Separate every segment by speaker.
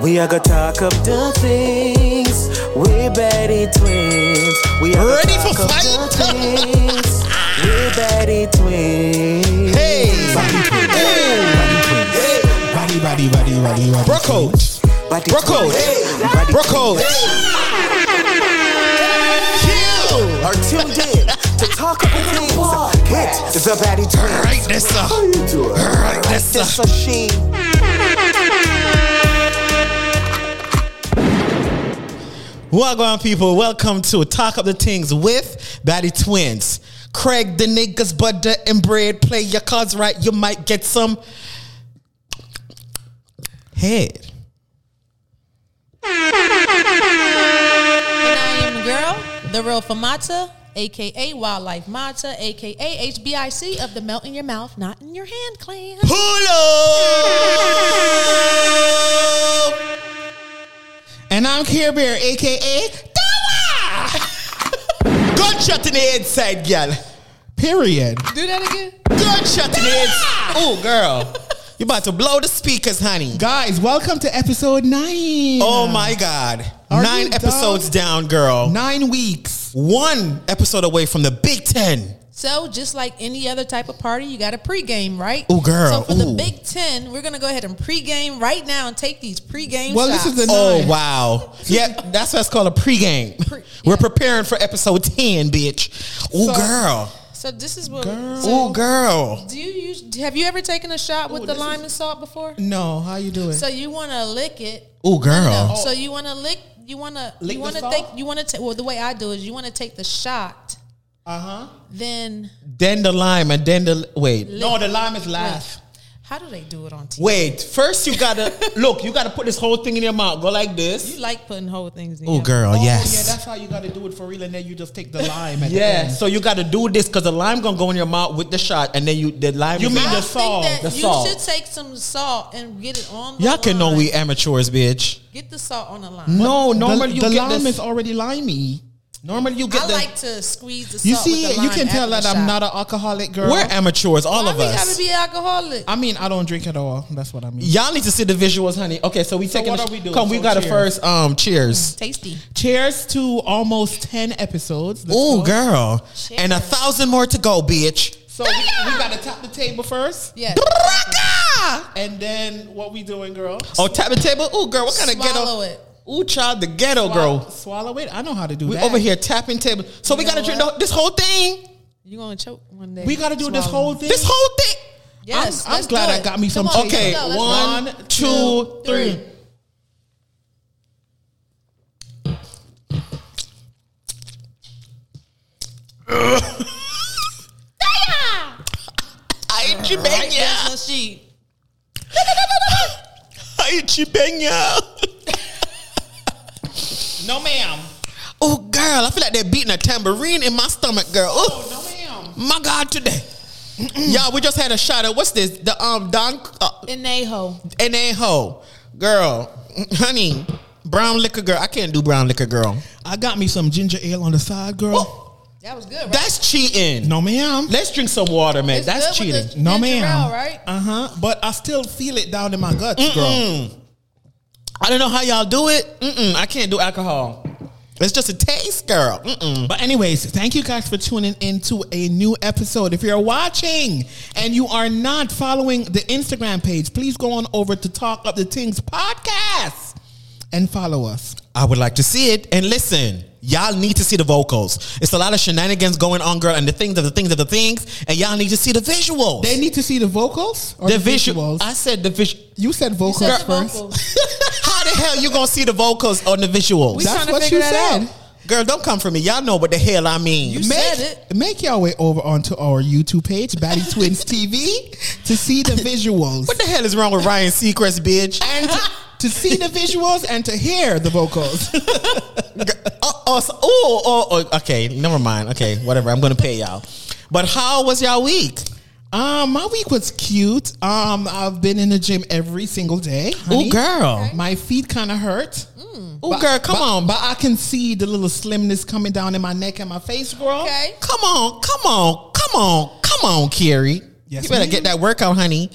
Speaker 1: We are gonna talk of the things we Betty twins. We are
Speaker 2: Ready
Speaker 1: gonna
Speaker 2: for
Speaker 1: talk of
Speaker 2: fight?
Speaker 1: the things we Betty twins.
Speaker 2: Hey.
Speaker 1: Body twins. Body twins.
Speaker 3: Body, body, body, body, body.
Speaker 2: Bro code.
Speaker 1: Body
Speaker 2: Bro
Speaker 1: twins.
Speaker 2: code.
Speaker 1: Body
Speaker 2: Bro
Speaker 1: twins
Speaker 2: code. Kill.
Speaker 1: Are tuned in to talk of the things. Hit the Betty twins.
Speaker 2: Right, that's a. Right, that's
Speaker 1: It's
Speaker 2: a.
Speaker 1: a sheen.
Speaker 2: Welcome, people. Welcome to Talk Up the Things with Batty Twins. Craig, the niggas, butter, and bread. Play your cards right. You might get some head.
Speaker 4: And I am the girl, the real Famata, aka Wildlife Mata, aka HBIC of the melt in your mouth, not in your hand clan.
Speaker 2: Pull up. And I'm Care Bear, aka Dawa. Gunshot in the head side, gal.
Speaker 3: Period.
Speaker 4: Do that again.
Speaker 2: Gunshot in the head. Oh, girl. You about to blow the speakers, honey.
Speaker 3: Guys, welcome to episode nine.
Speaker 2: Oh my God.
Speaker 3: Are you
Speaker 2: Nine
Speaker 3: dumb?
Speaker 2: episodes down, girl.
Speaker 3: Nine weeks.
Speaker 2: One episode away from the Big Ten.
Speaker 4: So, just like any other type of party, you got a pregame, right?
Speaker 2: Ooh, girl.
Speaker 4: So, for
Speaker 2: Ooh.
Speaker 4: the Big Ten, we're going to go ahead and pregame right now and take these pregame
Speaker 3: Well, this
Speaker 4: shots.
Speaker 3: is the-
Speaker 2: Oh
Speaker 3: Nine.
Speaker 2: wow! Yeah, that's what's called a pregame.
Speaker 4: Pre-
Speaker 2: We're
Speaker 4: yeah.
Speaker 2: preparing for episode ten, bitch. Ooh,
Speaker 3: So-
Speaker 2: girl.
Speaker 4: so, this is what.
Speaker 2: Ooh,
Speaker 4: So
Speaker 2: girl.
Speaker 4: do you use, have you ever taken a shot with the lime and salt before?
Speaker 3: No, how you doing?
Speaker 4: So, you want to lick it
Speaker 2: Ooh, girl.
Speaker 4: No. So you want to lick? You want to?
Speaker 3: Lick
Speaker 4: You
Speaker 3: the
Speaker 4: want to
Speaker 3: salt?
Speaker 4: take? You want to take? Well, the way I do is you want to take the shot,
Speaker 3: Uh huh.
Speaker 4: then
Speaker 2: Then the lime and then the wait.
Speaker 3: No, the lime is last.
Speaker 4: how do they do it on TV?
Speaker 2: Wait. First, you gotta look. You gotta put this whole thing in your mouth. Go like
Speaker 4: You
Speaker 2: this.
Speaker 4: like putting whole things in.
Speaker 3: Oh,
Speaker 2: Ooh,
Speaker 4: your-
Speaker 2: girl.
Speaker 3: Yeah,
Speaker 2: yes.
Speaker 3: that's how you gotta do it for real, and then you just take the lime. At
Speaker 2: Yeah.
Speaker 3: The end.
Speaker 2: So you gotta do this because the lime gonna go in your mouth with the shot, and then you the lime.
Speaker 3: You
Speaker 2: is
Speaker 3: mean
Speaker 4: I
Speaker 2: out.
Speaker 3: the
Speaker 4: don't
Speaker 3: salt,
Speaker 4: Think
Speaker 2: the
Speaker 4: that you
Speaker 2: salt.
Speaker 4: should take some salt and get it on. The
Speaker 2: Y'all can know
Speaker 4: line.
Speaker 2: we amateurs, bitch.
Speaker 4: get the salt on the line.
Speaker 2: No,
Speaker 3: The-
Speaker 2: normally you
Speaker 3: the
Speaker 2: get
Speaker 3: lime
Speaker 2: this-
Speaker 3: is already limey.
Speaker 2: Normally you get
Speaker 4: I
Speaker 2: the.
Speaker 4: like to squeeze the salt.
Speaker 3: You
Speaker 4: with
Speaker 3: see,
Speaker 4: the
Speaker 3: you
Speaker 4: lime
Speaker 3: can tell that
Speaker 4: after the
Speaker 3: I'm
Speaker 4: shot.
Speaker 3: not an alcoholic girl.
Speaker 2: we're amateurs, all
Speaker 4: Why
Speaker 2: of
Speaker 4: we
Speaker 2: us.
Speaker 4: gotta be alcoholic.
Speaker 3: I mean, I don't drink at all. That's what I mean.
Speaker 2: Y'all need to see the visuals, honey. Okay, so we taking.
Speaker 3: what
Speaker 2: a-
Speaker 3: are we doing?
Speaker 2: Come, we
Speaker 3: So
Speaker 2: got to
Speaker 3: cheers.
Speaker 2: first. Um, cheers.
Speaker 4: Tasty.
Speaker 3: Cheers to almost ten episodes. Let's
Speaker 2: Ooh,
Speaker 3: go.
Speaker 2: girl, and a thousand more to go, bitch.
Speaker 3: So we, we gotta tap the table first,
Speaker 4: Yeah.
Speaker 2: Braka!
Speaker 3: and then what we doing, girl?
Speaker 2: Oh, tap the table. Ooh, girl, what kind of ghetto?
Speaker 4: Swallow it.
Speaker 2: Ooh, child, the ghetto
Speaker 3: Swallow-
Speaker 2: girl.
Speaker 3: Swallow it. I know how to do
Speaker 2: We
Speaker 3: that.
Speaker 2: over here tapping table. So we
Speaker 4: You know
Speaker 2: gotta drink the, this whole thing.
Speaker 4: You gonna choke one day?
Speaker 3: We gotta do this
Speaker 4: Swallow.
Speaker 3: whole thing.
Speaker 2: This whole thing.
Speaker 4: Yes.
Speaker 3: I'm, I'm
Speaker 4: let's do
Speaker 3: glad I
Speaker 4: it.
Speaker 3: got me some.
Speaker 4: Come on,
Speaker 3: cheese.
Speaker 2: Okay,
Speaker 4: let's go,
Speaker 2: one,
Speaker 4: let's go.
Speaker 2: two, three. I ain't Jibenya.
Speaker 4: Business sheet.
Speaker 2: I ain't Jibenya.
Speaker 3: No, ma'am.
Speaker 2: Oh, girl, I feel like they're beating a tambourine in my stomach, girl.
Speaker 4: Oh,
Speaker 2: Ooh.
Speaker 3: No, ma'am.
Speaker 2: My God, today. Y'all, we just had a shot of what's this? The um Don uh,
Speaker 4: Anejo.
Speaker 2: Anejo. Girl, mm, honey, brown liquor girl. I can't do brown liquor girl.
Speaker 3: I got me some ginger ale on the side, girl.
Speaker 4: That was good, right?
Speaker 2: That's cheating.
Speaker 3: No, ma'am.
Speaker 2: Let's drink some water, man.
Speaker 4: It's
Speaker 2: That's
Speaker 4: good with
Speaker 2: cheating.
Speaker 4: the-
Speaker 3: No,
Speaker 4: Ginger
Speaker 3: ma'am.
Speaker 4: ale, right?
Speaker 3: Uh huh. But I still feel it down in my guts, girl.
Speaker 2: I don't know how y'all do it. Mm-mm, I can't do alcohol. It's just a taste, girl. Mm-mm.
Speaker 3: But anyways, thank you guys for tuning in to a new episode. If you're watching and you are not following the Instagram page, please go on over to Talk Up the Things podcast and follow us.
Speaker 2: I would like to see it. And listen, y'all need to see the vocals. It's a lot of shenanigans going on, girl, and the things of the things of the things. And y'all need to see the visuals.
Speaker 3: They need to see the vocals or
Speaker 2: the
Speaker 3: the,
Speaker 2: visuals.
Speaker 3: visuals.
Speaker 2: I said the visual.
Speaker 3: you said vocals
Speaker 4: said the
Speaker 3: first.
Speaker 4: vocals.
Speaker 2: How the hell you gonna see the vocals on the visuals?
Speaker 4: We
Speaker 3: That's
Speaker 4: trying to
Speaker 3: what
Speaker 4: figure
Speaker 3: you
Speaker 4: that
Speaker 3: said.
Speaker 4: out.
Speaker 2: Girl, don't come for me. Y'all know what the hell I mean.
Speaker 4: You
Speaker 3: Make,
Speaker 4: said it.
Speaker 3: make your way over onto our YouTube page, Batty Twins TV, to see the visuals.
Speaker 2: what the hell is wrong with Ryan Seacrest, bitch?
Speaker 3: and to, to see the visuals and to hear the vocals.
Speaker 2: Oh, oh, so- oh, oh, oh, okay. Never mind. Okay, whatever. I'm gonna pay y'all. But how was y'all week?
Speaker 3: Um, my week was cute. Um, I've been in the gym every single day.
Speaker 2: Oh,
Speaker 3: honey.
Speaker 2: girl.
Speaker 3: My feet kind of hurt.
Speaker 2: Oh, girl. Come
Speaker 3: But-
Speaker 2: on.
Speaker 3: But I can see the little slimness coming down in my neck and my face, girl.
Speaker 4: Okay.
Speaker 2: Come on. Come on. Come on. Come on, Carrie.
Speaker 3: Yes,
Speaker 2: you better
Speaker 3: ma'am.
Speaker 2: get that workout, honey.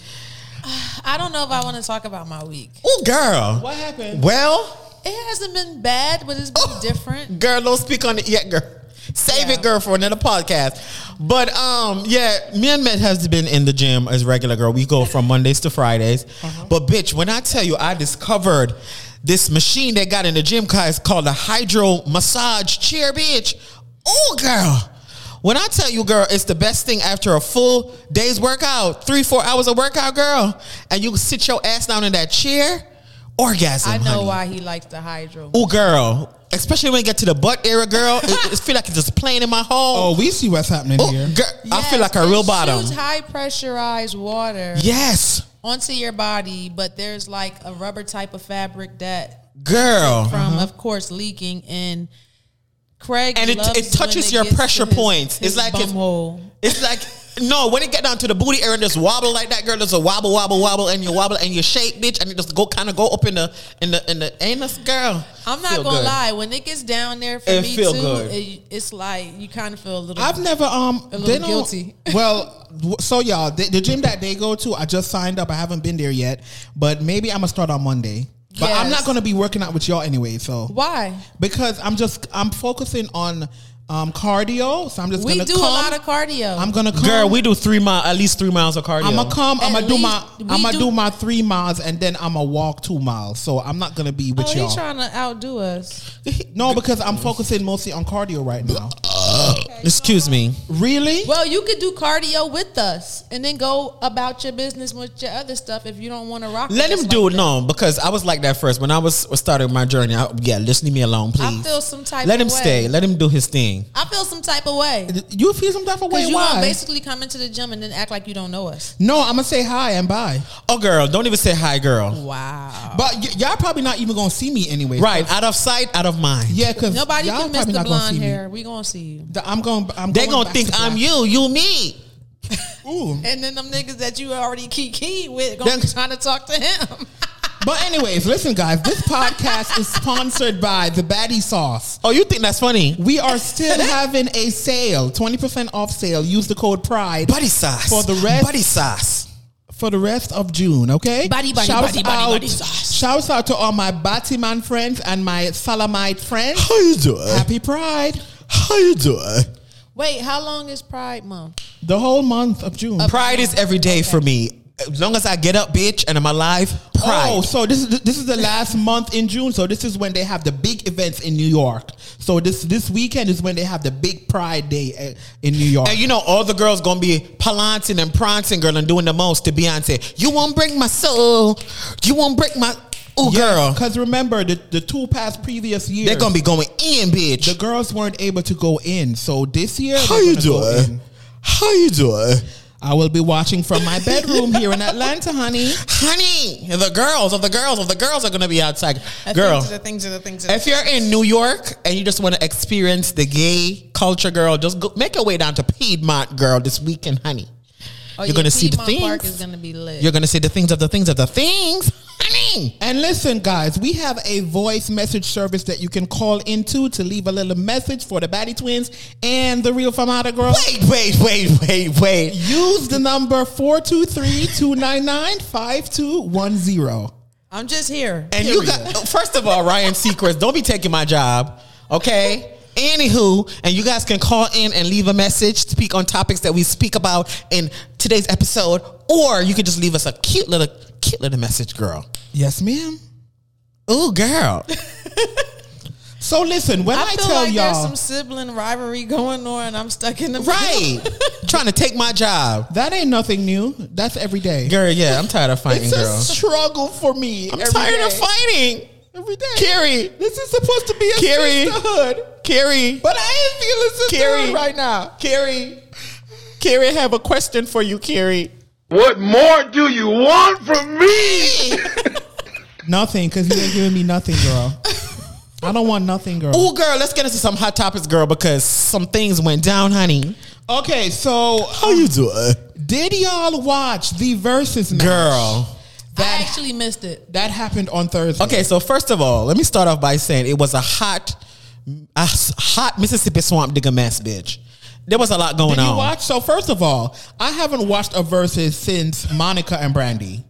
Speaker 4: I don't know if I want to talk about my week.
Speaker 2: Oh, girl.
Speaker 3: What happened?
Speaker 2: Well,
Speaker 4: It hasn't been bad, but it's been different.
Speaker 2: girl, don't speak on it yet, girl. Save
Speaker 4: Yeah.
Speaker 2: it, girl, for another podcast. But um, yeah, me and Met has been in the gym as regular, girl. We go from Mondays to Fridays. But bitch, when I tell you, I discovered this machine they got in the gym, guys, called the hydro massage chair, bitch. Oh, girl. When I tell you, girl, it's the best thing after a full day's workout, three, four hours of workout, girl, and you sit your ass down in that chair, orgasm.
Speaker 4: I know
Speaker 2: honey.
Speaker 4: why he likes the hydro.
Speaker 2: Oh, girl. Especially when you get to the butt area, girl. it, it feel like it's just playing in my
Speaker 3: Oh,
Speaker 2: hole.
Speaker 3: we see what's happening
Speaker 2: Ooh,
Speaker 3: here.
Speaker 2: girl, I feel
Speaker 4: Yes,
Speaker 2: like a real
Speaker 4: it
Speaker 2: bottom.
Speaker 4: shoots high pressurized water
Speaker 2: Yes,
Speaker 4: onto your body, but there's like a rubber type of fabric that
Speaker 2: girl.
Speaker 4: from, of course, leaking and. Craig
Speaker 2: Uh-huh. And it-
Speaker 4: loves
Speaker 2: it touches
Speaker 4: when
Speaker 2: your
Speaker 4: gets to
Speaker 2: pressure
Speaker 4: his-
Speaker 2: points. It's
Speaker 4: his
Speaker 2: like if-
Speaker 4: bumhole.
Speaker 2: It's like no, when it get down to the booty area and just wobble like that, girl, there's a wobble, wobble, wobble, and you wobble and you shake, bitch, and it just go kind of go up in the in the in the anus, girl.
Speaker 4: I'm not
Speaker 2: Feel
Speaker 4: gonna
Speaker 2: good.
Speaker 4: lie, when it gets down there for
Speaker 2: It
Speaker 4: me
Speaker 2: feel
Speaker 4: too,
Speaker 2: good.
Speaker 4: it- it's like you kind of feel a little.
Speaker 3: I've never um
Speaker 4: A little
Speaker 3: they don't-
Speaker 4: guilty.
Speaker 3: Well, w- so y'all, the, the gym that they go to, I just signed up. I haven't been there yet, but maybe I'm gonna start on Monday. But I'm
Speaker 4: Yes.
Speaker 3: not gonna be working out with y'all anyway, so
Speaker 4: why?
Speaker 3: because I'm just I'm focusing on um cardio, so I'm just
Speaker 4: We
Speaker 3: gonna
Speaker 4: do
Speaker 3: come.
Speaker 4: a lot of cardio.
Speaker 3: I'm gonna come.
Speaker 2: girl. We do three mile, at least three miles of cardio.
Speaker 3: I'm gonna come. I'm
Speaker 4: At
Speaker 3: gonna do my.
Speaker 4: least
Speaker 3: I'm
Speaker 4: we
Speaker 3: gonna
Speaker 4: do-
Speaker 3: do, my three miles, and then I'm gonna walk two miles. So I'm not gonna be
Speaker 4: oh,
Speaker 3: with
Speaker 4: he's
Speaker 3: y'all.
Speaker 4: trying to outdo us.
Speaker 3: no, because I'm focusing mostly on cardio right now.
Speaker 2: Excuse me.
Speaker 3: Really?
Speaker 4: Well, you could do cardio with us and then go about your business with your other stuff if you don't want to rock.
Speaker 2: Let
Speaker 4: with
Speaker 2: him
Speaker 4: us
Speaker 2: do
Speaker 4: like
Speaker 2: it.
Speaker 4: that.
Speaker 2: No, because I was like that first when I was was starting my journey. I, yeah, just leave me alone, please.
Speaker 4: I feel some type
Speaker 2: Let
Speaker 4: of
Speaker 2: him
Speaker 4: way.
Speaker 2: stay. Let him do his thing.
Speaker 4: I feel some type of way.
Speaker 3: You feel some type of way?
Speaker 4: Because you
Speaker 3: Why?
Speaker 4: gonna basically come into the gym and then act like you don't know us.
Speaker 3: no, I'm gonna say hi and bye.
Speaker 2: Oh, girl, don't even say hi, girl.
Speaker 4: Wow.
Speaker 3: But y- y'all probably not even gonna see me anyway.
Speaker 2: Right, out of sight, out of mind.
Speaker 3: Yeah, because
Speaker 4: Nobody
Speaker 3: y'all
Speaker 4: can miss
Speaker 3: probably
Speaker 4: the
Speaker 3: not gonna
Speaker 4: blonde
Speaker 3: see me.
Speaker 4: hair. We gonna see you.
Speaker 3: The- I'm going. I'm
Speaker 2: they
Speaker 3: going
Speaker 2: gonna
Speaker 3: back
Speaker 2: think
Speaker 3: to
Speaker 2: I'm
Speaker 3: black.
Speaker 2: you, you me.
Speaker 3: Ooh.
Speaker 4: And then them niggas that you already key key with gonna
Speaker 2: Them-
Speaker 4: be trying to talk to him.
Speaker 3: But anyways, listen, guys. This podcast is sponsored by the Baddie Sauce.
Speaker 2: Oh, you think that's funny?
Speaker 3: We are still having a sale, twenty percent off sale. Use the code Pride
Speaker 2: Buddy sauce
Speaker 3: For the rest-
Speaker 2: Buddy sauce.
Speaker 3: for the rest of June. Okay,
Speaker 4: Body, body,
Speaker 3: Shouts
Speaker 4: body, body,
Speaker 3: out,
Speaker 4: body sauce.
Speaker 3: Shouts out to all my Batiman friends and my Salamite friends.
Speaker 2: How you doing?
Speaker 3: Happy Pride,
Speaker 2: How you doing?
Speaker 4: Wait, how long is Pride Month?
Speaker 3: the whole month of June.
Speaker 2: Pride is every day for me. As long as I get up, bitch, and I'm alive, pride.
Speaker 3: Oh, so this is this is the last month in June. So this is when they have the big events in New York. So this this weekend is when they have the big Pride Day eh, in New York.
Speaker 2: And you know, all the girls gonna be palanting and prancing, girl, and doing the most to Beyonce. You won't break my soul. You won't break my. Ooh, girl.
Speaker 3: Because remember the the two past previous years,
Speaker 2: They're gonna be going in, bitch.
Speaker 3: the girls weren't able to go in. So this year,
Speaker 2: How
Speaker 3: they're
Speaker 2: you
Speaker 3: gonna go
Speaker 2: doing?
Speaker 3: in.
Speaker 2: How you doing?
Speaker 3: I will be watching from my bedroom here in Atlanta, honey.
Speaker 2: Honey, the girls of the girls of the girls are gonna be outside. Girl,
Speaker 4: things the things
Speaker 2: if you're in New York and you just want to experience the gay culture, girl, just go, make your way down to Piedmont, girl, this weekend, honey. you're gonna see the things.
Speaker 4: Oh, Park is gonna be lit.
Speaker 2: You're gonna see the things of the things of the things, honey.
Speaker 3: And listen, guys, we have a voice message service that you can call into to leave a little message for the Batty Twins and the Real Famata Girl.
Speaker 2: Wait, wait, wait, wait, wait.
Speaker 3: Use the number 423-299-5210.
Speaker 4: I'm just here.
Speaker 2: And you got first of all, Ryan Seacrest, don't be taking my job, okay? Anywho, and you guys can call in and leave a message, speak on topics that we speak about in today's episode, or you can just leave us a cute little, cute little message, girl.
Speaker 3: Yes, ma'am.
Speaker 2: Ooh, girl.
Speaker 3: So listen, when I,
Speaker 4: I, feel
Speaker 3: tell
Speaker 4: like
Speaker 3: y'all
Speaker 4: there's some sibling rivalry going on, and I'm stuck in the middle.
Speaker 2: right. Trying to take my job.
Speaker 3: that ain't nothing new, that's every day.
Speaker 2: Girl, yeah, I'm tired of fighting,
Speaker 3: it's a
Speaker 2: girl.
Speaker 3: struggle for me.
Speaker 2: I'm tired of fighting.
Speaker 3: every day.
Speaker 2: Carrie.
Speaker 3: This is supposed to be a
Speaker 2: Carrie.
Speaker 3: sisterhood.
Speaker 2: Carrie.
Speaker 3: But I ain't feeling sisterhood
Speaker 2: Carrie.
Speaker 3: right now.
Speaker 2: Carrie. Carrie, I have a question for you, Carrie.
Speaker 5: What more do you want from me?
Speaker 3: Nothing, because you ain't giving me nothing, girl. I don't want nothing, girl.
Speaker 2: Ooh, girl, let's get into some hot topics, girl, because some things went down, honey.
Speaker 3: Okay, so um,
Speaker 2: How you doing?
Speaker 3: did y'all watch the versus match?
Speaker 2: Girl.
Speaker 4: I actually missed it.
Speaker 3: That happened on Thursday.
Speaker 2: Okay, so first of all, let me start off by saying it was a hot, a s- hot Mississippi swamp digger mess, bitch. There was a lot going
Speaker 3: Did you
Speaker 2: on.
Speaker 3: watch? So first of all, I haven't watched a versus since Monica and Brandy.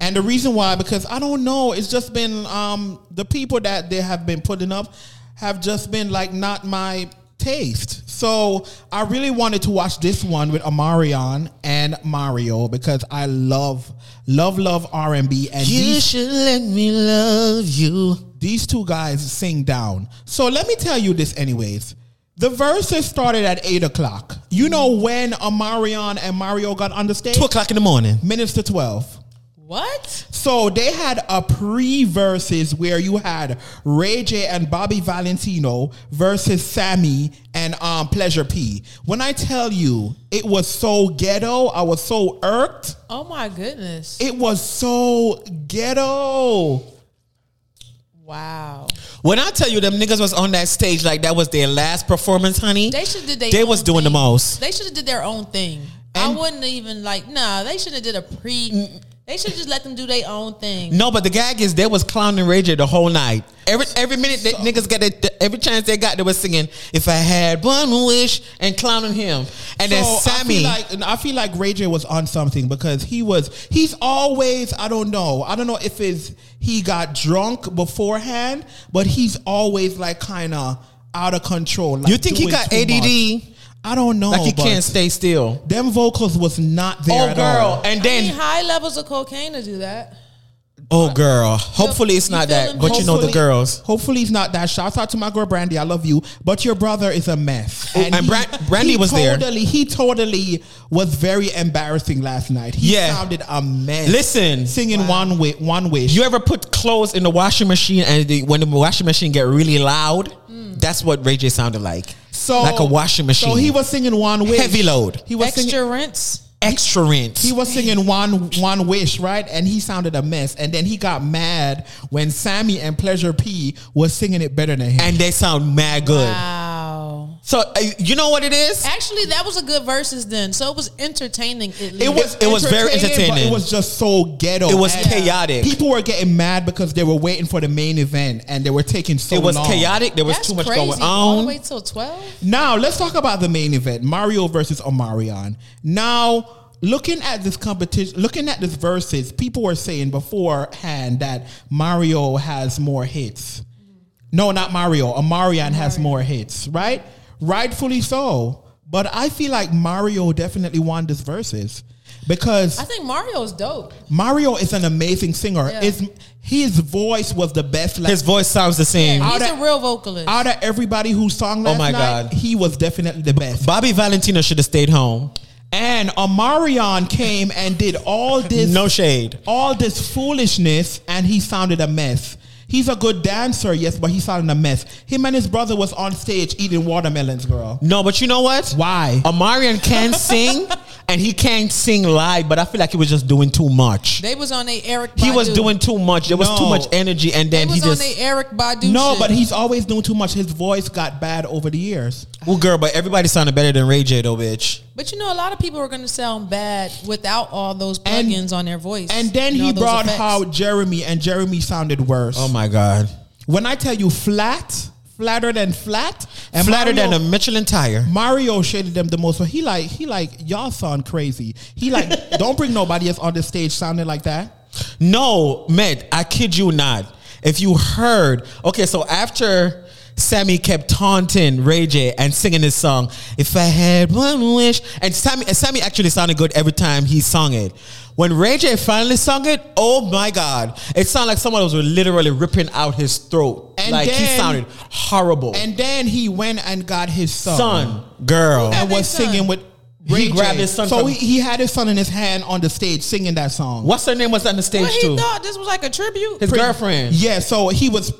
Speaker 3: And the reason why, because I don't know, it's just been um, the people that they have been putting up have just been like not my taste. So I really wanted to watch this one with Amarion and Mario because I love, love, love R and B, and
Speaker 2: You
Speaker 3: these,
Speaker 2: should let me love you.
Speaker 3: these two guys sing down. So let me tell you this, anyways. The verses started at eight o'clock. You know when Amarion and Mario got on the stage?
Speaker 2: Two o'clock in the morning.
Speaker 3: minutes to twelve.
Speaker 4: What?
Speaker 3: So they had a pre verses where you had Ray J and Bobby Valentino versus Sammy and um, Pleasure P. When I tell you, it was so ghetto. I was so irked.
Speaker 4: Oh my goodness.
Speaker 3: It was so ghetto.
Speaker 4: Wow.
Speaker 2: When I tell you them niggas was on that stage like that was their last performance, honey.
Speaker 4: They should did they.
Speaker 2: They was doing the most.
Speaker 4: They should have did their own thing. I wouldn't even like. Nah, they should have did a pre. They should just let them do their own thing.
Speaker 2: No, but the gag is they was clowning Ray J the whole night. Every every minute that niggas got it, every chance they got, they was singing "If I Had One Wish" and clowning him. And then
Speaker 3: So
Speaker 2: Sammy,
Speaker 3: I feel like I feel like Ray J was on something because he was he's always I don't know I don't know if it's he got drunk beforehand, but he's always like kind of out of control. Like
Speaker 2: You think he
Speaker 3: doing
Speaker 2: got
Speaker 3: too
Speaker 2: ADD?
Speaker 3: much. I don't know.
Speaker 2: like he
Speaker 3: but
Speaker 2: can't stay still.
Speaker 3: Them vocals was not there.
Speaker 2: Oh
Speaker 3: at
Speaker 2: girl,
Speaker 3: all.
Speaker 2: and
Speaker 4: I
Speaker 2: then
Speaker 4: need high levels of cocaine to do that.
Speaker 2: oh girl. Hopefully it's
Speaker 4: You
Speaker 2: not that,
Speaker 4: feeling
Speaker 2: but you know the
Speaker 3: Hopefully-
Speaker 2: girls.
Speaker 3: Hopefully he's not that. Shout out to my girl Brandy. I love you, but your brother is a mess.
Speaker 2: Oh, and Bran- Brandy
Speaker 3: he
Speaker 2: was there.
Speaker 3: totally, He totally was very embarrassing last night. He
Speaker 2: Yeah.
Speaker 3: sounded a mess.
Speaker 2: Listen.
Speaker 3: singing one way, one wish.
Speaker 2: You ever put clothes in the washing machine and the, when the washing machine get really loud,
Speaker 4: Mm.
Speaker 2: that's what Ray J sounded like.
Speaker 3: so
Speaker 2: like a washing machine.
Speaker 3: So he was singing one wish.
Speaker 2: Heavy load.
Speaker 3: He was
Speaker 4: Extra
Speaker 3: singing.
Speaker 4: rents.
Speaker 2: extra rent.
Speaker 3: He was singing one one wish, right? And he sounded a mess. And then he got mad when Sammy and Pleasure P was singing it better than him.
Speaker 2: and they sound mad good.
Speaker 4: Wow.
Speaker 2: So uh, you know what it is?
Speaker 4: Actually, that was a good verses then. So it was entertaining. At least.
Speaker 3: It was
Speaker 2: It was very
Speaker 3: but
Speaker 2: entertaining.
Speaker 3: it was just so ghetto.
Speaker 2: It was
Speaker 3: And
Speaker 2: chaotic.
Speaker 3: People were getting mad because they were waiting for the main event and they were taking so
Speaker 2: It was
Speaker 3: long.
Speaker 2: chaotic. There was
Speaker 4: That's
Speaker 2: too much
Speaker 4: crazy.
Speaker 2: going
Speaker 4: All the
Speaker 2: on.
Speaker 4: way till twelve.
Speaker 3: Now let's talk about the main event: Mario versus Omarion. Now. Looking at this competition, looking at this versus, people were saying beforehand that Mario has more hits. No, not Mario. Amarian has more hits, right? Rightfully so. But I feel like Mario definitely won this versus because
Speaker 4: I think Mario's dope.
Speaker 3: Mario is an amazing singer.
Speaker 4: Yeah.
Speaker 3: His, his voice was the best. Like,
Speaker 2: His voice sounds the same.
Speaker 4: He's
Speaker 3: that-
Speaker 4: a real vocalist.
Speaker 3: out of everybody who sung last
Speaker 2: Oh my
Speaker 3: night,
Speaker 2: God.
Speaker 3: he was definitely the best.
Speaker 2: Bobby Valentino should have stayed home.
Speaker 3: And Amarion came and did all this,
Speaker 2: No shade.
Speaker 3: all this foolishness, and he sounded a mess. He's a good dancer, yes, but he sounded a mess. Him and his brother was on stage eating watermelons, girl.
Speaker 2: No, but you know what?
Speaker 3: Why?
Speaker 2: Amarian can sing and he can sing live, but I feel like he was just doing too much.
Speaker 4: they was on a Eric. Badu.
Speaker 2: He was doing too much. There was too
Speaker 3: No.
Speaker 2: much energy, and
Speaker 4: They
Speaker 2: then he
Speaker 4: was on
Speaker 2: just.
Speaker 4: a Eric Badu.
Speaker 3: no,
Speaker 4: shit.
Speaker 3: but he's always doing too much. His voice got bad over the years.
Speaker 2: Well, girl, but everybody sounded better than Ray J, though, bitch.
Speaker 4: But you know, a lot of people are going to sound bad without all those
Speaker 3: And-
Speaker 4: plugins on their voice.
Speaker 3: And then
Speaker 4: all
Speaker 3: he
Speaker 4: those
Speaker 3: brought
Speaker 4: effects.
Speaker 3: out Jeremy, and Jeremy sounded worse.
Speaker 2: Oh my god,
Speaker 3: When I tell you flat, flatter than flat, and
Speaker 2: flatter than a
Speaker 3: Mario-
Speaker 2: Michelin tire.
Speaker 3: Mario shaded them the most, but he like he like y'all sound crazy. He like don't bring nobody else on the stage sounding like that.
Speaker 2: No, Med, I kid you not. If you heard, okay, so after Sammy kept taunting Ray J and singing his song, If I Had One Wish, and Sammy, and Sammy actually sounded good every time he sung it. When Ray J finally sung it, oh my God, it sounded like someone was literally ripping out his throat.
Speaker 3: And
Speaker 2: like he
Speaker 3: then-
Speaker 2: sounded horrible.
Speaker 3: And then he went and got his son,
Speaker 2: son, girl.
Speaker 3: and was
Speaker 4: Son.
Speaker 3: singing with.
Speaker 2: He
Speaker 3: Ray J.
Speaker 2: grabbed his son
Speaker 3: So
Speaker 2: from-
Speaker 3: he, he had his son in his hand on the stage singing that song.
Speaker 2: What's her name was on the stage
Speaker 4: What he
Speaker 2: too?
Speaker 4: thought this was like a tribute.
Speaker 2: His girlfriend.
Speaker 3: Yeah, so he was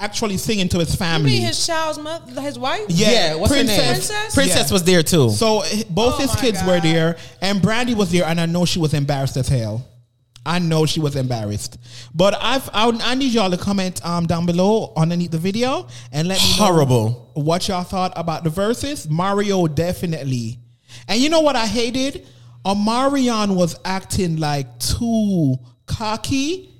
Speaker 3: actually singing to his
Speaker 4: You
Speaker 3: family.
Speaker 4: mean his child's mother, his wife.
Speaker 3: Yeah.
Speaker 2: what's her name?
Speaker 3: Princess.
Speaker 4: Princess?
Speaker 2: Princess
Speaker 3: Yeah.
Speaker 2: was there too.
Speaker 3: So h- both
Speaker 4: Oh
Speaker 3: his
Speaker 4: my
Speaker 3: kids were
Speaker 4: God.
Speaker 3: there, and Brandy was there, and I know she was embarrassed as hell. I know she was embarrassed, but I've, I I need y'all to comment um down below underneath the video and let me know
Speaker 2: Horrible.
Speaker 3: what y'all thought about the verses. Mario definitely, and you know what I hated? Omarion was acting like too cocky,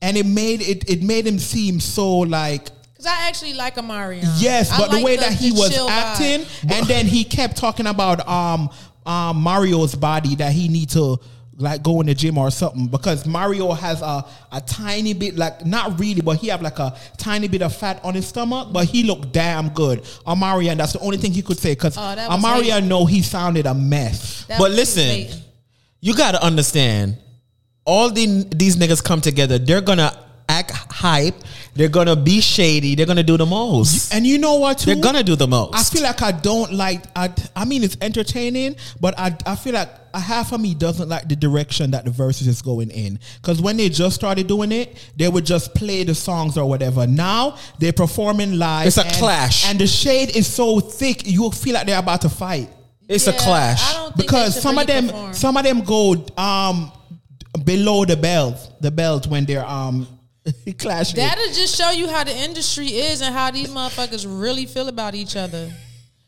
Speaker 3: and it made it it made him seem so like
Speaker 4: Because I actually like Amarion.
Speaker 3: Yes,
Speaker 4: I
Speaker 3: but the
Speaker 4: like
Speaker 3: way that he
Speaker 4: the
Speaker 3: was
Speaker 4: chill vibe.
Speaker 3: acting, and then he kept talking about um, um Mario's body that he need to like go in the gym or something because Mario has a, a tiny bit like not really but he have like a tiny bit of fat on his stomach but he looked damn good Amaria and that's the only thing he could say because
Speaker 4: Oh, that was
Speaker 3: Amaria
Speaker 4: hating.
Speaker 3: know he sounded a mess
Speaker 4: That
Speaker 2: but
Speaker 4: was
Speaker 2: listen,
Speaker 4: baiting.
Speaker 2: you gotta understand. All the, these niggas come together. They're gonna act hype. They're gonna be shady. They're gonna do the most.
Speaker 3: and you know what too?
Speaker 2: They're gonna do the most.
Speaker 3: I feel like I don't like. I, I mean, it's entertaining, but I, I feel like a half of me doesn't like the direction that the verses is going in. Because when they just started doing it, they would just play the songs or whatever. Now they're performing live.
Speaker 2: It's a
Speaker 3: and-
Speaker 2: clash.
Speaker 3: and the shade is so thick, you feel like they're about to fight
Speaker 2: it's a
Speaker 4: Yeah, I
Speaker 2: clash.
Speaker 4: don't think they
Speaker 3: because
Speaker 4: should
Speaker 3: some of
Speaker 4: really
Speaker 3: them,
Speaker 4: perform.
Speaker 3: some of them go um below the belt, the belt when they're um clashing.
Speaker 4: That'll just show you how the industry is and how these motherfuckers really feel about each other.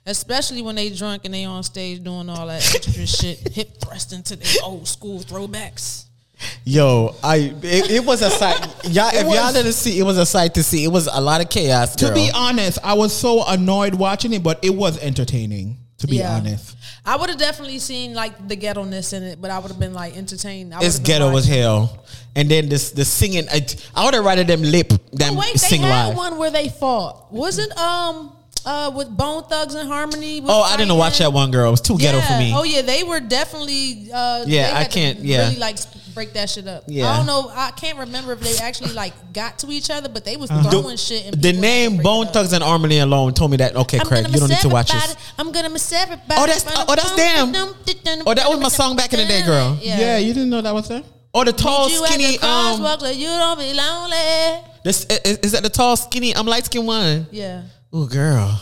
Speaker 4: Especially when they drunk and they on stage doing all that extra shit, hip thrusting to their old school throwbacks.
Speaker 2: Yo, I it, it was a sight. Y'all, if y'all
Speaker 3: was-
Speaker 2: didn't see, it was a sight to see. It was a lot of chaos.
Speaker 3: to
Speaker 2: girl.
Speaker 3: be honest, I was so annoyed watching it, but it was entertaining. To be
Speaker 4: Yeah.
Speaker 3: honest,
Speaker 4: I would have definitely seen like the ghetto-ness in it, but I would have been like entertained. I
Speaker 2: it's
Speaker 4: would've been
Speaker 2: ghetto as
Speaker 4: watching.
Speaker 2: hell. And then this the singing. I, I would have rather them lip than
Speaker 4: Oh, wait, they
Speaker 2: sing
Speaker 4: had
Speaker 2: live.
Speaker 4: one where they fought. Was it um uh with Bone Thugs and Harmony? with
Speaker 2: Oh, I didn't watch
Speaker 4: Franklin?
Speaker 2: that one, girl. It was too ghetto for me.
Speaker 4: Oh yeah, they were definitely. Uh,
Speaker 2: Yeah,
Speaker 4: they
Speaker 2: I
Speaker 4: had to
Speaker 2: can't- yeah.
Speaker 4: really like break that shit up.
Speaker 2: Yeah.
Speaker 4: I don't know. I can't remember if they actually like got to each other, but they was throwing shit. And
Speaker 2: Uh-huh. the
Speaker 4: people had to
Speaker 2: name
Speaker 4: break
Speaker 2: Bone
Speaker 4: it up.
Speaker 2: Thugs and Harmony alone told me that. Okay,
Speaker 4: I'm
Speaker 2: Craig,
Speaker 4: gonna
Speaker 2: you don't need
Speaker 4: miss
Speaker 2: to watch
Speaker 4: everybody.
Speaker 2: this.
Speaker 4: I'm gonna miss everybody.
Speaker 2: Oh, that's- oh, that's them. Oh, that was my song back in the day, girl.
Speaker 3: yeah.
Speaker 4: Yeah.
Speaker 3: you didn't know that was there.
Speaker 2: Or the tall,
Speaker 4: You at the
Speaker 2: skinny. Um,
Speaker 4: crosswalk, like, you don't be lonely.
Speaker 2: this is, is that the tall, skinny? I'm light skinned one.
Speaker 4: Yeah.
Speaker 2: Oh, girl.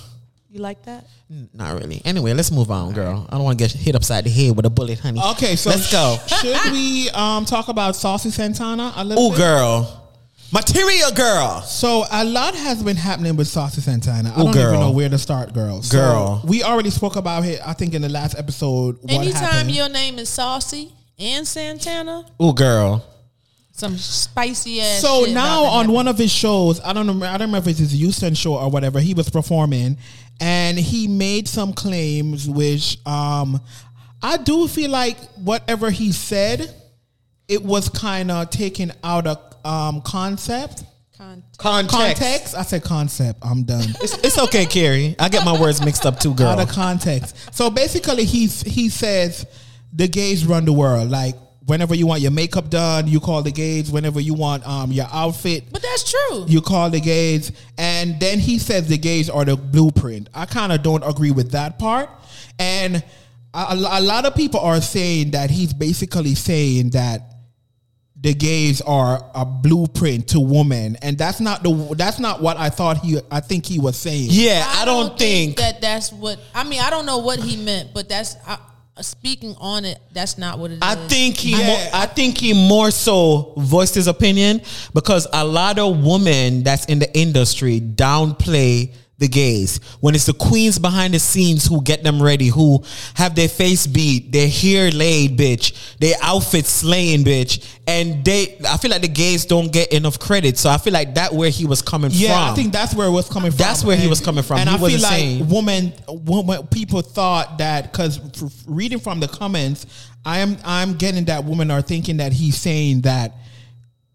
Speaker 4: You like that?
Speaker 2: Not really. Anyway, let's move on, girl. I don't want to get hit upside the head with a bullet, honey.
Speaker 3: Okay, so
Speaker 2: let's go.
Speaker 3: Should we um talk about Saucy Santana a little
Speaker 2: Oh,
Speaker 3: bit?
Speaker 2: girl. Material girl.
Speaker 3: So a lot has been happening with Saucy Santana. I
Speaker 2: Ooh,
Speaker 3: don't
Speaker 2: girl.
Speaker 3: even know where to start, girl. So
Speaker 2: Girl.
Speaker 3: we already spoke about it. I think in the last episode. What
Speaker 4: Anytime
Speaker 3: happened.
Speaker 4: your name is Saucy and Santana,
Speaker 2: Oh, girl.
Speaker 4: some spicy ass.
Speaker 3: So
Speaker 4: shit
Speaker 3: now
Speaker 4: about to
Speaker 3: on
Speaker 4: happen.
Speaker 3: one of his shows, I don't remember, I don't remember if it's his Houston show or whatever, he was performing and he made some claims which um I do feel like whatever he said, it was kind of taken out of um concept.
Speaker 4: Content.
Speaker 2: Context.
Speaker 3: Context. I said concept. I'm done.
Speaker 2: It's, it's okay, Carrie. I get my words mixed up too,
Speaker 3: out
Speaker 2: girl.
Speaker 3: of context. So basically, he's he says the gays run the world. Like whenever you want your makeup done, you call the gays. Whenever you want um your outfit,
Speaker 4: But that's true.
Speaker 3: you call the gays and then he says the gays are the blueprint i kind of don't agree with that part and a, a lo- a lot of people are saying that he's basically saying that the gays are a blueprint to women and that's not the that's not what i thought he i think he was saying
Speaker 2: yeah, I, don't, think.
Speaker 4: that that's what. I mean, I don't know what he meant, but that's I, speaking on it. That's not what it is.
Speaker 2: I think he.
Speaker 3: Yeah.
Speaker 2: More, I think he more so voiced his opinion because a lot of women that's in the industry downplay the gays when it's the queens behind the scenes who get them ready, who have their face beat, their hair laid, bitch, their outfit slaying, bitch, and they. I feel like the gays don't get enough credit, so I feel like that where he was coming
Speaker 3: Yeah,
Speaker 2: from.
Speaker 3: I think that's where it was coming from.
Speaker 2: That's where he was coming from.
Speaker 3: And
Speaker 2: He
Speaker 3: I feel
Speaker 2: wasn't
Speaker 3: like
Speaker 2: saying-
Speaker 3: woman, woman, people thought that because reading from the comments, I am I'm getting that women are thinking that he's saying that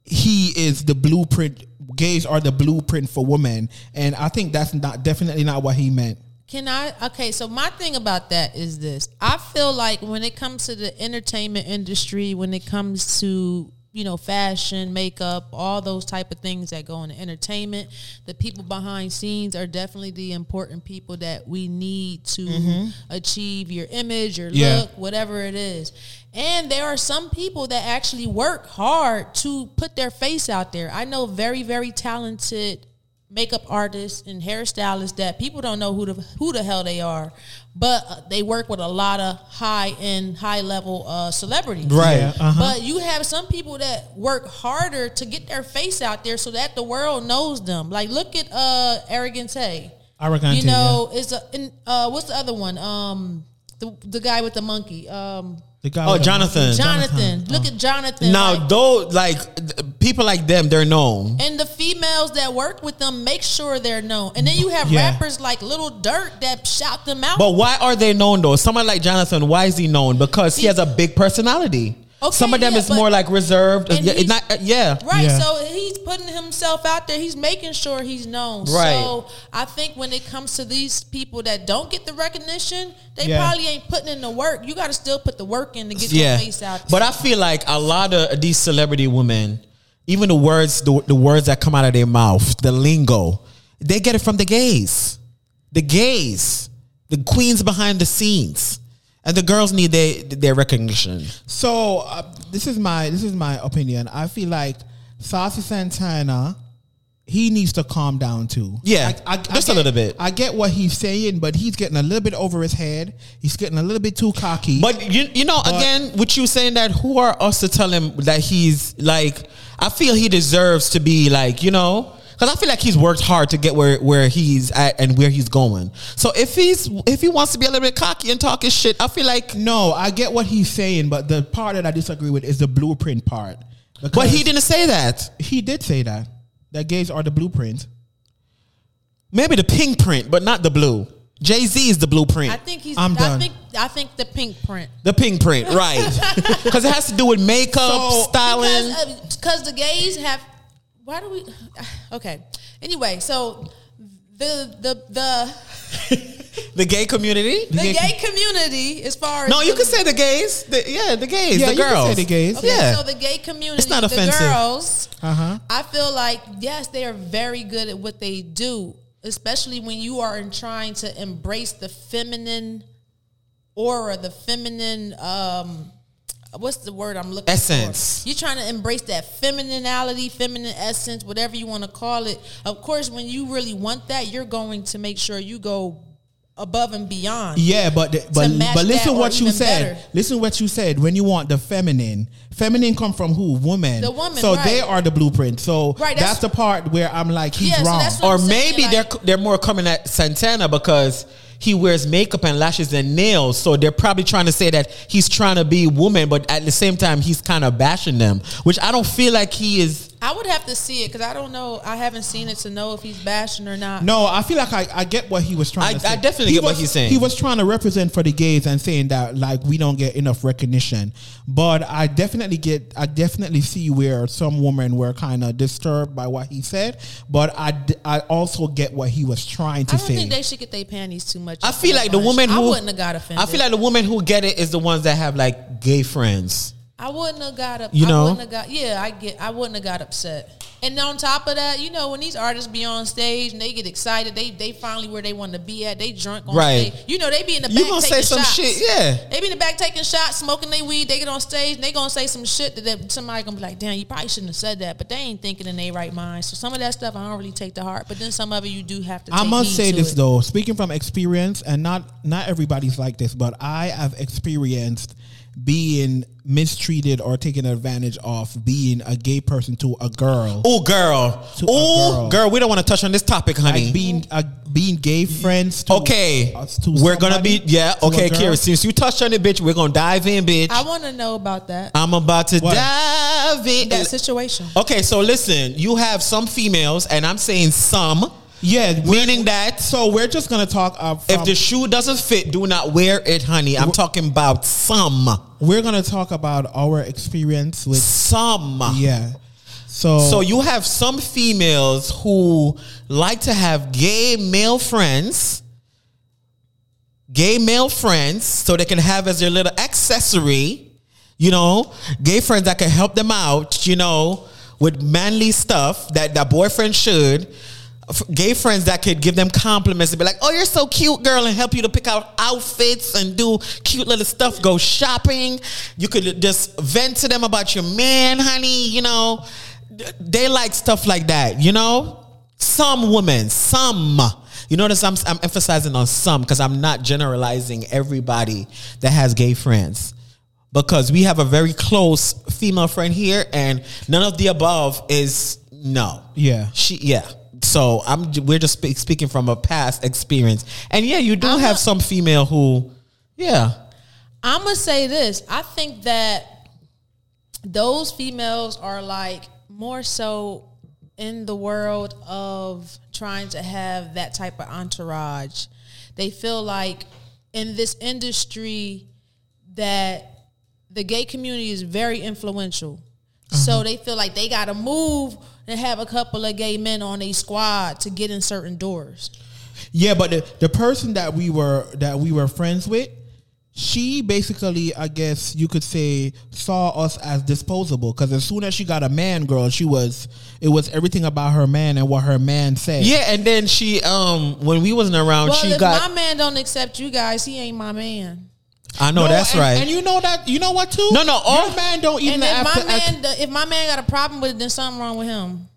Speaker 3: he is the blueprint. Gays are the blueprint for women, and I think that's not definitely not what he meant.
Speaker 4: Can I? Okay, so my thing about that is this. I feel like when it comes to the entertainment industry, when it comes to you know fashion, makeup, all those type of things that go into entertainment, the people behind scenes are definitely the important people that we need to achieve your image, your
Speaker 3: Yeah.
Speaker 4: look, whatever it is. And there are some people that actually work hard to put their face out there. I know very very talented makeup artists and hairstylists that people don't know who the who the hell they are, but uh, they work with a lot of high end, high level uh, celebrities.
Speaker 2: Right.
Speaker 3: Yeah, uh-huh.
Speaker 4: But you have some people that work harder to get their face out there so that the world knows them. Like look at uh Arrogante.
Speaker 3: Arrogante,
Speaker 4: You know, is a and, uh what's the other one? Um the the guy with the monkey. Um
Speaker 3: The guy
Speaker 2: Oh,
Speaker 3: with the-
Speaker 2: Jonathan.
Speaker 4: Jonathan. Look at Jonathan.
Speaker 2: Now,
Speaker 4: like-
Speaker 2: though, like th- people like them, they're known.
Speaker 4: and the females that work with them make sure they're known. And then you have
Speaker 3: Yeah.
Speaker 4: rappers like Little Dirk that shout them out.
Speaker 2: But why are they known though? Someone like Jonathan, why is he known? Because he has a big personality.
Speaker 4: Okay,
Speaker 2: Some of them
Speaker 4: yeah,
Speaker 2: is
Speaker 4: but-
Speaker 2: more like reserved.
Speaker 4: and
Speaker 2: Yeah, it
Speaker 4: he's-
Speaker 2: not, uh, yeah.
Speaker 4: Right.
Speaker 3: Yeah.
Speaker 4: So he's putting himself out there. He's making sure he's known.
Speaker 2: Right.
Speaker 4: So I think when it comes to these people that don't get the recognition, they
Speaker 3: Yeah.
Speaker 4: probably ain't putting in the work. You got to still put the work in to get your face out.
Speaker 2: But I feel like a lot of these celebrity women, even the words, the, the words that come out of their mouth, the lingo, they get it from the gays, the gays, the queens behind the scenes, and the girls need their their recognition.
Speaker 3: So uh, this is my this is my opinion. I feel like Saucy Santana, he needs to calm down too.
Speaker 2: Yeah, just a
Speaker 3: get-
Speaker 2: little bit.
Speaker 3: I get what he's saying, but he's getting a little bit over his head. He's getting a little bit too cocky.
Speaker 2: But you you know again, with you saying that, who are us to tell him that he's like? I feel he deserves to be like you know. Cause I feel like he's worked hard to get where, where he's at and where he's going. So if he's if he wants to be a little bit cocky and talk his shit, I feel like
Speaker 3: no, I get what he's saying, but the part that I disagree with is the blueprint part.
Speaker 2: But
Speaker 3: Because
Speaker 2: he didn't say that.
Speaker 3: he did say that that gays are the blueprint.
Speaker 2: Maybe the pink print, but not the blue. Jay Z is the blueprint.
Speaker 4: I think he's.
Speaker 3: I'm
Speaker 4: i
Speaker 3: done.
Speaker 4: think. I think the pink print.
Speaker 2: the pink print, right? Because it has to do with makeup,
Speaker 3: So- uh,
Speaker 2: styling.
Speaker 4: Because the gays have. Why do we? Okay. Anyway, so the the the
Speaker 2: the gay community.
Speaker 4: the gay community, as far as
Speaker 2: no, you
Speaker 4: the-
Speaker 2: can say the gays. The, yeah, the gays.
Speaker 3: Yeah,
Speaker 2: the
Speaker 3: you can
Speaker 2: girls.
Speaker 3: say the gays.
Speaker 4: Okay,
Speaker 2: yeah.
Speaker 4: so the gay community,
Speaker 2: It's not
Speaker 4: the
Speaker 2: offensive.
Speaker 4: girls,
Speaker 3: Uh-huh.
Speaker 4: I feel like yes, they are very good at what they do, especially when you are in trying to embrace the feminine aura, the feminine. Um, what's the word I'm looking
Speaker 2: Essence.
Speaker 4: for? You're trying to embrace that femininality, feminine essence, whatever you want to call it. Of course, when you really want that, you're going to make sure you go above and beyond.
Speaker 3: Yeah, but the, but
Speaker 4: match
Speaker 3: but
Speaker 4: that
Speaker 3: listen
Speaker 4: or
Speaker 3: what you
Speaker 4: even
Speaker 3: said.
Speaker 4: better.
Speaker 3: Listen what you said. When you want the feminine, feminine come from who? Woman.
Speaker 4: The woman,
Speaker 3: So they
Speaker 4: right.
Speaker 3: are the blueprint. So
Speaker 4: Right,
Speaker 3: that's,
Speaker 4: that's-
Speaker 3: the part where I'm like, he's
Speaker 4: Yeah, so
Speaker 3: wrong.
Speaker 4: that's what
Speaker 2: or
Speaker 4: I'm saying,
Speaker 2: maybe
Speaker 4: like-
Speaker 2: they're they're more coming at Santana because he wears makeup and lashes and nails, so they're probably trying to say that he's trying to be woman, but at the same time he's kind of bashing them, which I don't feel like he is.
Speaker 4: I would have to see it because I don't know. I haven't seen it to know if he's bashing or not.
Speaker 3: no, I feel like I, I get what he was trying
Speaker 2: I-
Speaker 3: to say.
Speaker 2: I definitely
Speaker 3: He
Speaker 2: get what
Speaker 3: was-
Speaker 2: he's saying.
Speaker 3: He was trying to represent for the gays and saying that like we don't get enough recognition. But I definitely get I definitely see where some women were kind of disturbed by what he said, but I, d- I also get what he was trying to
Speaker 4: I don't
Speaker 3: say.
Speaker 4: think they should get their panties too much.
Speaker 2: I feel like the woman
Speaker 4: I
Speaker 2: who
Speaker 4: wouldn't have got offended.
Speaker 2: I feel like the woman who get it is the ones that have like gay friends.
Speaker 4: I wouldn't have got up.
Speaker 2: You
Speaker 4: I
Speaker 2: know?
Speaker 4: wouldn't have got. Yeah, I get. I wouldn't have got upset. And on top of that, you know, when these artists be on stage and they get excited, they they finally where they want to be at. They drunk on
Speaker 2: Right.
Speaker 4: stage. You know, they be in the back.
Speaker 2: You gonna
Speaker 4: taking
Speaker 2: say some
Speaker 4: shots.
Speaker 2: shit, yeah.
Speaker 4: They be in the back taking shots, smoking their weed. They get on stage and they gonna say some shit that they- somebody gonna be like, "Damn, you probably shouldn't have said that." But they ain't thinking in their right mind. So some of that stuff I don't really take to heart. But then some of it you do have to.
Speaker 3: I
Speaker 4: take
Speaker 3: must
Speaker 4: heed
Speaker 3: say
Speaker 4: to
Speaker 3: this
Speaker 4: it.
Speaker 3: though, speaking from experience, and not not everybody's like this, but I have experienced being mistreated or taken advantage of being a gay person to a girl.
Speaker 2: Oh girl,
Speaker 3: To a
Speaker 2: oh
Speaker 3: girl.
Speaker 2: girl, we don't want to touch on this topic, honey.
Speaker 3: Like being uh, being gay friends. To,
Speaker 2: okay,
Speaker 3: us- to
Speaker 2: we're gonna
Speaker 3: somebody,
Speaker 2: be yeah.
Speaker 3: to a
Speaker 2: Okay,
Speaker 3: girl.
Speaker 2: Kira, since you touched on it, bitch, we're gonna dive in, bitch.
Speaker 4: I want to know about that
Speaker 2: I'm about to
Speaker 3: What?
Speaker 2: dive in.
Speaker 4: that situation.
Speaker 2: Okay, so listen, you have some females, and I'm saying some,
Speaker 3: Yeah, we-
Speaker 2: meaning that
Speaker 3: so we're just gonna talk. Uh, from,
Speaker 2: if the shoe doesn't fit, do not wear it, honey. I'm talking about some,
Speaker 3: we're gonna talk about our experience with
Speaker 2: some.
Speaker 3: yeah. So
Speaker 2: So you have some females who like to have gay male friends, gay male friends, so they can have as their little accessory, you know, gay friends that can help them out, you know, with manly stuff that that boyfriend should. F- Gay friends that could give them compliments and be like, "Oh, you're so cute, girl," and help you to pick out outfits and do cute little stuff. Go shopping. You could just vent to them about your man, honey. You know, they like stuff like that, you know? Some women, some. You notice I'm, I'm emphasizing on some because I'm not generalizing everybody that has gay friends. Because we have a very close female friend here, and none of the above is no.
Speaker 3: Yeah.
Speaker 2: she yeah. So I'm we're just spe- speaking from a past experience, and yeah, you do
Speaker 4: I'm
Speaker 2: have
Speaker 4: a-
Speaker 2: some female who, yeah,
Speaker 4: I'm gonna say this. I think that those females are like more so in the world of trying to have that type of entourage. They feel like in this industry that the gay community is very influential. So they feel like they gotta move and have a couple of gay men on a squad to get in certain doors.
Speaker 3: Yeah, but the, the person that we were that we were friends with, she basically, I guess you could say, saw us as disposable. Because as soon as she got a man, girl, she was it was everything about her man and what her man said.
Speaker 2: Yeah, and then she um when we wasn't around,
Speaker 4: Well,
Speaker 2: she
Speaker 4: if
Speaker 2: got.
Speaker 4: my man don't accept you guys, he ain't my man.
Speaker 2: I know that's
Speaker 3: and,
Speaker 2: right.
Speaker 3: And you know that you know what too?
Speaker 2: No, no, all-
Speaker 3: your man don't even
Speaker 4: And if
Speaker 3: have
Speaker 4: my
Speaker 3: to. act-
Speaker 4: man, if my man got a problem with it, then something wrong with him.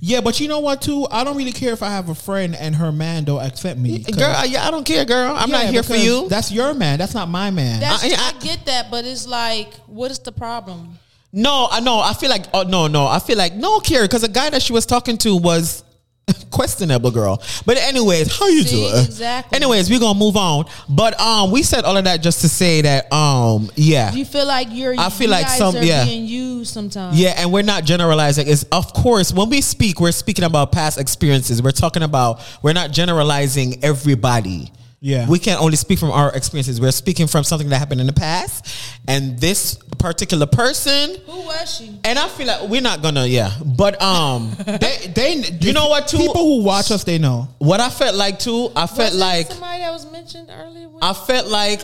Speaker 3: yeah, but you know what too? I don't really care if I have a friend and her man don't accept me. 'cause-
Speaker 2: girl, I, yeah, I don't care, girl. I'm not
Speaker 3: Yeah,
Speaker 2: here for
Speaker 3: because
Speaker 2: you.
Speaker 3: That's your man. That's not my man.
Speaker 4: That's,
Speaker 2: I-
Speaker 4: I,
Speaker 2: I-
Speaker 4: get that, but it's like, what is the problem?
Speaker 2: No, I know. I feel like oh no, no. I feel like no care because the guy that she was talking to was questionable, girl. But anyways, how you
Speaker 4: See,
Speaker 2: doing?
Speaker 4: exactly.
Speaker 2: Anyways, we're gonna move on. But um, we said all of that just to say that um, yeah,
Speaker 4: Do you feel like you're?
Speaker 2: I feel
Speaker 4: you
Speaker 2: like
Speaker 4: guys
Speaker 2: some-
Speaker 4: are
Speaker 2: yeah.
Speaker 4: being used sometimes.
Speaker 2: yeah, and we're not generalizing. It's of course when we speak, we're speaking about past experiences. We're talking about we're not generalizing everybody.
Speaker 3: Yeah.
Speaker 2: we can only speak from our experiences. We're speaking from something that happened in the past, and this particular person.
Speaker 4: Who was she?
Speaker 2: And I feel like we're not gonna, yeah. But um,
Speaker 3: they, they,
Speaker 2: You know what, too?
Speaker 3: People who watch us, they know.
Speaker 2: what I felt like too, I felt
Speaker 4: Wasn't it
Speaker 2: like
Speaker 4: somebody that was mentioned earlier. With
Speaker 2: I felt like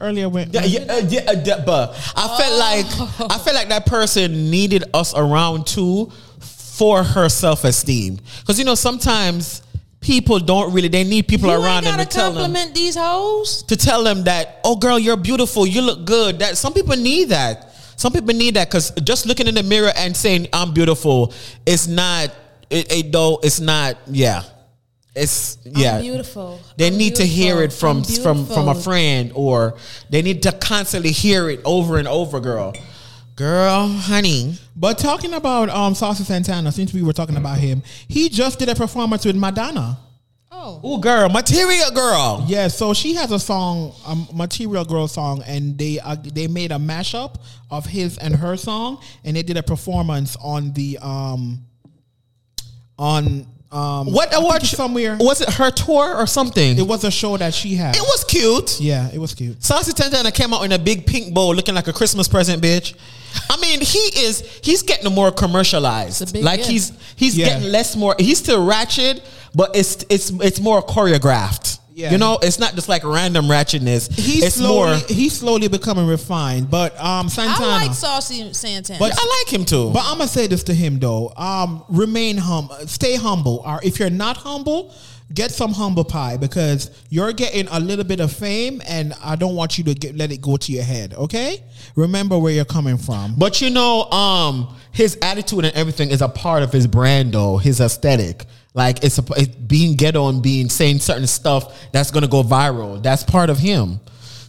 Speaker 3: Earlier when
Speaker 2: yeah, yeah, uh, yeah, uh, yeah, but
Speaker 4: Oh.
Speaker 2: I felt like I felt like that person needed us around too for her self esteem because you know sometimes people don't really they need people
Speaker 4: you
Speaker 2: around
Speaker 4: ain't
Speaker 2: them
Speaker 4: gotta
Speaker 2: to tell them
Speaker 4: compliment these hoes.
Speaker 2: to tell them that oh girl you're beautiful you look good that some people need that some people need that because just looking in the mirror and saying i'm beautiful it's not it, it though it's not yeah it's yeah
Speaker 4: I'm beautiful.
Speaker 2: they
Speaker 4: I'm
Speaker 2: need to hear it
Speaker 4: beautiful.
Speaker 2: from
Speaker 4: I'm
Speaker 2: from from a
Speaker 4: beautiful.
Speaker 2: friend or they need to constantly hear it over and over girl girl honey
Speaker 3: But talking about um Saucy Santana, since we were talking about him, he just did a performance with Madonna.
Speaker 4: Oh,
Speaker 2: oh girl material girl
Speaker 3: Yeah, so she has a song, a Material Girl song, and they uh, they made a mashup of his and her song, and they did a performance on the um on um I
Speaker 2: what
Speaker 3: think
Speaker 2: award
Speaker 3: it's somewhere.
Speaker 2: was it her tour or something
Speaker 3: It was a show that she had.
Speaker 2: it was cute
Speaker 3: yeah, it was cute.
Speaker 2: Saucy Santana came out in a big pink bowl looking like a Christmas present, bitch. I mean, he is he's getting more commercialized.
Speaker 4: It's a big
Speaker 2: like
Speaker 4: gift.
Speaker 2: he's he's
Speaker 3: Yeah.
Speaker 2: getting less more he's still ratchet, but it's it's it's more choreographed.
Speaker 3: Yeah.
Speaker 2: You know, it's not just like random ratchetness.
Speaker 3: He's
Speaker 2: it's
Speaker 3: slowly
Speaker 2: more
Speaker 3: he's slowly becoming refined, but um
Speaker 4: I
Speaker 3: Santana.
Speaker 4: like Saucy Santana.
Speaker 2: but I like him too.
Speaker 3: But I'm gonna say this to him though. Um, remain humble, stay humble. Or if you're not humble, get some humble pie because you're getting a little bit of fame, and I don't want you to get let it go to your head. Okay, remember where you're coming from.
Speaker 2: But you know, um, his attitude and everything is a part of his brand, though his aesthetic. Like it's, a, it's being ghetto and being saying certain stuff that's gonna go viral. That's part of him.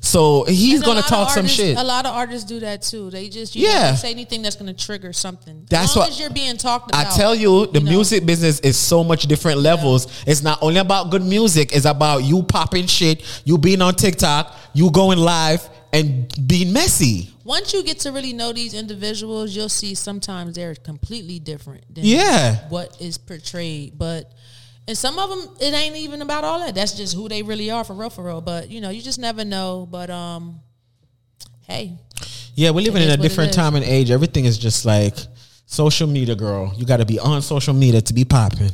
Speaker 2: So he's
Speaker 4: And a
Speaker 2: gonna
Speaker 4: lot of
Speaker 2: talk some
Speaker 4: artists-
Speaker 2: shit.
Speaker 4: A lot of artists do that too. They just you
Speaker 2: Yeah.
Speaker 4: yeah say anything that's going to trigger something.
Speaker 2: That's
Speaker 4: as long
Speaker 2: what-
Speaker 4: as you're being talked
Speaker 2: I
Speaker 4: about.
Speaker 2: tell you, the
Speaker 4: know.
Speaker 2: music business is so much different levels. It's not only about good music; it's about you popping shit, you being on TikTok, you going live, and being messy.
Speaker 4: Once you get to really know these individuals, you'll see sometimes they're completely different than
Speaker 2: Yeah.
Speaker 4: what is portrayed. But and some of them, it ain't even about all that. That's just who they really are for real, for real. But you know, you just never know. But um, hey,
Speaker 2: Yeah, we're living
Speaker 4: It
Speaker 2: in
Speaker 4: is
Speaker 2: a
Speaker 4: what it
Speaker 2: different
Speaker 4: is.
Speaker 2: time and age. Everything is just like social media, girl. You got to be on social media to be popping.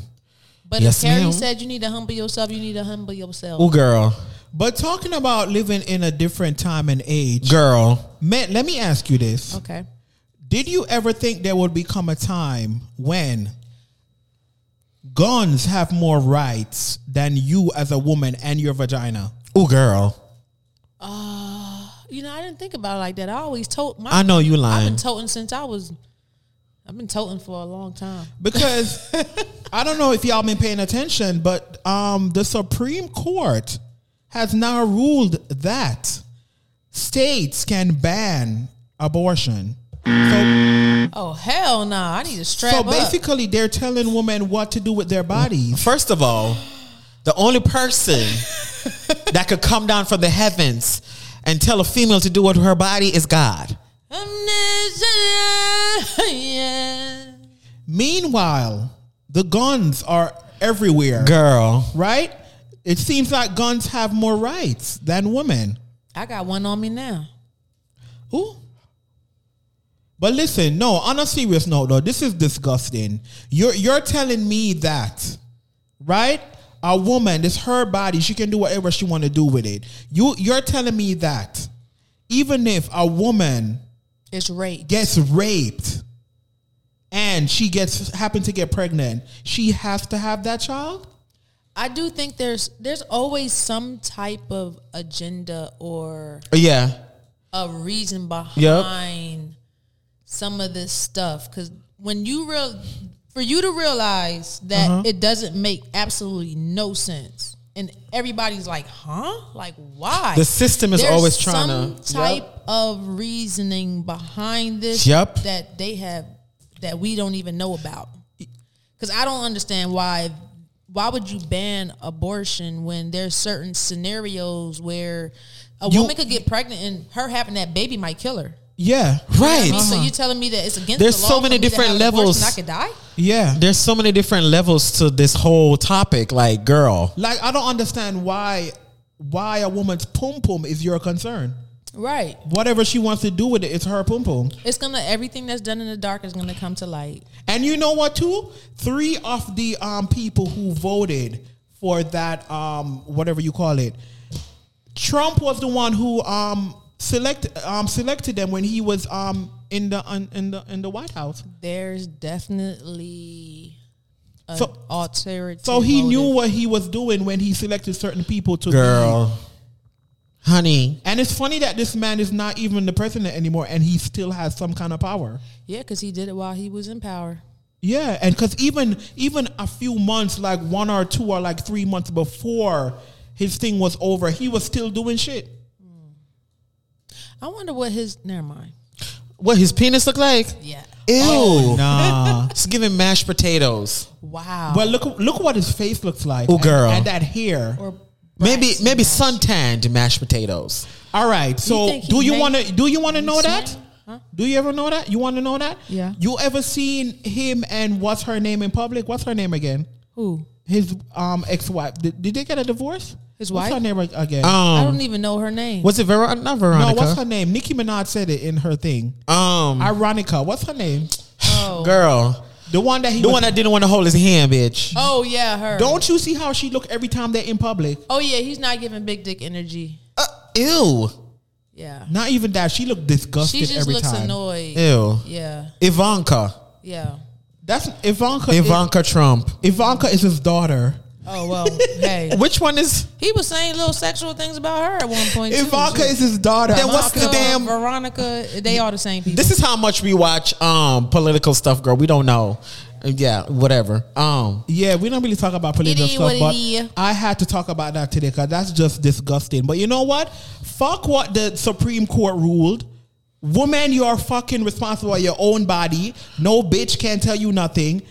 Speaker 4: but
Speaker 2: Yes,
Speaker 4: as Carrie
Speaker 2: ma'am.
Speaker 4: said, you need to humble yourself. You need to humble yourself.
Speaker 2: Oh, girl,
Speaker 3: But talking about living in a different time and age,
Speaker 2: girl.
Speaker 3: man, let me ask you this:
Speaker 4: Okay.
Speaker 3: Did you ever think there would become a time when guns have more rights than you as a woman and your vagina?
Speaker 2: Oh, girl.
Speaker 4: You know, I didn't think about it like that. I always told my.
Speaker 2: I know you
Speaker 4: I've been
Speaker 2: lying.
Speaker 4: toting since I was. I've been toting for a long time.
Speaker 3: because I don't know if y'all been paying attention, but um, the Supreme Court has now ruled that states can ban abortion. So,
Speaker 4: Oh hell no! I need to strap
Speaker 3: so
Speaker 4: up.
Speaker 3: basically, they're telling women what to do with their bodies.
Speaker 2: First of all, the only person that could come down from the heavens and tell a female to do what her body is God.
Speaker 4: Amnesia, yeah.
Speaker 3: Meanwhile, the guns are everywhere,
Speaker 2: Girl.
Speaker 3: right? It seems like guns have more rights than women.
Speaker 4: I got one on me now.
Speaker 3: Ooh, But listen, no, on a serious note though, this is disgusting. You're you're telling me that, right? A woman, it's her body, she can do whatever she wanna do with it. You you're telling me that even if a woman
Speaker 4: It's rape.
Speaker 3: gets raped and she gets happened to get pregnant, she has to have that child?
Speaker 4: I do think there's there's always some type of agenda or
Speaker 2: Yeah.
Speaker 4: a reason behind some of this stuff because when you real for you to realize that
Speaker 2: Uh-huh.
Speaker 4: it doesn't make absolutely no sense and everybody's like huh like why
Speaker 2: The system is
Speaker 4: There's
Speaker 2: always trying
Speaker 4: some
Speaker 2: to-
Speaker 4: type of reasoning behind this
Speaker 2: Yep.
Speaker 4: that they have that we don't even know about because i don't understand why why would you ban abortion when there's certain scenarios where a
Speaker 3: You-
Speaker 4: woman could get pregnant and her having that baby might kill her
Speaker 3: Yeah.
Speaker 4: I
Speaker 2: Right.
Speaker 4: mean, So you telling me that it's against
Speaker 2: Uh-huh. There's
Speaker 4: the law
Speaker 2: so
Speaker 4: for
Speaker 2: many
Speaker 4: me to
Speaker 2: different
Speaker 4: have an abortion
Speaker 2: levels.
Speaker 4: and I could die.
Speaker 3: Yeah.
Speaker 2: There's so many different levels to this whole topic. Like, girl.
Speaker 3: Like I don't understand why why a woman's pum pum is your concern.
Speaker 4: Right.
Speaker 3: Whatever she wants to do with it, it's her pum pum.
Speaker 4: It's gonna everything that's done in the dark is gonna come to light.
Speaker 3: And you know what too? Three of the um people who voted for that um whatever you call it. Trump was the one who um select um selected them when he was um in the in the in the White House.
Speaker 4: There's definitely an
Speaker 3: So-
Speaker 4: alterity.
Speaker 3: So he knew
Speaker 4: motive.
Speaker 3: what he was doing when he selected certain people to be-
Speaker 2: Girl. Honey.
Speaker 3: And it's funny that this man is not even the president anymore and he still has some kind of power.
Speaker 4: Yeah, because he did it while he was in power.
Speaker 3: Yeah, and because even even a few months, like one or two or like three months before his thing was over, he was still doing shit.
Speaker 4: I wonder what his never mind.
Speaker 2: What his penis look like?
Speaker 4: Yeah.
Speaker 2: Ew. nah. It's giving mashed potatoes.
Speaker 4: Wow.
Speaker 3: But look look what his face looks like.
Speaker 2: Oh,
Speaker 3: and-
Speaker 2: girl.
Speaker 3: and, that hair.
Speaker 4: or
Speaker 2: Maybe
Speaker 4: Braxton
Speaker 2: maybe
Speaker 4: Bragg.
Speaker 2: suntanned mashed potatoes.
Speaker 3: All right, so
Speaker 4: think he
Speaker 3: do you
Speaker 4: may-
Speaker 3: want to do you want to know
Speaker 4: He's
Speaker 3: that?
Speaker 4: saying- Huh?
Speaker 3: Do you ever know that? You want to know that?
Speaker 4: Yeah.
Speaker 3: You ever seen him and what's her name in public? What's her name again?
Speaker 4: Who?
Speaker 3: His um ex wife. Did, did they get a divorce?
Speaker 4: His
Speaker 3: what's
Speaker 4: wife?
Speaker 3: What's her name again?
Speaker 4: I
Speaker 2: Um
Speaker 4: don't even know her name.
Speaker 2: was it Vera not
Speaker 3: no, what's her
Speaker 2: Veronica?
Speaker 3: name? Nicki Minaj said it in her thing.
Speaker 2: um
Speaker 3: Ironica. What's her name?
Speaker 4: oh.
Speaker 2: girl.
Speaker 3: The one that he
Speaker 2: The
Speaker 3: was-
Speaker 2: one that didn't want to hold his hand, bitch.
Speaker 4: oh yeah, her.
Speaker 3: Don't you see how she look every time they're in public?
Speaker 4: Oh yeah, he's not giving big dick energy.
Speaker 2: Uh, ew.
Speaker 4: Yeah.
Speaker 3: Not even that. She look disgusted
Speaker 4: She just
Speaker 3: every
Speaker 4: looks
Speaker 3: time.
Speaker 4: annoyed.
Speaker 2: Ew.
Speaker 4: Yeah.
Speaker 2: Ivanka.
Speaker 4: Yeah.
Speaker 3: That's Ivanka.
Speaker 2: Ivanka Trump.
Speaker 3: Ivanka is his daughter.
Speaker 4: Oh well. hey.
Speaker 2: Which one is
Speaker 4: He was saying little sexual things about her at one point. too.
Speaker 3: Ivanka
Speaker 4: She-
Speaker 3: is his daughter.
Speaker 2: Then what's the
Speaker 4: Ivanka,
Speaker 2: damn-
Speaker 4: Veronica? They all the same people.
Speaker 2: this is how much we watch um political stuff, girl. We don't know. Uh, Yeah, whatever. Um
Speaker 3: Yeah, we don't really talk about political
Speaker 4: It is
Speaker 3: stuff,
Speaker 4: what it
Speaker 3: but
Speaker 4: is.
Speaker 3: I had to talk about that today because that's just disgusting. But you know what? Fuck what the Supreme Court ruled. Woman, you are fucking responsible for your own body. No bitch can tell you nothing.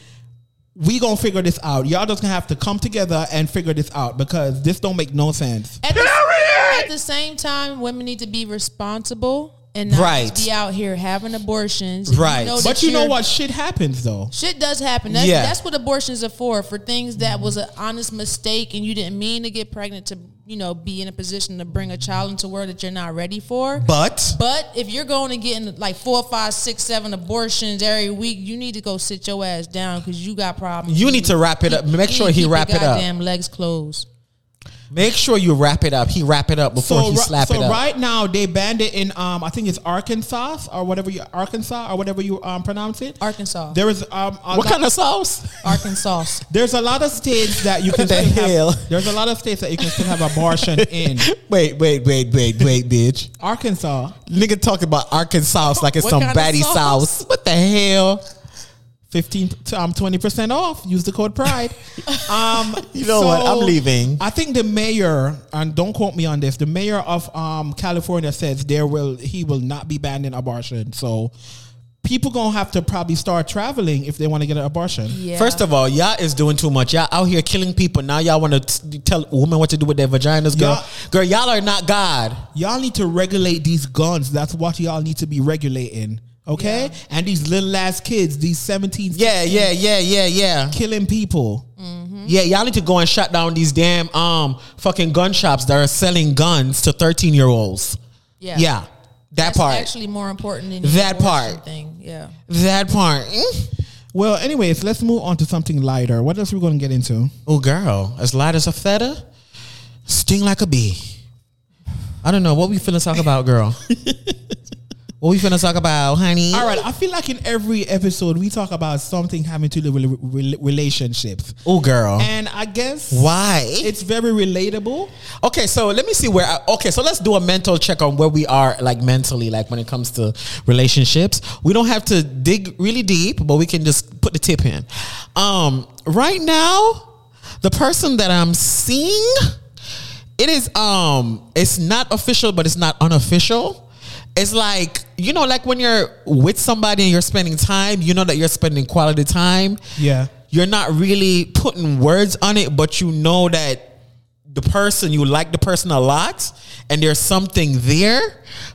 Speaker 3: We gonna figure this out. Y'all just gonna have to come together and figure this out because this don't make no sense.
Speaker 4: at, the,
Speaker 5: Period!
Speaker 4: at the same time, women need to be responsible and not
Speaker 2: Right.
Speaker 4: just be out here having abortions. If
Speaker 2: Right.
Speaker 4: know
Speaker 3: But
Speaker 4: that
Speaker 3: you know
Speaker 4: you're-
Speaker 3: what? Shit happens though.
Speaker 4: Shit does happen. That's,
Speaker 2: Yeah.
Speaker 4: that's what abortions are for. For things that was an honest mistake and you didn't mean to get pregnant to, you know, be in a position to bring a child into world that you're not ready for.
Speaker 2: but
Speaker 4: But if you're going to get in like four, five, six, seven abortions every week, you need to go sit your ass down because you got problems.
Speaker 2: You need to wrap it up.
Speaker 4: Keep-
Speaker 2: Make
Speaker 4: you
Speaker 2: sure
Speaker 4: need to
Speaker 2: he
Speaker 4: keep
Speaker 2: wrap
Speaker 4: your
Speaker 2: it up.
Speaker 4: Goddamn legs closed.
Speaker 2: make sure you wrap it up. He wrap it up before he
Speaker 3: ri-
Speaker 2: slap
Speaker 3: so
Speaker 2: it up.
Speaker 3: right now they banned it in um I think it's Arkansas or whatever you Arkansas or whatever you um pronounce it.
Speaker 4: Arkansas,
Speaker 3: There is um a
Speaker 2: What
Speaker 3: lot-
Speaker 2: kind of sauce?
Speaker 4: Arkansas.
Speaker 3: There's a lot of states that you can
Speaker 2: The
Speaker 3: still
Speaker 2: hell?
Speaker 3: have. There's a lot of states that you can still have abortion in.
Speaker 2: Wait, wait, wait, wait, wait, bitch.
Speaker 3: Arkansas,
Speaker 2: Nigga talking about Arkansas like it's
Speaker 4: What
Speaker 2: some
Speaker 4: kind of
Speaker 2: baddie sauce?
Speaker 4: sauce?
Speaker 2: What the hell?
Speaker 3: fifteen to um twenty percent off. Use the code Pride. Um,
Speaker 2: You know what? I'm leaving.
Speaker 3: I think the mayor, and don't quote me on this. The mayor of um California says there will he will not be banning abortion. So people gonna have to probably start traveling if they want to get an abortion.
Speaker 4: Yeah.
Speaker 2: First of all, y'all is doing too much. Y'all out here killing people. Now y'all want to tell women what to do with their vaginas, girl.
Speaker 3: Y'all-
Speaker 2: Girl, y'all are not God.
Speaker 3: Y'all need to regulate these guns. That's what y'all need to be regulating. Okay, and these little ass kids, these seventeen,
Speaker 2: Yeah, yeah, yeah, yeah, yeah.
Speaker 3: killing people.
Speaker 4: Mm-hmm.
Speaker 2: Yeah, y'all need to go and shut down these damn um fucking gun shops that are selling guns to 13 year olds.
Speaker 4: yeah,
Speaker 2: Yeah. That
Speaker 4: That's
Speaker 2: part.
Speaker 4: actually more important than the
Speaker 2: that
Speaker 4: abortion
Speaker 2: part.
Speaker 4: Thing. Yeah.
Speaker 2: That part. Mm.
Speaker 3: Well, anyways, let's move on to something lighter. What else are we going to get into?
Speaker 2: Oh, girl, as light as a feather, sting like a bee. I don't know what we finna talk about, girl. what we finna talk about, honey?
Speaker 3: All right, I feel like in every episode we talk about something having to do with rel- rel- relationships,
Speaker 2: Oh, girl.
Speaker 3: and I guess
Speaker 2: Why?
Speaker 3: it's very relatable.
Speaker 2: okay, so let me see where. I, okay, so let's do a mental check on where we are, like mentally, like when it comes to relationships. We don't have to dig really deep, but we can just put the tip in. Um, right now, the person that I'm seeing, it is um, it's not official, but it's not unofficial. It's like you know, like when you're with somebody and you're spending time, you know that you're spending quality time
Speaker 3: Yeah.
Speaker 2: you're not really putting words on it, but you know that the person you like the person a lot, and there's something there,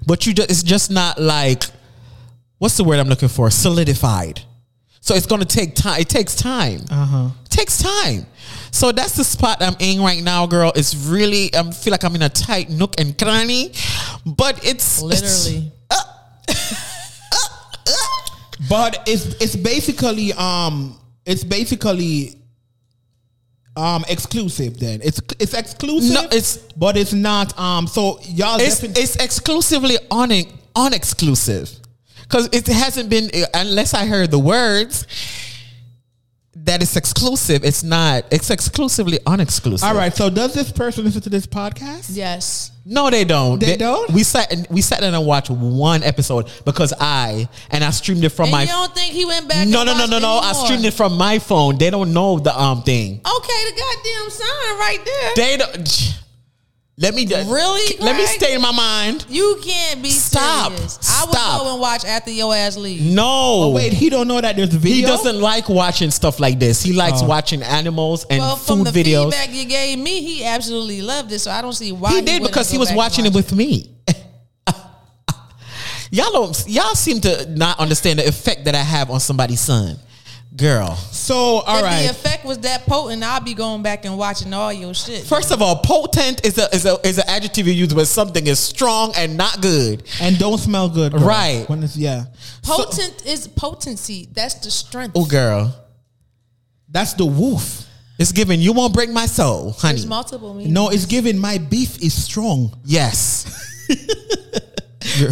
Speaker 2: but you just it's just not like what's the word I'm looking for? Solidified. So it's gonna take time. It takes time. Uh-huh. It takes time. So that's the spot I'm in right now, girl. It's really I feel like I'm in a tight nook and cranny, but it's it's-
Speaker 4: Literally.
Speaker 3: But it's it's basically um it's basically um exclusive then. It's it's exclusive.
Speaker 2: No, it's-
Speaker 3: but it's not um so y'all
Speaker 2: it's,
Speaker 3: definitely
Speaker 2: it's exclusively on unexclusive because it hasn't been unless I heard the words that it's exclusive. It's not. It's exclusively unexclusive.
Speaker 3: All right, so does this person listen to this podcast?
Speaker 4: Yes.
Speaker 2: No, they don't.
Speaker 3: They don't?
Speaker 2: We sat and we sat down and watched one episode because I and I streamed it from
Speaker 4: And
Speaker 2: my.
Speaker 4: you don't think he went back?
Speaker 2: No,
Speaker 4: and
Speaker 2: no, no, no, no.
Speaker 4: watched
Speaker 2: I
Speaker 4: anymore?
Speaker 2: streamed it from my phone. They don't know the um thing.
Speaker 4: Okay, the goddamn sign right there.
Speaker 2: They don't. Let me
Speaker 4: Really,
Speaker 2: Let me
Speaker 4: Greg?
Speaker 2: stay in my mind.
Speaker 4: you can't be
Speaker 2: Stop.
Speaker 4: serious. I would
Speaker 2: Stop.
Speaker 4: go and watch after your ass leave.
Speaker 2: No.
Speaker 3: Wait, he don't know that there's video.
Speaker 2: He doesn't like watching stuff like this. He likes
Speaker 3: Oh.
Speaker 2: watching animals and
Speaker 4: Well, from
Speaker 2: food
Speaker 4: the
Speaker 2: videos.
Speaker 4: feedback you gave me, he absolutely loved it. So I don't see why
Speaker 2: He did
Speaker 4: wouldn't
Speaker 2: because he
Speaker 4: go
Speaker 2: was
Speaker 4: back and
Speaker 2: watching it
Speaker 4: watch
Speaker 2: with me. y'all don't. Y'all seem to not understand the effect that I have on somebody's son, girl.
Speaker 3: So all
Speaker 4: if the
Speaker 3: right.
Speaker 4: effect was that potent, I'll be going back and watching all your shit.
Speaker 2: First of all, potent is a is a is an adjective you use when something is strong and not good.
Speaker 3: and don't smell good. girl.
Speaker 2: Right.
Speaker 3: When it's yeah.
Speaker 4: Potent is potency. That's the strength.
Speaker 2: Oh, girl,
Speaker 3: That's the wolf.
Speaker 2: it's giving. You won't break my soul, honey.
Speaker 4: There's multiple meanings.
Speaker 3: No, it's given my beef is strong.
Speaker 2: Yes,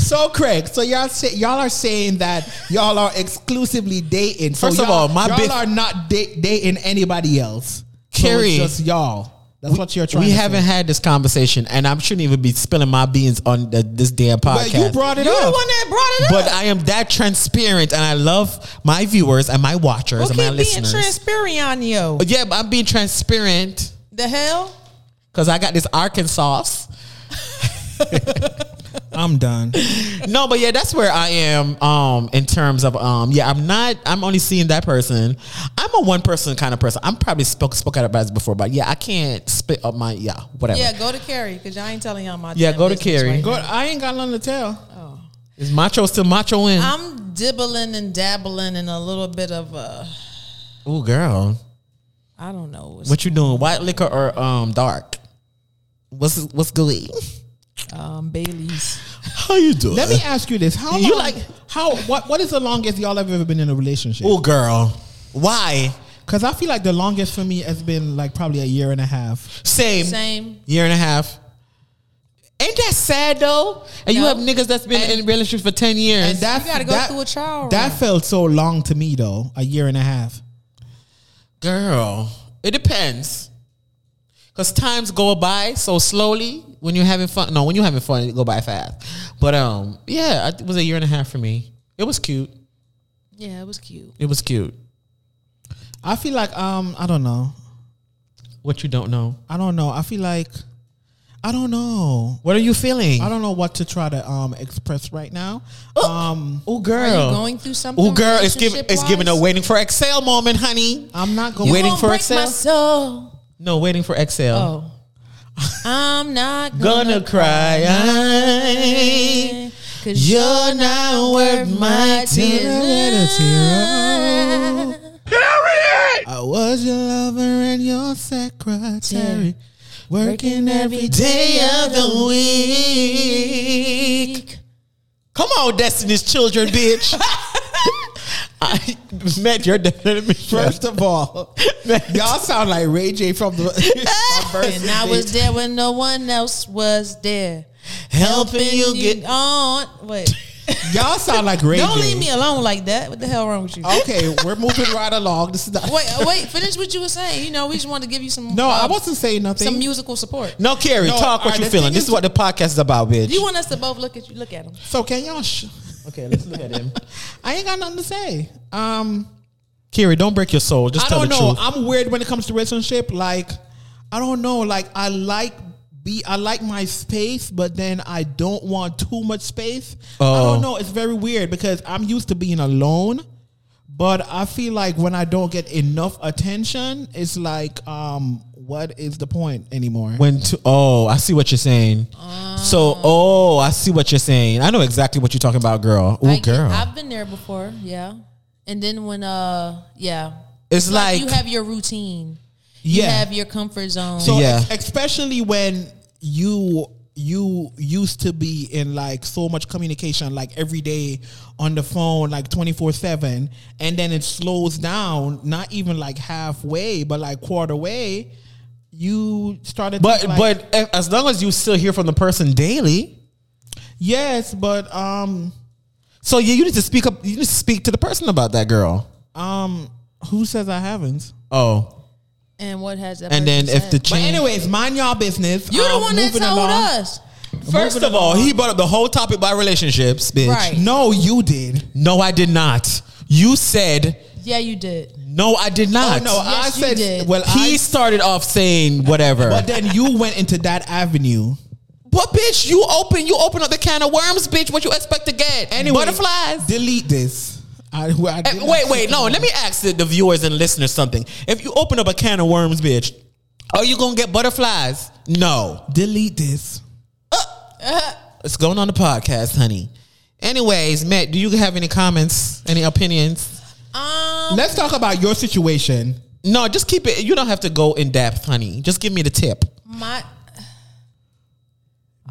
Speaker 3: So Craig, so y'all say, y'all are saying that y'all are exclusively dating. So
Speaker 2: First of
Speaker 3: y'all-
Speaker 2: all, my
Speaker 3: y'all
Speaker 2: big-
Speaker 3: are not da- dating anybody else.
Speaker 2: Carrie,
Speaker 3: so it's just y'all. That's what you're trying.
Speaker 2: we
Speaker 3: to
Speaker 2: haven't
Speaker 3: say.
Speaker 2: had this conversation, and I shouldn't even be spilling my beans on the, this damn
Speaker 3: Well,
Speaker 2: podcast.
Speaker 3: you brought it
Speaker 4: You're the
Speaker 3: up.
Speaker 4: one that brought it
Speaker 2: But
Speaker 4: up.
Speaker 2: I am that transparent, and I love my viewers and my watchers
Speaker 4: Well,
Speaker 2: and my
Speaker 4: keep being
Speaker 2: listeners.
Speaker 4: transparent, yo.
Speaker 2: But yeah, but I'm being transparent
Speaker 4: The hell?
Speaker 2: because I got this Arkansas.
Speaker 3: I'm done.
Speaker 2: no, but yeah, that's where I am. Um, in terms of um, yeah, I'm not. I'm only seeing that person. I'm a one person kind of person. I'm probably spoke spoke out about this before, but yeah, I can't spit up my yeah whatever.
Speaker 4: Yeah, go to Carrie because I ain't telling y'all my
Speaker 2: Yeah,
Speaker 4: damn
Speaker 2: go to
Speaker 4: business
Speaker 2: Carrie. Oh.
Speaker 4: right
Speaker 3: Go,
Speaker 4: now.
Speaker 3: I ain't got nothing to tell.
Speaker 2: Is macho still macho in?
Speaker 4: I'm dibbling and dabbling in a little bit of uh,
Speaker 2: Oh girl,
Speaker 4: I don't know. It's,
Speaker 2: what you doing? White liquor or um dark? What's what's good?
Speaker 4: um, Bailey's.
Speaker 2: How you doing?
Speaker 3: Let me ask you this: How
Speaker 2: You
Speaker 3: long,
Speaker 2: like-
Speaker 3: how what what is the longest y'all have ever been in a relationship?
Speaker 2: Oh girl, why?
Speaker 3: Because I feel like the longest for me has been like probably a year and a half.
Speaker 2: Same.
Speaker 4: Same.
Speaker 2: Year and a half. Ain't that sad though? And you
Speaker 4: No.
Speaker 2: have niggas that's been in relationships for ten years.
Speaker 3: And that
Speaker 4: You gotta go through a trial
Speaker 3: That
Speaker 4: run.
Speaker 3: felt so long to me though. A year and a half.
Speaker 2: Girl, it depends. Cause times go by so slowly when you're having fun. No, when you're having fun, it go by fast. But um, yeah, it was a year and a half for me. It was cute.
Speaker 4: Yeah, it was cute.
Speaker 2: It was cute.
Speaker 3: I feel like um I don't know.
Speaker 2: What you don't know?
Speaker 3: I don't know. I feel like I don't know.
Speaker 2: What are you feeling?
Speaker 3: I don't know what to try to um express right now. Um
Speaker 2: Oh, girl.
Speaker 4: Are you going through something?
Speaker 2: Oh, girl, it's giving it's
Speaker 4: relationship-wise?
Speaker 2: giving a waiting for exhale moment, honey.
Speaker 3: I'm not going
Speaker 2: Waiting
Speaker 4: Don't
Speaker 2: for
Speaker 4: break my
Speaker 2: exhale?
Speaker 4: soul.
Speaker 2: No, waiting for exhale.
Speaker 4: Oh, I'm not
Speaker 2: Gonna
Speaker 4: gonna
Speaker 2: cry. I-
Speaker 4: cry, Cause you're not worth my tears.
Speaker 3: I was your lover and your secretary. Working every day.
Speaker 2: Day of the week. Come on, Destiny's Children, bitch. I, Matt, you're definitely
Speaker 3: First of all, y'all sound like Ray J from the. from Versus.
Speaker 4: And I was there when no one else was there.
Speaker 2: helping you get.
Speaker 4: on. Wait.
Speaker 3: y'all sound like Ray
Speaker 4: Don't
Speaker 3: J.
Speaker 4: leave me alone like that. What the hell wrong with you?
Speaker 2: Oh,
Speaker 3: Okay, we're moving right along. This is the
Speaker 4: Wait, uh, wait, finish what you were saying. You know, we just wanted to give you some
Speaker 3: No,
Speaker 4: uh,
Speaker 3: I wasn't saying nothing.
Speaker 4: some musical support.
Speaker 2: No, Carrie,
Speaker 3: No,
Speaker 2: talk
Speaker 3: alright,
Speaker 2: what
Speaker 3: the
Speaker 2: you're
Speaker 3: thing
Speaker 2: feeling. This
Speaker 3: is-
Speaker 2: is what the podcast is about, bitch.
Speaker 4: You want us to both look at you look at him.
Speaker 3: so can y'all? Sh-
Speaker 2: okay, let's look at him.
Speaker 3: I ain't got nothing to say. Um,
Speaker 2: Carrie, don't break your soul. Just
Speaker 3: I
Speaker 2: tell
Speaker 3: don't
Speaker 2: the
Speaker 3: know.
Speaker 2: truth.
Speaker 3: I'm weird when it comes to relationship. Like, I don't know. Like, I like be I like my space, but then I don't want too much space. I
Speaker 2: Oh.
Speaker 3: don't know. It's very weird because I'm used to being alone, but I feel like when I don't get enough attention, it's like, um, what is the point anymore?
Speaker 2: When to, oh, I see what you're saying. so, oh, I see what you're saying. I know exactly what you're talking about, girl. Oh,
Speaker 4: I get-
Speaker 2: girl.
Speaker 4: I've been there before, yeah. And then when uh yeah.
Speaker 2: It's like-
Speaker 4: you have your routine. You
Speaker 3: Yeah.
Speaker 4: have your comfort zone.
Speaker 3: So
Speaker 2: Yeah.
Speaker 3: ex- especially when you you used to be in like so much communication like every day on the phone like 24/7 and then it slows down not even like halfway but like quarter way you started
Speaker 2: but but a- as long as you still hear from the person daily,
Speaker 3: yes but um
Speaker 2: so yeah, you need to speak up. You need to speak to the person about that girl.
Speaker 3: um who says I haven't
Speaker 2: Oh,
Speaker 4: and what has that
Speaker 2: and
Speaker 4: person
Speaker 2: then if the
Speaker 4: said?
Speaker 3: but
Speaker 2: change.
Speaker 3: anyways mind y'all business
Speaker 4: You the
Speaker 3: Um,
Speaker 4: one that
Speaker 3: moving
Speaker 4: told
Speaker 3: along.
Speaker 4: us.
Speaker 2: First of all, he brought up the whole topic about relationships, bitch.
Speaker 4: Right.
Speaker 3: no you did
Speaker 2: No, I did not. You said
Speaker 4: Yeah, you did.
Speaker 2: no, I did not.
Speaker 3: Oh, no I
Speaker 4: Yes, you
Speaker 3: said
Speaker 4: did.
Speaker 3: well
Speaker 2: he
Speaker 3: I
Speaker 2: started off saying whatever.
Speaker 3: but then you went into that avenue
Speaker 2: But bitch, you open you open up the can of worms, bitch. What you expect to get?
Speaker 3: Anyway,
Speaker 2: butterflies.
Speaker 3: Delete this. I, who I
Speaker 2: Eh,
Speaker 3: did not
Speaker 2: wait, wait,
Speaker 3: see
Speaker 2: no. Let me ask the, the viewers and listeners something. If you open up a can of worms, bitch, are you gonna get butterflies? No. Uh,
Speaker 3: Delete this.
Speaker 2: It's going on the podcast, honey. Anyways, Matt, do you have any comments, any opinions?
Speaker 4: Um
Speaker 3: Let's talk about your situation.
Speaker 2: No, just keep it. You don't have to go in depth, honey. Just give me the tip.
Speaker 4: my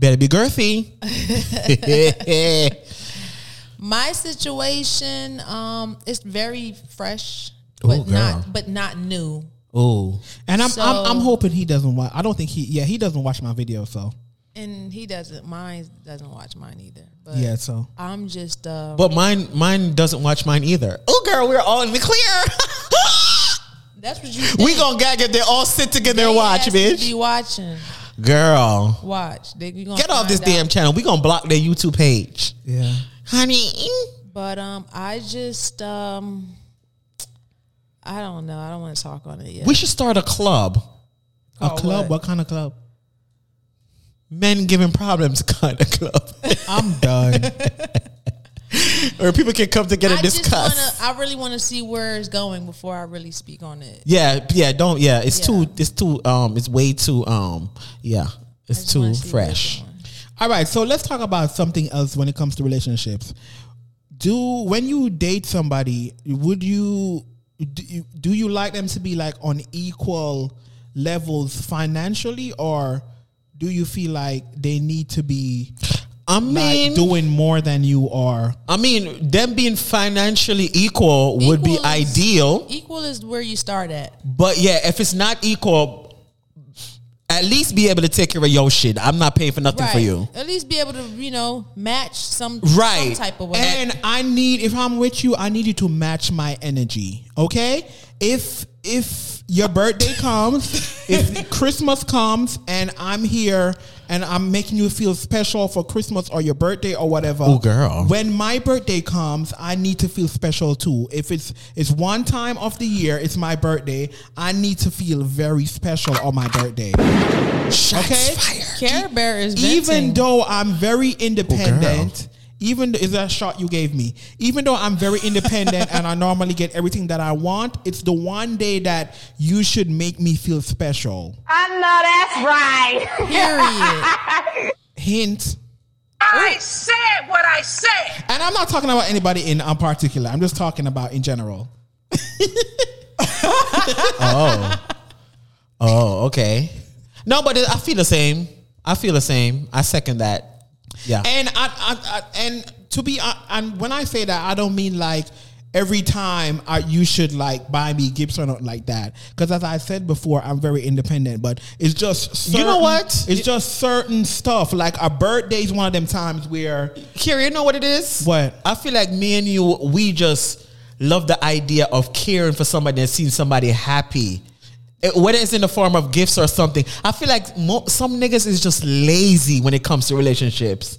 Speaker 2: Better be girthy.
Speaker 4: My situation, um, it's very fresh, but
Speaker 2: Ooh, girl.
Speaker 4: not but not new.
Speaker 2: Ooh.
Speaker 3: And I'm,
Speaker 4: So-
Speaker 3: I'm I'm hoping he doesn't watch. I don't think he. Yeah, he doesn't watch my video. So
Speaker 4: And he doesn't mine doesn't watch mine either. But
Speaker 3: yeah. So
Speaker 4: I'm just uh
Speaker 2: But mine, mine doesn't watch mine either. Oh, girl, we're all in the clear.
Speaker 4: that's what you
Speaker 2: we gonna gag if they all sit together and
Speaker 4: They
Speaker 2: watch,
Speaker 4: has to
Speaker 2: bitch.
Speaker 4: Be watching,
Speaker 2: Girl,
Speaker 4: watch. They, you gonna
Speaker 2: get off
Speaker 4: find
Speaker 2: this
Speaker 4: out.
Speaker 2: damn channel. We gonna block their YouTube page,
Speaker 3: yeah.
Speaker 2: honey.
Speaker 4: But um, I just um, I don't know. I don't want to talk on it yet.
Speaker 2: We should start a club.
Speaker 3: A
Speaker 4: Call
Speaker 3: club.
Speaker 4: what?
Speaker 3: Oh, What? kind of club?
Speaker 2: Men giving problems kind of club,
Speaker 3: I'm done.
Speaker 2: where people can come together
Speaker 4: I
Speaker 2: and
Speaker 4: just
Speaker 2: discuss.
Speaker 4: wanna. I really want to see where it's going before I really speak on it.
Speaker 2: yeah, yeah, don't. Yeah, it's
Speaker 4: Yeah.
Speaker 2: too. It's too. Um, it's way too. Um, yeah,
Speaker 4: I
Speaker 2: it's
Speaker 4: just wanna
Speaker 2: too
Speaker 4: see where it's
Speaker 2: fresh.
Speaker 4: going.
Speaker 3: All right. So let's talk about something else when it comes to relationships. Do when you date somebody, would you do, you do you like them to be like on equal levels financially, or do you feel like they need to be
Speaker 2: I mean,
Speaker 3: like doing more than you are.
Speaker 2: I mean, them being financially equal would be
Speaker 4: Equal is-
Speaker 2: ideal.
Speaker 4: Equal is where you start at.
Speaker 2: But yeah, if it's not equal, at least be able to take care of your shit. I'm not paying for nothing for you.
Speaker 4: At least be able to, you know, match some,
Speaker 2: Right.
Speaker 4: some type of way.
Speaker 3: And I need if I'm with you, I need you to match my energy. Okay? If if your birthday comes, if Christmas comes and I'm here and I'm making you feel special for Christmas or your birthday or whatever.
Speaker 2: Ooh, girl.
Speaker 3: When my birthday comes, I need to feel special too. If it's it's one time of the year, it's my birthday, I need to feel very special on my birthday. okay?
Speaker 4: Care Bear is
Speaker 3: even
Speaker 4: venting.
Speaker 3: though I'm very
Speaker 2: Oh,
Speaker 3: independent, even th- is that shot you gave me? Even though I'm very independent and I normally get everything that I want, it's the one day that you should make me feel special.
Speaker 6: I know that's right.
Speaker 4: period.
Speaker 3: Hint.
Speaker 7: I said what I said.
Speaker 3: And I'm not talking about anybody in um, particular. I'm just talking about in general.
Speaker 2: Oh, okay. No, but I feel the same. I feel the same. I second that. Yeah.
Speaker 3: And I, I, I and to be hon- and when I say that, I don't mean like every time I, you should like buy me Gibson or like that. Because as I said before, I'm very independent, but it's just certain,
Speaker 2: You know what?
Speaker 3: It's just certain stuff. Like a birthday's one of them times where
Speaker 2: Kira, you know what it is?
Speaker 3: What?
Speaker 2: I feel like me and you, we just love the idea of caring for somebody and seeing somebody happy. It- whether it's in the form of gifts or something, I feel like mo- some niggas is just lazy when it comes to relationships.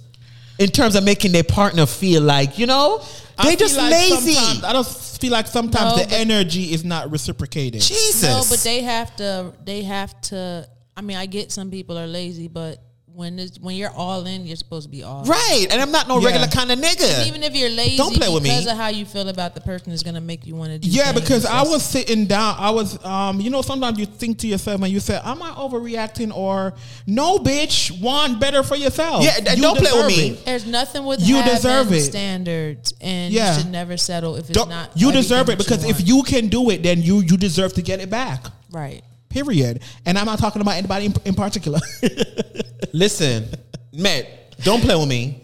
Speaker 2: In terms of making their partner feel like, you know,
Speaker 3: I
Speaker 2: they
Speaker 3: feel
Speaker 2: just
Speaker 3: like sometimes-
Speaker 2: lazy.
Speaker 3: I just feel like sometimes
Speaker 4: No,
Speaker 3: the
Speaker 4: but-
Speaker 3: energy is not reciprocated.
Speaker 2: Jesus.
Speaker 4: No, but they have to. They have to. I mean, I get some people are lazy, but when it's, when you're all in, you're supposed to be all. in.
Speaker 2: right. And I'm not no
Speaker 3: Yeah.
Speaker 2: regular kind of nigga.
Speaker 4: Even if you're lazy,
Speaker 2: Don't play with me.
Speaker 4: because of how you feel about the person is going to make you want to do.
Speaker 3: Yeah,
Speaker 4: things.
Speaker 3: because I
Speaker 4: That's-
Speaker 3: was sitting down. I was, um, you know, sometimes you think to yourself and you say, "Am I overreacting?" Or, "No, bitch, want better for yourself."
Speaker 2: Yeah, d-
Speaker 3: You
Speaker 2: don't play with
Speaker 3: deserve
Speaker 2: me.
Speaker 3: it.
Speaker 4: There's nothing with
Speaker 3: You
Speaker 4: having
Speaker 3: deserve it.
Speaker 4: standards, and
Speaker 3: Yeah.
Speaker 4: you should never settle if it's
Speaker 3: Don't-
Speaker 4: not.
Speaker 3: you deserve it because if
Speaker 4: want.
Speaker 3: you can do it, then you you deserve to get it back.
Speaker 4: right,
Speaker 3: Period. And I'm not talking about anybody in, in particular.
Speaker 2: Listen, Matt, don't play with me.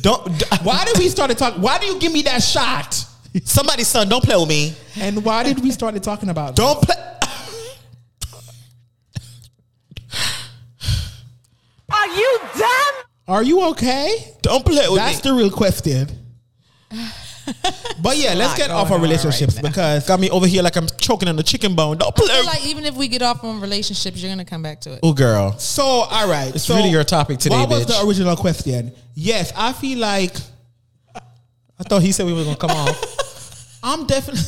Speaker 2: Don't. d-
Speaker 3: why did we start talking? Why do you give me that shot?
Speaker 2: Somebody's son, don't play with me. Oh,
Speaker 3: And why did we start talking about?
Speaker 2: Don't play.
Speaker 6: Are you dumb?
Speaker 3: Are you okay?
Speaker 2: Don't play with
Speaker 3: That's
Speaker 2: me.
Speaker 3: the real question. but yeah, let's get off our relationships because
Speaker 2: Got me over here like I'm choking on a chicken bone. Don't play.
Speaker 4: I feel like even if we get off on relationships, you're going to come back to it.
Speaker 2: oh, girl.
Speaker 3: So, all right.
Speaker 2: It's
Speaker 3: so
Speaker 2: really your topic today,
Speaker 3: What was
Speaker 2: bitch.
Speaker 3: the original question? Yes, I feel like
Speaker 2: I thought he said we were gonna come off.
Speaker 3: I'm definitely.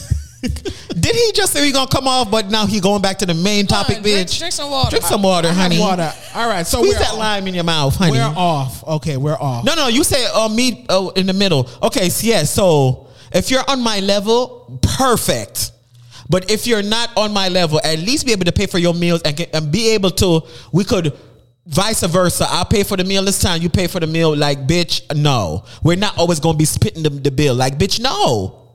Speaker 2: Did he just say we gonna come off? But now he going back to the main topic,
Speaker 4: Come on, Drink,
Speaker 2: bitch.
Speaker 4: drink some water.
Speaker 2: Drink some water, honey.
Speaker 3: Water. All right. So
Speaker 2: Squeeze
Speaker 3: we're
Speaker 2: that
Speaker 3: off.
Speaker 2: lime in your mouth, honey.
Speaker 3: We're off. Okay, we're off.
Speaker 2: No, no. You said uh, me uh, in the middle. Okay, so yeah. So if you're on my level, perfect. But if you're not on my level, at least be able to pay for your meals and get, and be able to. We could. Vice versa, I'll pay for the meal this time. You pay for the meal, like bitch. No, we're not always gonna be spitting the, the bill, like bitch. No,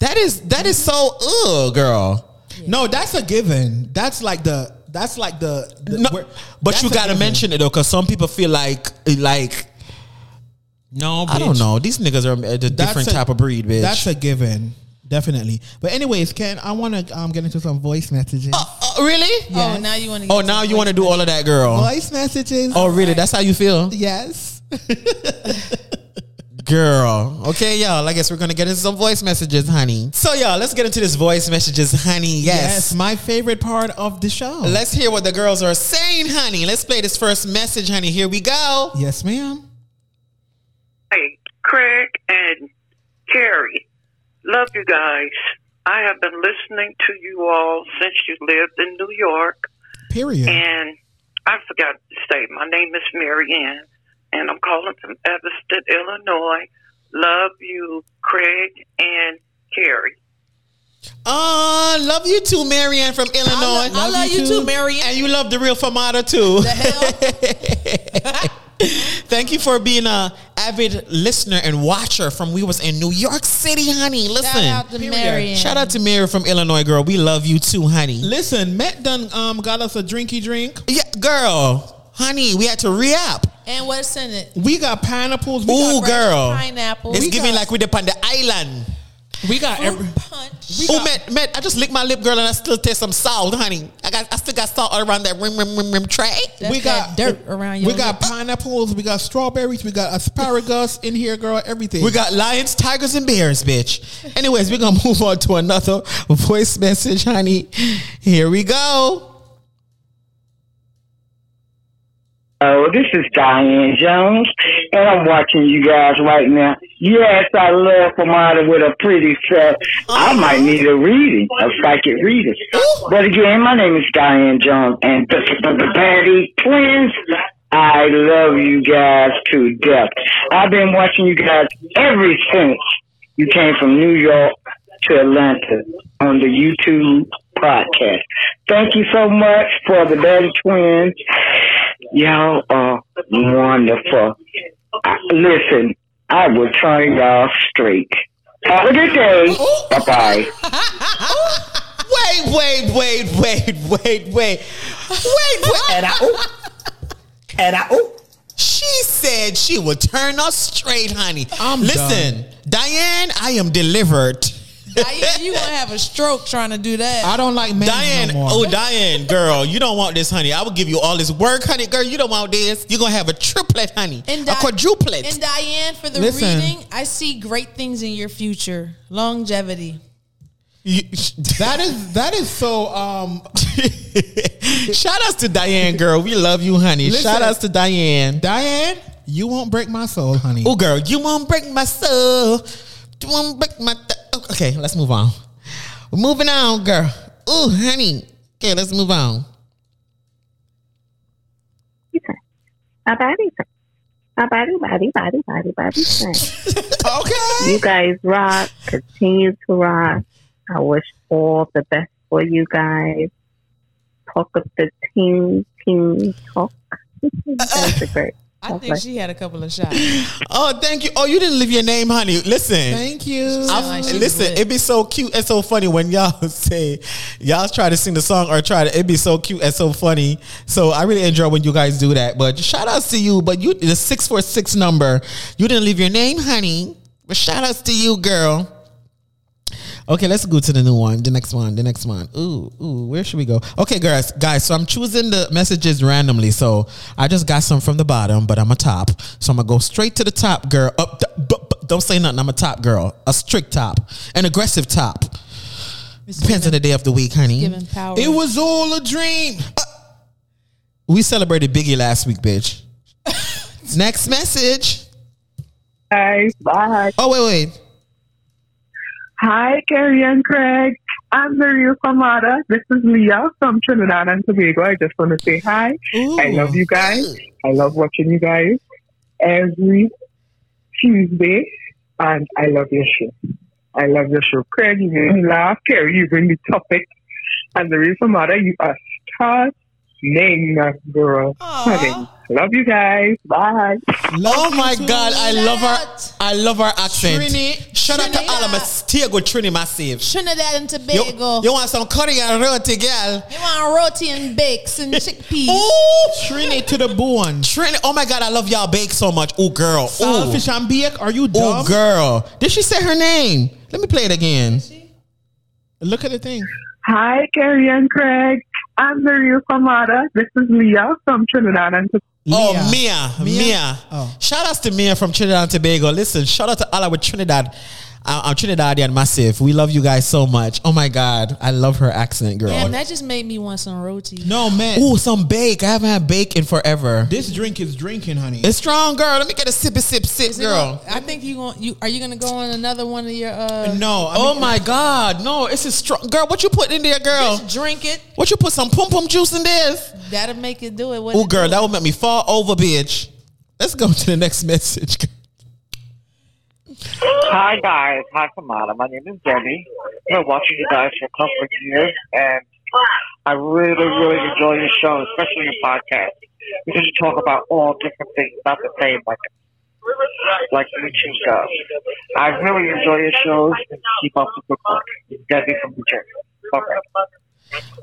Speaker 2: That is that is so ugh, girl.
Speaker 3: No, that's a given. That's like the. That's like the. the-
Speaker 2: No,
Speaker 3: we're-
Speaker 2: but
Speaker 3: that's
Speaker 2: you
Speaker 3: a
Speaker 2: gotta
Speaker 3: given.
Speaker 2: mention it though, because some people feel like like
Speaker 3: No,
Speaker 2: I don't know. These niggas are a different type of breed, bitch.
Speaker 3: That's a given, definitely. But anyways, Ken, I want to um, get into some voice messages.
Speaker 2: Uh, uh, really?
Speaker 4: Oh, now you want to.
Speaker 2: Oh, now you want to do all of that, girl.
Speaker 3: voice messages.
Speaker 2: Oh, really? That's how you feel,
Speaker 3: yes.
Speaker 2: girl. Okay, y'all. I guess we're gonna get into some voice messages, honey. So, y'all, let's get into this voice messages, honey. Yes.
Speaker 3: Yes, my favorite part of the show.
Speaker 2: Let's hear what the girls are saying, honey. Let's play this first message, honey. Here we go.
Speaker 3: yes, ma'am.
Speaker 8: Hey, Craig and Carrie, love you guys. I have been listening to you all since you lived in New York,
Speaker 3: Period.
Speaker 8: and I forgot to say my name is Mary Ann, and I'm calling from Evanston, Illinois. Love you, Craig and Carrie.
Speaker 2: Uh, love you too, Marianne from Illinois.
Speaker 4: I, lo- I love you too, Marianne.
Speaker 2: And you love the real Famata too.
Speaker 4: hell?
Speaker 2: Thank you for being a avid listener and watcher from we was in New York City, honey. Listen.
Speaker 4: Shout out to Marianne.
Speaker 2: Shout out to Mary from Illinois, girl. We love you too, honey.
Speaker 3: Listen, Matt done um, got us a drinky drink.
Speaker 2: Yeah, girl, honey, we had to re-up.
Speaker 4: And what's in it?
Speaker 3: We got pineapples. We
Speaker 2: Ooh,
Speaker 3: got,
Speaker 2: girl.
Speaker 4: Pineapple.
Speaker 2: It's
Speaker 4: We
Speaker 2: giving
Speaker 4: got
Speaker 2: like we dip on the island.
Speaker 3: We got every.
Speaker 4: fruit punch.
Speaker 2: Ooh, Oh, Matt, Matt, I just licked my lip, girl, and I still taste some salt, honey. I got, I still got salt all around that rim, rim, rim, rim tray.
Speaker 4: That's
Speaker 3: we got
Speaker 4: that dirt around your.
Speaker 3: We got pineapples. We got strawberries. We got asparagus in here, girl. Everything.
Speaker 2: We got lions, tigers, and bears, bitch. Anyways, we're gonna move on to another voice message, honey. Here we go.
Speaker 9: Oh, this is Diane Jones, and I'm watching you guys right now. Yes, I love Pomada with a pretty set. I might need a reading, a psychic reading. But again, my name is Diane Jones, and the, the, the Patty Twins. I love you guys to death. I've been watching you guys ever since you came from New York to Atlanta on the YouTube podcast. Thank you so much for the Betty Twins. Y'all are wonderful. I, listen, I will turn y'all straight. Have a good day. Bye bye.
Speaker 2: Wait, wait, wait, wait, wait, wait, wait, wait. And I, She said she would turn us straight, honey.
Speaker 3: I'm
Speaker 2: Listen, Diane, I am delivered.
Speaker 4: Diane, you gonna have a stroke trying to do that.
Speaker 3: I don't like men
Speaker 2: Diane,
Speaker 3: no more.
Speaker 2: oh Diane, girl, you don't want this, honey. I will give you all this work, honey, girl. You don't want this. You're gonna have a triplet, honey, a
Speaker 4: Di-
Speaker 2: quadruplet.
Speaker 4: And Diane, for the
Speaker 3: Listen.
Speaker 4: reading, I see great things in your future. Longevity.
Speaker 2: You-
Speaker 3: that is that is so. Um,
Speaker 2: Shout outs to Diane, girl. We love you, honey.
Speaker 3: Listen.
Speaker 2: Shout outs to Diane.
Speaker 3: Diane, you won't break my soul, honey.
Speaker 2: Oh, girl, you won't break my soul. You won't break my. Th- okay, let's move on. We're moving on, girl. Ooh, honey. Okay, let's move on.
Speaker 10: A body, a body, body, body, body, body. thing.
Speaker 2: Okay.
Speaker 10: You guys rock. Continue to rock. I wish all the best for you guys. Talk of the team, team talk. you guys are great.
Speaker 4: I think
Speaker 10: Okay.
Speaker 4: she had a couple of shots.
Speaker 2: Oh, thank you. Oh, you didn't leave your name, honey. Listen.
Speaker 3: Thank you.
Speaker 2: I'm-
Speaker 4: like she was
Speaker 2: listen,
Speaker 4: lit.
Speaker 2: it be so cute and so funny when y'all say y'all try to sing the song or try to. It be so cute and so funny. So I really enjoy when you guys do that. But shout outs to you. But you the six four six number. You didn't leave your name, honey. But shout outs to you, girl. Okay, let's go to the new one, the next one, the next one. Ooh, ooh, where should we go? Okay, guys, guys. So I'm choosing the messages randomly. So I just got some from the bottom, but I'm a top. So I'm gonna go straight to the top, girl. Up, the, bu- bu- don't say nothing. I'm a top girl, a strict top, an aggressive top. Depends on the day of the week, honey.
Speaker 4: Giving power.
Speaker 2: It was all a dream. Uh, we celebrated Biggie last week, bitch. next message.
Speaker 9: Guys, bye.
Speaker 2: Oh wait, wait.
Speaker 9: Hi, Carrie and Craig. I'm Maria Famada. This is Leah from Trinidad and Tobago. I just want to say hi. I love you guys. I love watching you guys every Tuesday, and I love your show. I love your show. Craig, you make me laugh. Carrie, you bring the topic. And Maria Famada, you are stunning, girl. Stunning. Love you guys. Bye.
Speaker 2: oh my God, I love
Speaker 4: Trinidad.
Speaker 2: her. I love her accent.
Speaker 3: Trini-
Speaker 2: Shout out to
Speaker 4: Trinidad.
Speaker 2: all of my Tiago Trini massive.
Speaker 4: Trinidad and
Speaker 2: You,
Speaker 4: Tobago.
Speaker 2: you want some curry and roti, girl?
Speaker 4: You want roti and bakes and chickpeas.
Speaker 2: Ooh,
Speaker 3: Trini to the bone.
Speaker 2: Trini. Oh my God, I love y'all bake so much. Ooh, girl. Ooh,
Speaker 3: Fish and bake. Are you
Speaker 2: ooh,
Speaker 3: dumb?
Speaker 2: girl. Did she say her name? Let me play it again.
Speaker 3: Look at the thing.
Speaker 9: Hi, Carrie and Craig. I'm Maria Famada. This is Leah from Trinidad and Tobago.
Speaker 2: Oh, Mia. Mia.
Speaker 3: Oh.
Speaker 2: Shout outs to Mia from Trinidad and Tobago. Listen, shout out to Allah with Trinidad. Uh, uh, Trinidadian Massive. We love you guys so much. Oh my God. I love her accent, girl.
Speaker 4: Damn, that just made me want some roti.
Speaker 3: No man.
Speaker 2: Ooh, some bake. I haven't had bake in forever.
Speaker 3: This drink is drinking, honey.
Speaker 2: It's strong, girl. Let me get a sip, sip, sip,
Speaker 4: Is it
Speaker 2: girl.
Speaker 4: gonna- I think you going you are you gonna go on another one of your uh
Speaker 3: no. I
Speaker 2: oh
Speaker 3: mean-
Speaker 2: my God, no! It's a strong girl. What you put in there, girl?
Speaker 4: just drink it.
Speaker 2: What you put some pum pum juice in this?
Speaker 4: That'll make it do it. What
Speaker 2: Oh,
Speaker 4: it
Speaker 2: girl,
Speaker 4: do?
Speaker 2: that would make me fall over, bitch. Let's go to the next message.
Speaker 8: Hi guys, hi Kamala. My name is Debbie. I've been watching you guys for a couple of years, and I really, really enjoy your show, especially your podcast, because you talk about all different things, not the same like like you two guys. I really enjoy your shows, and keep up the good work. It's Debbie from New Jersey. Bye-bye.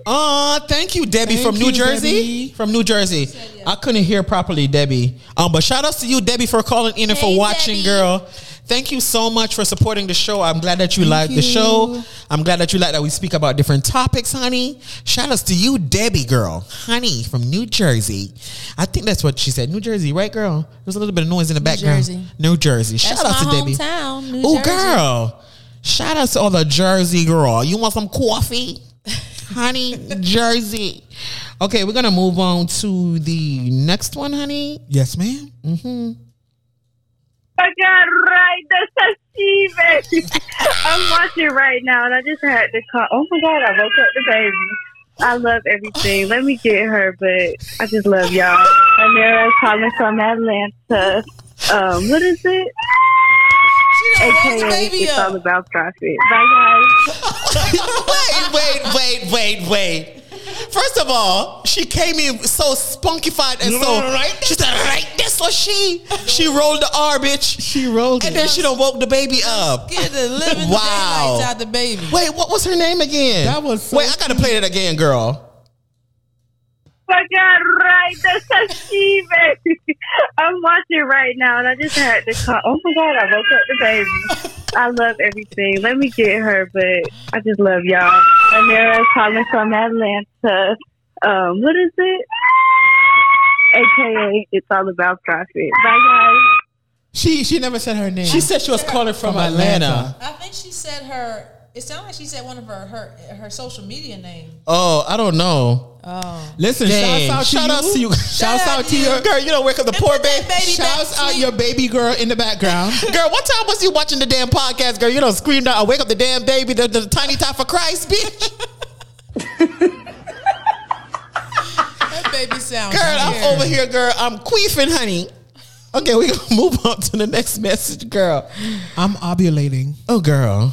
Speaker 2: Uh, thank you, Debbie
Speaker 3: Thank
Speaker 2: from New
Speaker 3: you,
Speaker 2: Jersey.
Speaker 3: Debbie.
Speaker 2: From New Jersey, I couldn't hear properly, Debbie. Um, but shout outs to you, Debbie, for calling in and for
Speaker 4: Hey,
Speaker 2: watching,
Speaker 4: Debbie.
Speaker 2: girl. Thank you so much for supporting the show. I'm glad that you like the show. I'm glad that you like that we speak about different topics, honey. Shout outs to you, Debbie, girl, honey from New Jersey. I think that's what she said, New Jersey, right, girl? There's a little bit of noise in the background.
Speaker 4: Jersey.
Speaker 2: New Jersey. Shout
Speaker 4: That's
Speaker 2: outs
Speaker 4: my
Speaker 2: to Debbie.
Speaker 4: hometown, New
Speaker 2: Oh,
Speaker 4: Jersey.
Speaker 2: girl. Shout out to all the Jersey girl. You want some coffee? honey, Jersey. Okay, we're gonna move on to the next one, honey.
Speaker 3: yes, ma'am.
Speaker 10: I got right. That's Steven. I'm watching right now, and I just had to call. Oh my god, I woke up the baby. I love everything. Let me get her, but I just love y'all. Amira's calling from Atlanta. Um, what is it?
Speaker 4: She done woke the
Speaker 10: AKA,
Speaker 4: baby
Speaker 10: it's all
Speaker 4: up.
Speaker 10: about profit. Bye guys.
Speaker 2: wait, wait, wait, wait, wait. First of all, she came in so spunkified and so she said, "Right, this was she." She rolled the R, bitch. She rolled, and then she done woke the baby up.
Speaker 4: Get the living
Speaker 2: Wow.
Speaker 4: daylights out the baby.
Speaker 2: Wait, what was her name again?
Speaker 3: That was so
Speaker 2: wait. I gotta play that again, girl.
Speaker 10: fucking right. That's a she, baby. I'm watching right now, and I just had to call. Oh my god, I woke up the baby. I love everything. Let me get her, but I just love y'all. Amira is calling from Atlanta. Um, what is it? AKA, it's all about profit. Bye, guys.
Speaker 3: She she never said her name.
Speaker 2: She said she was calling from, Atlanta.
Speaker 4: I think she said her. It sounded like she said one of her her, her social media name.
Speaker 2: Oh, I don't know.
Speaker 4: Oh,
Speaker 3: Listen,
Speaker 2: Dang.
Speaker 3: shouts out
Speaker 2: Shout
Speaker 3: to
Speaker 2: out
Speaker 3: you.
Speaker 2: to you.
Speaker 3: Shouts
Speaker 4: Shout
Speaker 3: out
Speaker 4: out
Speaker 3: to
Speaker 4: to
Speaker 3: your
Speaker 4: you.
Speaker 3: girl. You don't wake up the
Speaker 4: And
Speaker 3: poor
Speaker 4: put
Speaker 3: baby.
Speaker 4: that baby back
Speaker 3: Shouts
Speaker 4: to
Speaker 3: out
Speaker 4: sleep.
Speaker 3: your baby girl in the background.
Speaker 2: Girl, what time was you watching the damn podcast? Girl, you don't scream down. I wake up the damn baby, the, the tiny top of Christ, bitch. Girl,
Speaker 4: that baby sounds.
Speaker 2: I'm over here, girl. I'm queefing, honey. Okay, we gonna move on to the next message, girl.
Speaker 3: I'm ovulating.
Speaker 2: Oh, girl.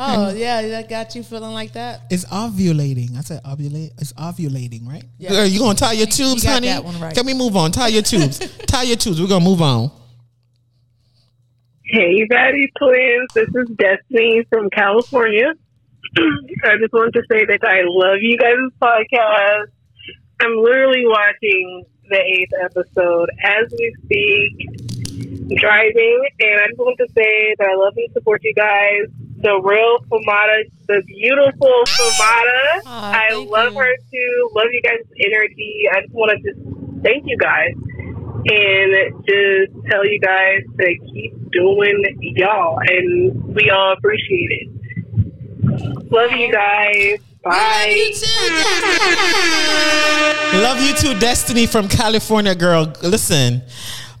Speaker 4: Oh yeah, that got you feeling like that.
Speaker 3: It's ovulating. I said ovulate. It's ovulating, right?
Speaker 4: Yeah.
Speaker 2: Girl, you gonna tie your tubes,
Speaker 4: got
Speaker 2: honey?
Speaker 4: that one right.
Speaker 2: Can we move on? Tie your tubes. tie your tubes. We're gonna move on.
Speaker 10: Hey, Batty Twins. This is Destiny from California. I just want to say that I love you guys' podcast. I'm literally watching the eighth episode as we speak, driving, and I just want to say that I love and support you guys. The real Fomata, the beautiful Fomata.
Speaker 4: Aw,
Speaker 10: I
Speaker 4: thank
Speaker 10: love
Speaker 4: you.
Speaker 10: her too. Love you guys' energy. I just want to just thank you guys and just tell you guys to keep doing y'all, and we all appreciate it. Love you guys. Bye.
Speaker 4: You too.
Speaker 2: Love you too, Destiny from California, girl. Listen.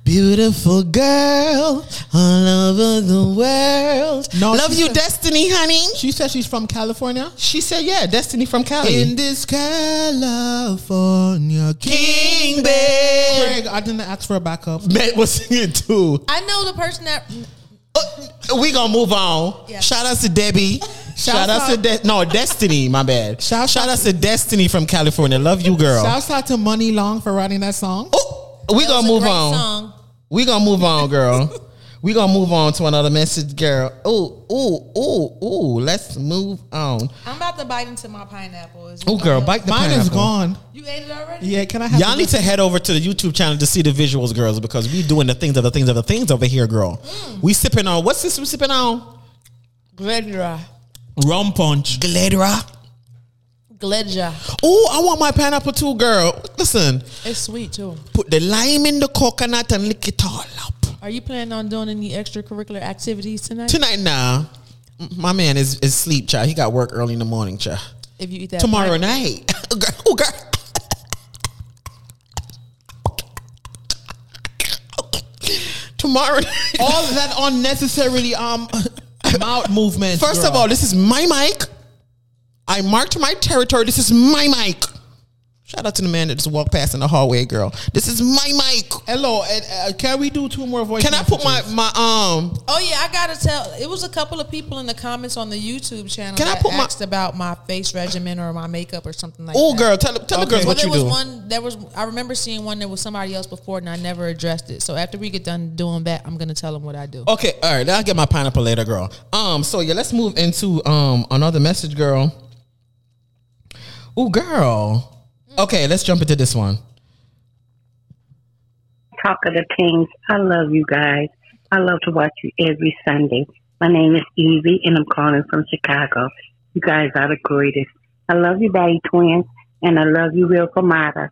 Speaker 2: Beautiful girl all over the world.
Speaker 3: No,
Speaker 2: Love
Speaker 3: she
Speaker 2: you,
Speaker 3: said-
Speaker 2: Destiny, honey.
Speaker 3: She said she's from California.
Speaker 2: She said, yeah, Destiny from Cali.
Speaker 3: In this California,
Speaker 2: King
Speaker 3: King
Speaker 2: Bed.
Speaker 3: Craig, I didn't ask for a backup.
Speaker 2: Matt was singing too.
Speaker 4: I know the person that
Speaker 2: We gonna move on.
Speaker 4: Yeah.
Speaker 2: Shout out to Debbie. Shout out to De- no Destiny. My bad. Shout,
Speaker 3: Shout
Speaker 2: out
Speaker 3: out
Speaker 2: to Destiny from California. Love you, girl.
Speaker 3: Shouts out to Money Long for writing that song.
Speaker 2: Oh, we
Speaker 4: that was
Speaker 2: gonna
Speaker 4: a
Speaker 2: move
Speaker 4: great
Speaker 2: on.
Speaker 4: Song.
Speaker 2: We gonna move on, girl. we gonna move on to another message, girl. Ooh, ooh, ooh, ooh. Let's move on.
Speaker 4: I'm about to bite into my pineapple. Is it
Speaker 2: Ooh, girl, bite the
Speaker 3: Mine is
Speaker 2: pineapple.
Speaker 3: gone.
Speaker 4: You ate it already?
Speaker 3: Yeah, can I have
Speaker 2: Y'all need to head over to the YouTube channel to see the visuals, girls, because we doing the things of the things of the things over here, girl. We sipping on what's this? We sipping on
Speaker 4: Gledra.
Speaker 3: rum punch?
Speaker 2: Glera.
Speaker 4: Gledra.
Speaker 2: Oh, I want my pineapple too, girl. Listen,
Speaker 4: It's sweet too.
Speaker 2: put the lime in the coconut and lick it all up.
Speaker 4: Are you planning on doing any extracurricular activities tonight?
Speaker 2: Tonight, nah. M- My man is, is sleep, child. He got work early in the morning, child.
Speaker 4: If you eat that
Speaker 2: Tomorrow
Speaker 4: pine-
Speaker 2: night. girl, oh, girl. Oh, Tomorrow night.
Speaker 3: All of that unnecessarily um mouth movement.
Speaker 2: First of all, this is my mic. I marked my territory. This is my mic. Shout out to the man that just walked past in the hallway, girl. This is my mic.
Speaker 3: hello. and, uh, can we do two more voices?
Speaker 2: Can I put my, my um
Speaker 4: Oh yeah, I gotta tell. It was a couple of people in the comments on the YouTube channel
Speaker 2: Can I
Speaker 4: that
Speaker 2: put my-
Speaker 4: asked about my face regimen or my makeup or something like
Speaker 2: Oh,
Speaker 4: that.
Speaker 2: girl, tell tell the girls
Speaker 4: Well,
Speaker 2: what
Speaker 4: there
Speaker 2: you
Speaker 4: was
Speaker 2: do.
Speaker 4: one. There was. I remember seeing one. There was somebody else before, and I never addressed it. So after we get done doing that, I'm gonna tell them what I do.
Speaker 2: okay, all right. I'll get my pineapple later, girl. Um, so yeah, let's move into um another message, girl. Oh, girl. Okay, let's jump into this one.
Speaker 11: Talk of the Kings. I love you guys. I love to watch you every Sunday. My name is Evie, and I'm calling from Chicago. You guys are the greatest. I love you, Daddy Twins, and I love you, Real Kamada.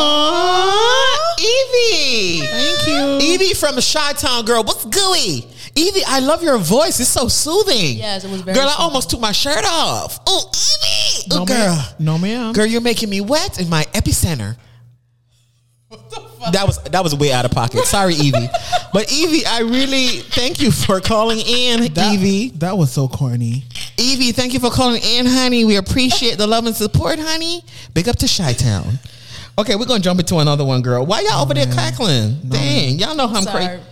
Speaker 2: Oh, Evie.
Speaker 3: Thank you.
Speaker 2: Evie from Chi Town, girl. What's gooey? Evie, I love your voice. It's so soothing.
Speaker 4: Yes, it was very
Speaker 2: Girl, I
Speaker 4: soothing.
Speaker 2: almost took my shirt off. Oh, Evie. Oh,
Speaker 3: No,
Speaker 2: girl.
Speaker 3: ma'am. No, ma'am.
Speaker 2: Girl, you're making me wet in my epicenter. That was that was way out of pocket. Sorry, Evie. But Evie, I really thank you for calling in,
Speaker 3: That-
Speaker 2: Evie.
Speaker 3: that was so corny.
Speaker 2: Evie, thank you for calling in, honey. We appreciate the love and support, honey. Big up to Chi Town. Okay, we're gonna jump into another one, girl. Why y'all over there cackling? Dang, y'all know I'm
Speaker 4: Sorry.
Speaker 2: crazy.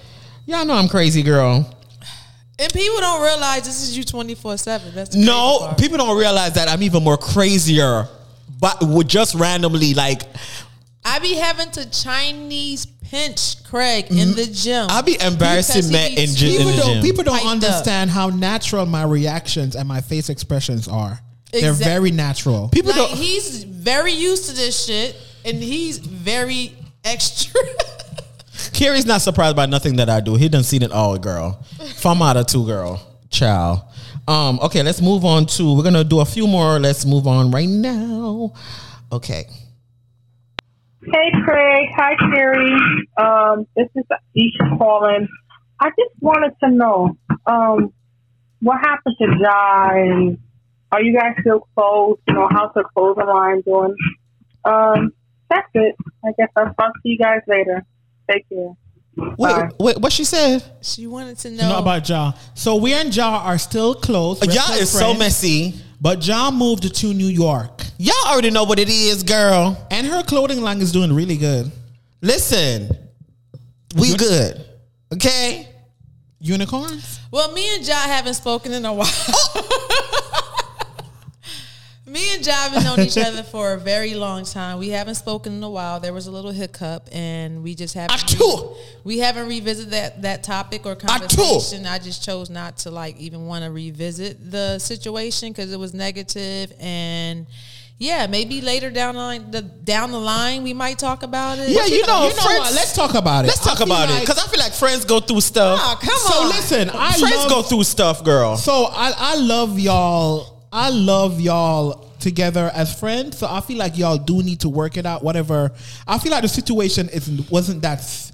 Speaker 2: Y'all know I'm crazy, girl.
Speaker 4: And people don't realize this is you 24 seven. That's the
Speaker 2: No,
Speaker 4: crazy part.
Speaker 2: people don't realize that I'm even more crazier, but with just randomly like
Speaker 4: I be having to Chinese pinch Craig in the gym.
Speaker 2: Mm-hmm. I be
Speaker 4: Because
Speaker 2: embarrassing
Speaker 4: he
Speaker 2: Matt in,
Speaker 4: eats-
Speaker 2: gy- in
Speaker 3: People
Speaker 2: the
Speaker 3: don't,
Speaker 2: gym.
Speaker 3: people don't
Speaker 4: Piped up.
Speaker 3: understand how natural my reactions and my face expressions are. They're
Speaker 4: Exact-
Speaker 3: very natural.
Speaker 2: People
Speaker 4: like,
Speaker 2: don't.
Speaker 4: he's very used to this shit, and he's very extra.
Speaker 2: Kerry's not surprised by nothing that I do. He done seen it all, girl. From out of two, girl. Child. Um, okay, let's move on to we're gonna do a few more. Let's move on right now. Okay.
Speaker 12: Hey Craig, hi Carrie. Um, this is Aisha calling. I just wanted to know, um, what happened to Ja and are you guys still closed? You know, how's the clothing line doing? Um, that's it. I guess I'll talk to you guys later. Take care.
Speaker 2: Wait, wait, what she said?
Speaker 4: She wanted to
Speaker 3: Not about Ja. So we and Ja are still close. We're
Speaker 2: Y'all
Speaker 3: still
Speaker 2: is so messy.
Speaker 3: But Ja moved to New York.
Speaker 2: Y'all already know what it is, girl.
Speaker 3: And her clothing line is doing really good.
Speaker 2: Listen, we good. Okay?
Speaker 3: Unicorns?
Speaker 4: Well, me and Ja haven't spoken in a while. me and Ja have known each other for a very long time. We haven't spoken in a while. There was a little hiccup, and we just haven't. we haven't revisited that that topic or conversation. I just chose not to like even want to revisit the situation because it was negative and. Yeah, maybe later down the line, the, down the line, we might talk about it.
Speaker 2: Yeah, you know, friends-
Speaker 3: what? Let's talk about it.
Speaker 2: Let's talk
Speaker 3: I feel
Speaker 2: about it.
Speaker 3: like-
Speaker 2: Because I feel like friends go through stuff.
Speaker 4: Ah, come
Speaker 3: So
Speaker 4: on.
Speaker 3: listen, I
Speaker 2: friends
Speaker 3: love-
Speaker 2: go through stuff, girl.
Speaker 3: So I, I love y'all. I love y'all together as friends. So I feel like y'all do need to work it out. Whatever. I feel like the situation isn't wasn't that. s-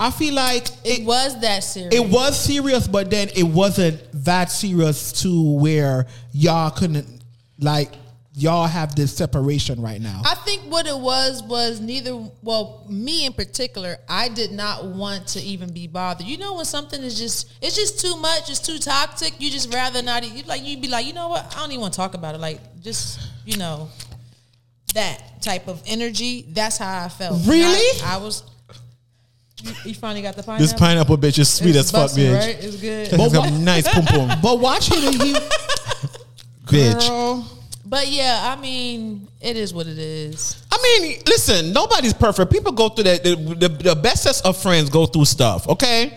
Speaker 3: I feel like
Speaker 4: it was that serious.
Speaker 3: it was serious, but then it wasn't that serious to where y'all couldn't like y'all have this separation right now.
Speaker 4: I think what it was was neither. Well, me in particular, I did not want to even be bothered. You know, when something is just it's just too much, it's too toxic. You just rather not. You like you'd be like, you know what? I don't even want to talk about it. Like just you know that type of energy. That's how I felt. And I-
Speaker 2: Really?
Speaker 4: I, was. You, you finally got the pineapple.
Speaker 2: This pineapple bitch is sweet
Speaker 4: It's
Speaker 2: as fuck,
Speaker 4: busting,
Speaker 2: bitch.
Speaker 4: right? It's good.
Speaker 2: But It's got what- nice pum pum.
Speaker 3: But watch him, he
Speaker 2: Bitch.
Speaker 3: girl.
Speaker 4: But yeah, I mean, it is what it is.
Speaker 2: I mean, listen, nobody's perfect. People go through that. The, the, the bestest of friends go through stuff, okay?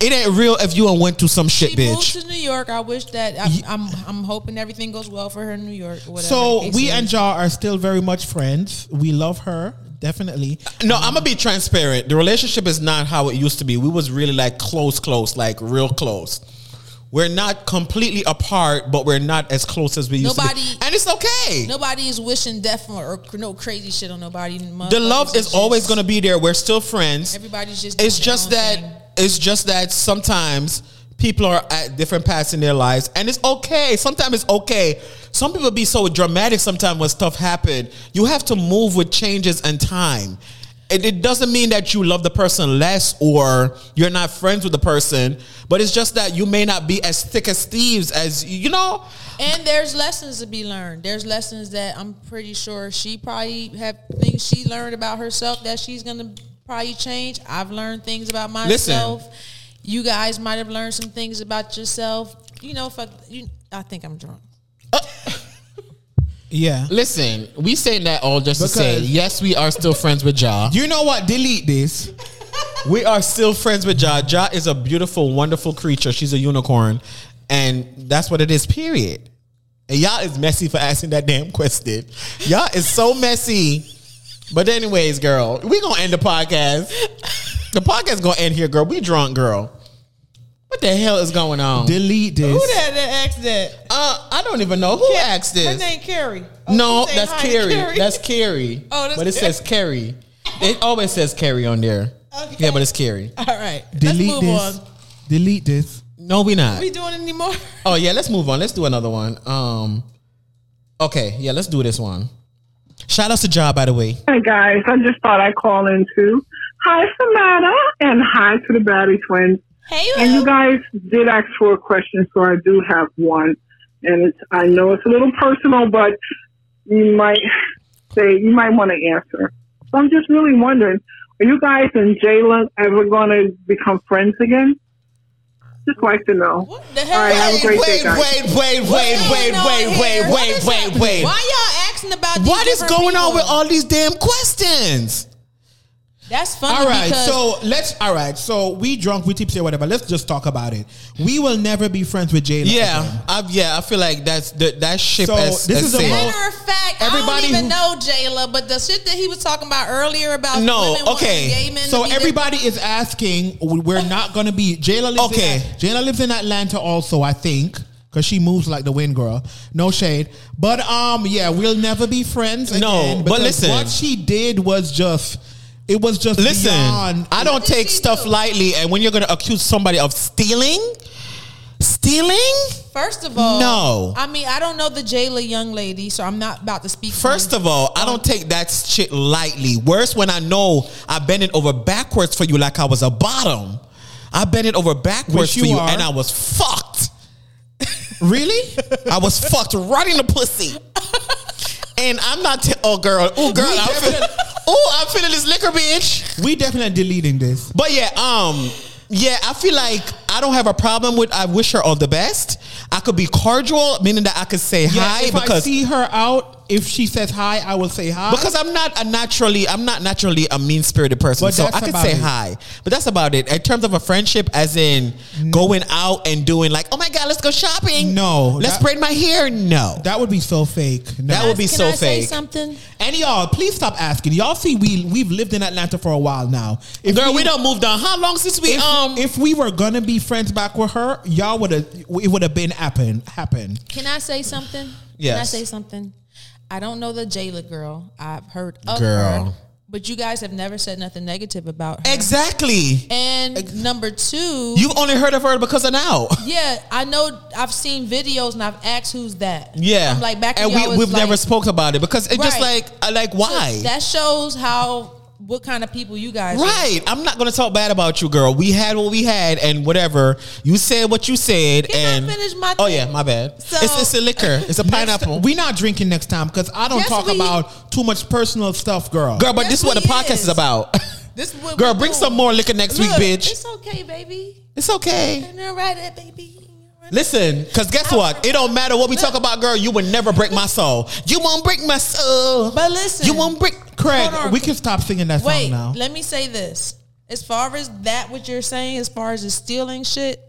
Speaker 2: It ain't real if you done went through some shit,
Speaker 4: She moved
Speaker 2: bitch.
Speaker 4: to New York. I wish that I'm, I'm. I'm hoping everything goes well for her in New York. Whatever.
Speaker 3: So
Speaker 4: It's
Speaker 3: we
Speaker 4: a-
Speaker 3: and y'all are still very much friends. We love her definitely.
Speaker 2: No, I'm gonna be transparent. The relationship is not how it used to be. We was really like close, close, like real close. We're not completely apart, but we're not as close as we used
Speaker 4: Nobody,
Speaker 2: to be. And it's okay.
Speaker 4: Nobody is wishing death on or no crazy shit on nobody.
Speaker 2: The love is always gonna be there. We're still friends.
Speaker 4: Everybody's just.
Speaker 2: it's
Speaker 4: doing their
Speaker 2: just
Speaker 4: own
Speaker 2: that
Speaker 4: thing.
Speaker 2: it's just that sometimes people are at different paths in their lives and it's okay sometimes it's okay some people be so dramatic sometimes when stuff happen you have to move with changes and time it, it doesn't mean that you love the person less or you're not friends with the person but it's just that you may not be as thick as thieves as you know
Speaker 4: And there's lessons to be learned. There's lessons that I'm pretty sure she probably have things she learned about herself that she's gonna probably change. I've learned things about
Speaker 2: Listen.
Speaker 4: myself. You guys might have learned some things about yourself. You know, fuck you. I think I'm drunk.
Speaker 3: Yeah.
Speaker 2: listen we saying that all just
Speaker 3: to say, Because-
Speaker 2: yes we are still friends with Ja
Speaker 3: You know what? Delete this.
Speaker 2: We are still friends with Ja. Ja is a beautiful, wonderful creature. She's a unicorn. And that's what it is, period. And y'all is messy for asking that damn question. Y'all is so messy. But anyways, girl, we gonna end the podcast. The podcast gonna end here, girl. We drunk, girl. What the hell is going on?
Speaker 3: Delete
Speaker 4: Who
Speaker 3: this.
Speaker 4: that that asked that?
Speaker 2: Uh, I don't even know who asked
Speaker 4: Her
Speaker 2: this.
Speaker 4: name Carrie. Oh,
Speaker 2: no,
Speaker 4: she said
Speaker 2: that's
Speaker 4: hi to
Speaker 2: Carrie. That's Carrie.
Speaker 4: Oh, that's
Speaker 2: but it says Carrie. It always says Carrie on there.
Speaker 4: Okay.
Speaker 2: Yeah, but it's Carrie.
Speaker 4: all right.
Speaker 3: Delete
Speaker 4: Let's move
Speaker 3: this.
Speaker 4: on.
Speaker 3: Delete this.
Speaker 2: No, we not.
Speaker 4: Are we doing any more?
Speaker 2: Oh yeah, let's move on. Let's do another one. Um, okay, yeah, let's do this one. Shout outs to Job, by the way.
Speaker 12: Hi guys, I just thought I'd call in too. Hi Samantha and hi to the Batty Twins.
Speaker 4: Hey,
Speaker 12: And you guys did ask for a question, so I do have one. And it's, I know it's a little personal, but you might say you might want to answer. So I'm just really wondering: Are you guys and Jalen ever going to become friends again? Just like to know.
Speaker 4: the hell?
Speaker 12: All right, have a great day, guys.
Speaker 2: wait, wait,
Speaker 4: What's going on here? What is happening? Why y'all asking about these
Speaker 2: What is
Speaker 4: different
Speaker 2: going on uh,
Speaker 4: people?
Speaker 2: with all these damn questions?
Speaker 4: That's funny.
Speaker 3: All right,
Speaker 4: because
Speaker 3: so let's. All right, so we drunk, we tipsy, or whatever. Let's just talk about it. We will never be friends with Jayla.
Speaker 2: Yeah, I, yeah, I feel like that's the, that ship.
Speaker 3: So
Speaker 2: has,
Speaker 3: this
Speaker 2: has
Speaker 3: is a
Speaker 2: sailed.
Speaker 4: matter of fact, I
Speaker 3: everybody
Speaker 4: don't even
Speaker 3: who-
Speaker 4: know Jayla, but the shit that he was talking about earlier about
Speaker 3: No,
Speaker 4: women wanting
Speaker 3: okay.
Speaker 4: gay men to
Speaker 3: So
Speaker 4: be their-
Speaker 3: everybody is asking. We're not gonna be. Jayla lives.
Speaker 2: Okay.
Speaker 3: In, Jayla lives in Atlanta, also. I think. Cause she moves like the wind, girl. No shade, but um, yeah, we'll never be friends.
Speaker 2: No,
Speaker 3: again
Speaker 2: but
Speaker 3: because
Speaker 2: listen.
Speaker 3: what she did was just, it was just
Speaker 2: Listen,
Speaker 3: beyond-
Speaker 2: I don't take stuff lightly, and when you're going to accuse somebody of stealing, stealing,
Speaker 4: First of all,
Speaker 2: No.
Speaker 4: I mean, I don't know the Jayla young lady, so I'm not about to speak.
Speaker 2: First of all, I don't take that shit lightly. Worse when I know I bent it over backwards for you like I was a bottom. I bent it over backwards
Speaker 3: Which
Speaker 2: for
Speaker 3: you
Speaker 2: you
Speaker 3: are.
Speaker 2: and I was fucked.
Speaker 3: Really?
Speaker 2: I was fucked right in the pussy. And I'm not, t- oh girl, oh girl,
Speaker 3: We
Speaker 2: I'm feeling, oh, I'm feeling this liquor, bitch.
Speaker 3: we definitely deleting this.
Speaker 2: But yeah, um, yeah, I feel like I don't have a problem with. I wish her all the best. I could be cordial, meaning that I could say
Speaker 3: Yeah,
Speaker 2: hi
Speaker 3: if I
Speaker 2: because
Speaker 3: see her out, if she says hi, I will say hi.
Speaker 2: because I'm not a naturally I'm not naturally a mean spirited person,
Speaker 3: But
Speaker 2: so
Speaker 3: that's
Speaker 2: I could
Speaker 3: about
Speaker 2: say
Speaker 3: it. Mm.
Speaker 2: hi. But that's about it in terms of a friendship, as in going out and doing like, oh my god, let's go shopping.
Speaker 3: No,
Speaker 2: let's
Speaker 3: that-
Speaker 2: braid my hair. No,
Speaker 3: that would be so fake. No.
Speaker 2: that would be
Speaker 4: Can
Speaker 2: so
Speaker 4: I say
Speaker 2: fake.
Speaker 4: something?
Speaker 3: And y'all, please stop asking. Y'all see, we we've lived in Atlanta for a while now. If
Speaker 2: Girl, we done moved on. How long since we
Speaker 3: if,
Speaker 2: um?
Speaker 3: if we were gonna be friends back with her, y'all would have it would have been happen happen.
Speaker 4: Can I say something? Can I
Speaker 2: Yes.
Speaker 4: say something? I don't know the Jayla girl. I've heard of her,
Speaker 2: Girl.
Speaker 4: but you guys have never said nothing negative about her.
Speaker 2: exactly.
Speaker 4: And number two,
Speaker 2: You've only heard of her because of now.
Speaker 4: yeah, I know. I've seen videos and I've asked who's that.
Speaker 2: Yeah,
Speaker 4: I'm like back.
Speaker 2: and
Speaker 4: when
Speaker 2: we
Speaker 4: y'all was
Speaker 2: we've never
Speaker 4: like-
Speaker 2: spoke about it because it's just
Speaker 4: Right.
Speaker 2: like I like why.
Speaker 4: So that shows how what kind of people you guys. Are.
Speaker 2: Right, I'm not gonna talk bad about you, girl. We had what we had, and whatever you said, what you said,
Speaker 4: Can
Speaker 2: and
Speaker 4: I finish my?
Speaker 2: oh
Speaker 4: thing?
Speaker 2: yeah, my bad.
Speaker 4: So-
Speaker 2: it's it's a liquor. It's a pineapple.
Speaker 3: we not drinking next time because I don't
Speaker 4: Yes,
Speaker 3: talk
Speaker 4: we-
Speaker 3: about too much personal stuff, girl.
Speaker 2: girl, but
Speaker 4: Yes,
Speaker 2: this is what the
Speaker 4: we
Speaker 2: podcast
Speaker 4: is.
Speaker 2: is about.
Speaker 4: This what
Speaker 2: girl,
Speaker 4: we
Speaker 2: bring
Speaker 4: do.
Speaker 2: some more liquor next
Speaker 4: Look,
Speaker 2: week, bitch. It's,
Speaker 4: It's okay, baby.
Speaker 2: okay.
Speaker 4: And all right, eh, baby.
Speaker 2: Listen, cause guess what? It don't matter what we talk about, girl. You will never break my soul. You won't break my soul.
Speaker 4: But listen,
Speaker 2: you won't break.
Speaker 3: Craig,
Speaker 4: Hold on.
Speaker 3: we can stop singing that song
Speaker 4: Wait,
Speaker 3: now.
Speaker 4: let me say this. As far as that, what you're saying, as far as the stealing shit,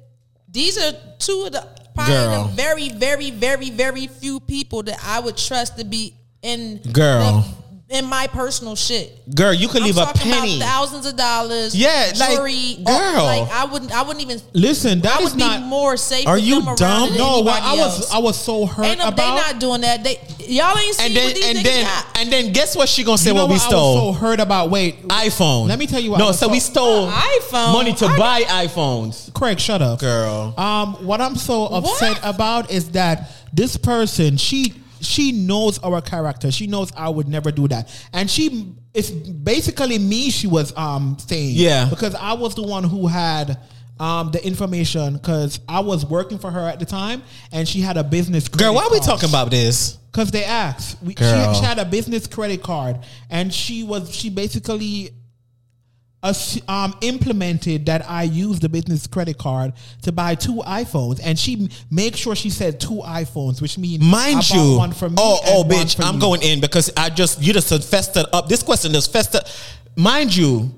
Speaker 4: these are two of the probably
Speaker 2: Girl.
Speaker 4: the very, very, very, very few people that I would trust to be in
Speaker 2: Girl.
Speaker 4: the- in my personal shit.
Speaker 2: Girl, you could leave
Speaker 4: I'm
Speaker 2: a
Speaker 4: talking
Speaker 2: penny.
Speaker 4: about thousands of dollars.
Speaker 2: Yeah, like,
Speaker 4: jewelry, all-
Speaker 2: girl.
Speaker 4: like I wouldn't, I wouldn't even.
Speaker 3: Listen, that
Speaker 4: I
Speaker 3: is
Speaker 4: would be
Speaker 3: not.
Speaker 4: more safe.
Speaker 2: Are
Speaker 4: with
Speaker 2: you
Speaker 4: them around
Speaker 2: dumb?
Speaker 4: than
Speaker 3: no, well,
Speaker 4: anybody
Speaker 3: I was
Speaker 4: else.
Speaker 3: I was so hurt
Speaker 4: Ain't no,
Speaker 3: about.
Speaker 4: they not doing that. They y'all ain't seen
Speaker 2: and then
Speaker 4: what these
Speaker 2: and
Speaker 4: niggas
Speaker 2: then
Speaker 4: got.
Speaker 2: and then guess what? She gonna say
Speaker 3: you know
Speaker 2: what we
Speaker 3: what
Speaker 2: stole.
Speaker 3: I was so hurt about. Wait,
Speaker 2: iPhone.
Speaker 3: Let me tell you what I
Speaker 2: No,
Speaker 3: was
Speaker 2: so we
Speaker 3: so-
Speaker 2: stole
Speaker 4: Uh, iPhone.
Speaker 2: money to
Speaker 4: I-
Speaker 2: buy iPhones.
Speaker 3: Craig, shut up,
Speaker 2: Girl.
Speaker 3: Um, what I'm so upset about is that this person, she she knows our character. She knows I would never do that, and she it's basically me. She was um saying
Speaker 2: Yeah.
Speaker 3: because I was the one who had. Um, the information because I was working for her at the time, and she had a business.
Speaker 2: Girl,
Speaker 3: credit
Speaker 2: why are we
Speaker 3: card.
Speaker 2: talking about this?
Speaker 3: Cause they asked. We, she,
Speaker 2: Girl.
Speaker 3: she had a business credit card, and she was she basically, ass- um, implemented that I used the business credit card to buy two iPhones, and she m- make sure she said two iPhones, which means I
Speaker 2: Mind
Speaker 3: bought
Speaker 2: you.
Speaker 3: one for me.
Speaker 2: oh,
Speaker 3: and
Speaker 2: oh,
Speaker 3: one
Speaker 2: bitch,
Speaker 3: for
Speaker 2: I'm
Speaker 3: you.
Speaker 2: going in because I just you just festered up. This question is festered. Mind you,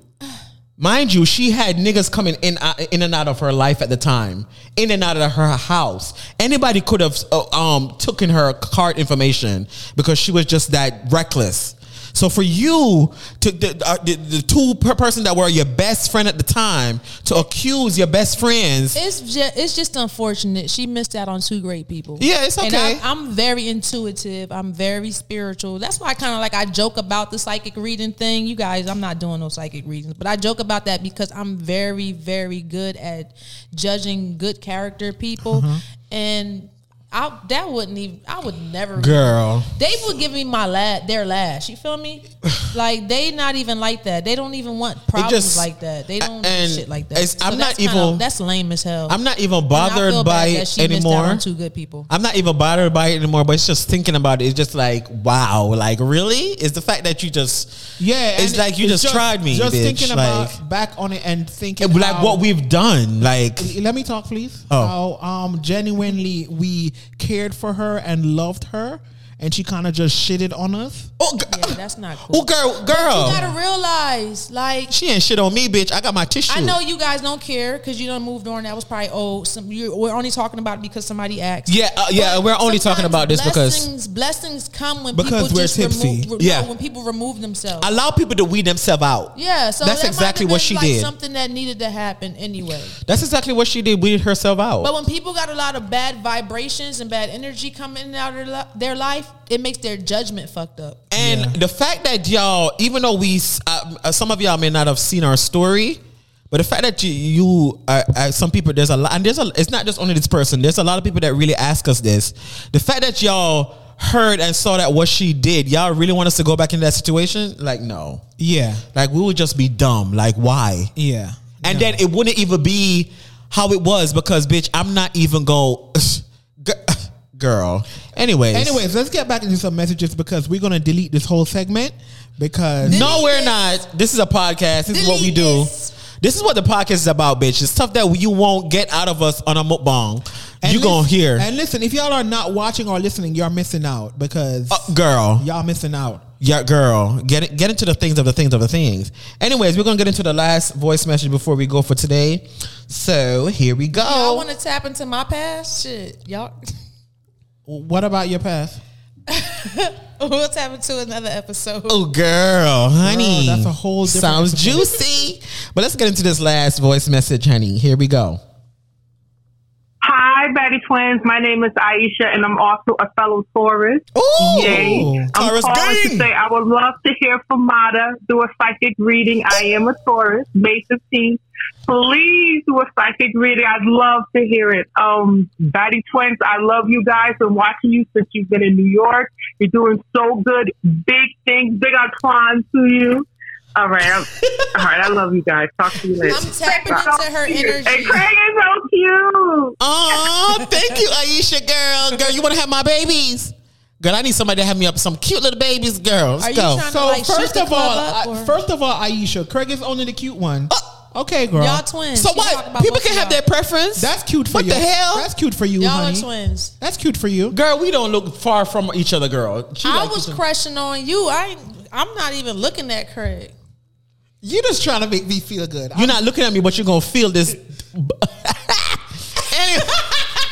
Speaker 2: mind you, she had niggas coming in uh, in and out of her life at the time, in and out of her house. Anybody could have uh, um taken her card information because she was just that reckless. So for you to the, uh, the, the two per person that were your best friend at the time to accuse your best friends
Speaker 4: It's just it's just unfortunate. She missed out on two great people.
Speaker 2: Yeah, it's
Speaker 4: And
Speaker 2: okay.
Speaker 4: I, I'm very intuitive. I'm very spiritual. That's why I kind of like I joke about the psychic reading thing. You guys, I'm not doing no psychic readings, but I joke about that because I'm very very good at judging good character people,
Speaker 2: Mm-hmm.
Speaker 4: and I that wouldn't even I would never
Speaker 2: girl.
Speaker 4: they would give me my lad their lash. You feel me? like they not even like that. They don't even want problems
Speaker 2: just-
Speaker 4: like that. They don't
Speaker 2: and
Speaker 4: do shit like that.
Speaker 2: it's- I'm not
Speaker 4: that's kinda-
Speaker 2: even-
Speaker 4: that's lame as hell.
Speaker 2: I'm not even
Speaker 4: And I feel
Speaker 2: bothered
Speaker 4: bad
Speaker 2: by
Speaker 4: that
Speaker 2: it
Speaker 4: she missed out on
Speaker 2: anymore.
Speaker 4: Two good people.
Speaker 2: I'm not even bothered by it anymore, but it's just thinking about it. It's just like, wow, like really? It's the fact that you just
Speaker 3: Yeah,
Speaker 2: It's
Speaker 3: and
Speaker 2: like you
Speaker 3: it's
Speaker 2: just, tried me,
Speaker 3: Just
Speaker 2: bitch.
Speaker 3: thinking
Speaker 2: like,
Speaker 3: about back on it and thinking
Speaker 2: it- like
Speaker 3: how-
Speaker 2: what we've done, like
Speaker 3: Let me talk, please.
Speaker 2: Oh.
Speaker 3: How um, genuinely we cared for her and loved her, and she kind of just shitted on us.
Speaker 2: Oh,
Speaker 4: yeah, that's not cool.
Speaker 2: Oh, girl,
Speaker 4: You
Speaker 2: girl.
Speaker 4: gotta realize, like,
Speaker 2: She ain't shit on me, bitch. I got my tissue.
Speaker 4: I know you guys don't care because you done moved on. That was probably oh, some, you, we're only talking about it because somebody asked.
Speaker 2: Yeah, uh, yeah.
Speaker 4: But
Speaker 2: We're only talking about this because
Speaker 4: blessings, blessings come when
Speaker 2: Because
Speaker 4: people
Speaker 2: we're
Speaker 4: just
Speaker 2: tipsy.
Speaker 4: remove.
Speaker 2: Yeah.
Speaker 4: no, when people remove themselves.
Speaker 2: allow people to weed themselves out.
Speaker 4: yeah, so
Speaker 2: that's
Speaker 4: that might
Speaker 2: exactly
Speaker 4: have
Speaker 2: what
Speaker 4: been,
Speaker 2: she
Speaker 4: like,
Speaker 2: did.
Speaker 4: Something that needed to happen anyway.
Speaker 2: That's exactly what she did. Weeded herself out.
Speaker 4: But when people got a lot of bad vibrations and bad energy coming out of their li- their life, it makes their judgment fucked up.
Speaker 2: And the fact that y'all, even though we, uh, uh, some of y'all may not have seen our story, but the fact that you, you uh, uh, some people, there's a lot, and there's a, it's not just only this person. There's a lot of people that really ask us this. The fact that y'all heard and saw that what she did, y'all really want us to go back into that situation? Like, no.
Speaker 3: Yeah.
Speaker 2: Like, we would just be dumb. Like, why?
Speaker 3: Yeah.
Speaker 2: And then it wouldn't even be how it was because, bitch, I'm not even go, girl. Anyways.
Speaker 3: Anyways, let's get back into some messages because we're gonna delete this whole segment because
Speaker 2: No, we're not. This is a podcast. This is what we do. This is what the podcast is about, bitch. It's stuff that you won't get out of us on a mukbang. you
Speaker 3: lis-
Speaker 2: gonna hear,
Speaker 3: And listen, if y'all are not watching or listening, you're missing out because
Speaker 2: Uh, girl.
Speaker 3: y'all missing out.
Speaker 2: Yeah, girl. Get it, get into the things of the things of the things. Anyways, we're gonna get into the last voice message before we go for today. So here we go.
Speaker 4: Y'all want to tap into my past shit, y'all.
Speaker 3: What about your past?
Speaker 4: we'll tap into another episode.
Speaker 2: Oh, girl, honey,
Speaker 3: Girl, that's a whole different
Speaker 2: sounds
Speaker 3: episode.
Speaker 2: juicy. But let's get into this last voice message, honey. Here we go.
Speaker 12: Hi, Betty Twins. My name is Aisha, and I'm also a fellow Taurus.
Speaker 2: Ooh,
Speaker 12: Yay. I'm
Speaker 2: Taurus
Speaker 12: calling to
Speaker 2: gang.
Speaker 12: say I would love to hear from Mata. Do a psychic reading. I am a Taurus, May 15th. Please do a psychic reading. I'd love to hear it. Um, Betty Twins, I love you guys. Been watching you since you've been in New York. You're doing so good. Big things. Big applause to you. All right, I'm, all right. I love you guys. Talk to you later.
Speaker 4: I'm tapping into her
Speaker 12: And
Speaker 4: energy.
Speaker 12: Craig is so cute.
Speaker 2: Oh, thank you, Aisha, girl. Girl, you want to have my babies? Girl, I need somebody to have me up with some cute little babies, girl. Let's
Speaker 4: Are you
Speaker 2: go.
Speaker 4: trying to-
Speaker 3: So
Speaker 4: like, shut
Speaker 3: first
Speaker 4: the
Speaker 3: of all,
Speaker 4: club up,
Speaker 3: I,
Speaker 4: or-
Speaker 3: first of all, Aisha, Craig is only the cute one. okay, girl.
Speaker 4: Y'all twins.
Speaker 2: so
Speaker 4: She talking
Speaker 2: what?
Speaker 4: about
Speaker 2: People
Speaker 4: both
Speaker 2: can
Speaker 4: of
Speaker 2: have their
Speaker 4: y'all.
Speaker 2: preference.
Speaker 3: That's cute for
Speaker 2: What
Speaker 3: you.
Speaker 2: the hell?
Speaker 3: That's cute for you,
Speaker 4: Y'all
Speaker 3: honey.
Speaker 4: are twins.
Speaker 3: That's cute for you.
Speaker 2: girl, we don't look far from each other, girl. She
Speaker 4: I
Speaker 2: like
Speaker 4: was
Speaker 2: each other.
Speaker 4: crushing on you. I ain't- I'm not even looking at Craig.
Speaker 3: You just trying to make me feel good.
Speaker 2: You're not looking at me, but you're gonna feel this. anyway,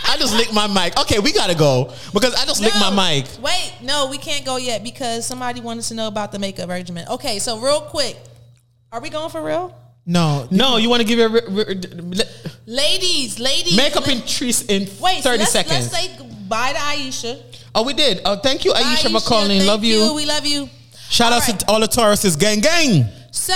Speaker 2: I just licked my mic. Okay, we gotta go because I just licked
Speaker 4: No.
Speaker 2: my mic.
Speaker 4: Wait, no, we can't go yet because somebody wanted to know about the makeup regimen. Okay, so real quick, are we going for real?
Speaker 3: no,
Speaker 2: No, you want to give your re- re- le-
Speaker 4: Ladies, ladies,
Speaker 2: makeup
Speaker 4: le-
Speaker 2: in trees in 30
Speaker 4: wait, so let's,
Speaker 2: seconds.
Speaker 4: Let's say goodbye to Aisha.
Speaker 2: oh, we did. Oh, thank you, Aisha, for calling.
Speaker 4: thank
Speaker 2: Love
Speaker 4: We love you.
Speaker 2: Shout out to all the Tauruses, gang, gang.
Speaker 4: So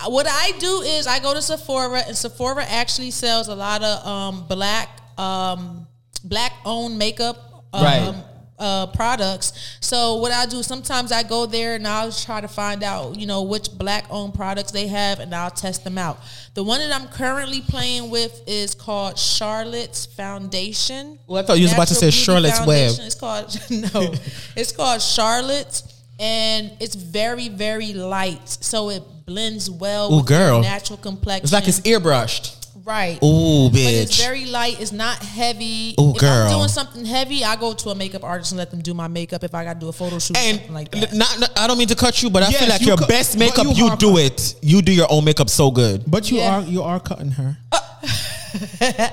Speaker 4: uh, what I do is I go to Sephora, and Sephora actually sells a lot of um, black um, black owned makeup. Um,
Speaker 2: Right.
Speaker 4: Uh, products. So what I do sometimes I go there and I'll try to find out you know which black owned products they have and I'll test them out. The one that I'm currently playing with is called Charlotte's Foundation.
Speaker 2: Well, I thought you was about to say
Speaker 4: Natural Beauty
Speaker 2: Charlotte's Web.
Speaker 4: Foundation. It's called no. it's called Charlotte's, and it's very very light, so it blends well
Speaker 2: Ooh,
Speaker 4: with your
Speaker 2: girl.
Speaker 4: natural complexion.
Speaker 2: It's like it's earbrushed.
Speaker 4: right.
Speaker 2: Ooh,
Speaker 4: But it's
Speaker 2: bitch.
Speaker 4: very light. It's not heavy.
Speaker 2: Ooh,
Speaker 4: if
Speaker 2: girl.
Speaker 4: I'm doing something heavy, I go to a makeup artist and let them do my makeup. If I got to do a photo shoot, or
Speaker 2: And
Speaker 4: something like
Speaker 2: n-
Speaker 4: that.
Speaker 2: not, not- I don't mean to cut you, but I
Speaker 3: Yes,
Speaker 2: feel like
Speaker 3: you
Speaker 2: your
Speaker 3: cut-
Speaker 2: best
Speaker 3: but
Speaker 2: makeup,
Speaker 3: you
Speaker 2: you,
Speaker 3: are
Speaker 2: do it. You do your own makeup so good,
Speaker 3: But you
Speaker 4: Yeah.
Speaker 3: are you are cutting her.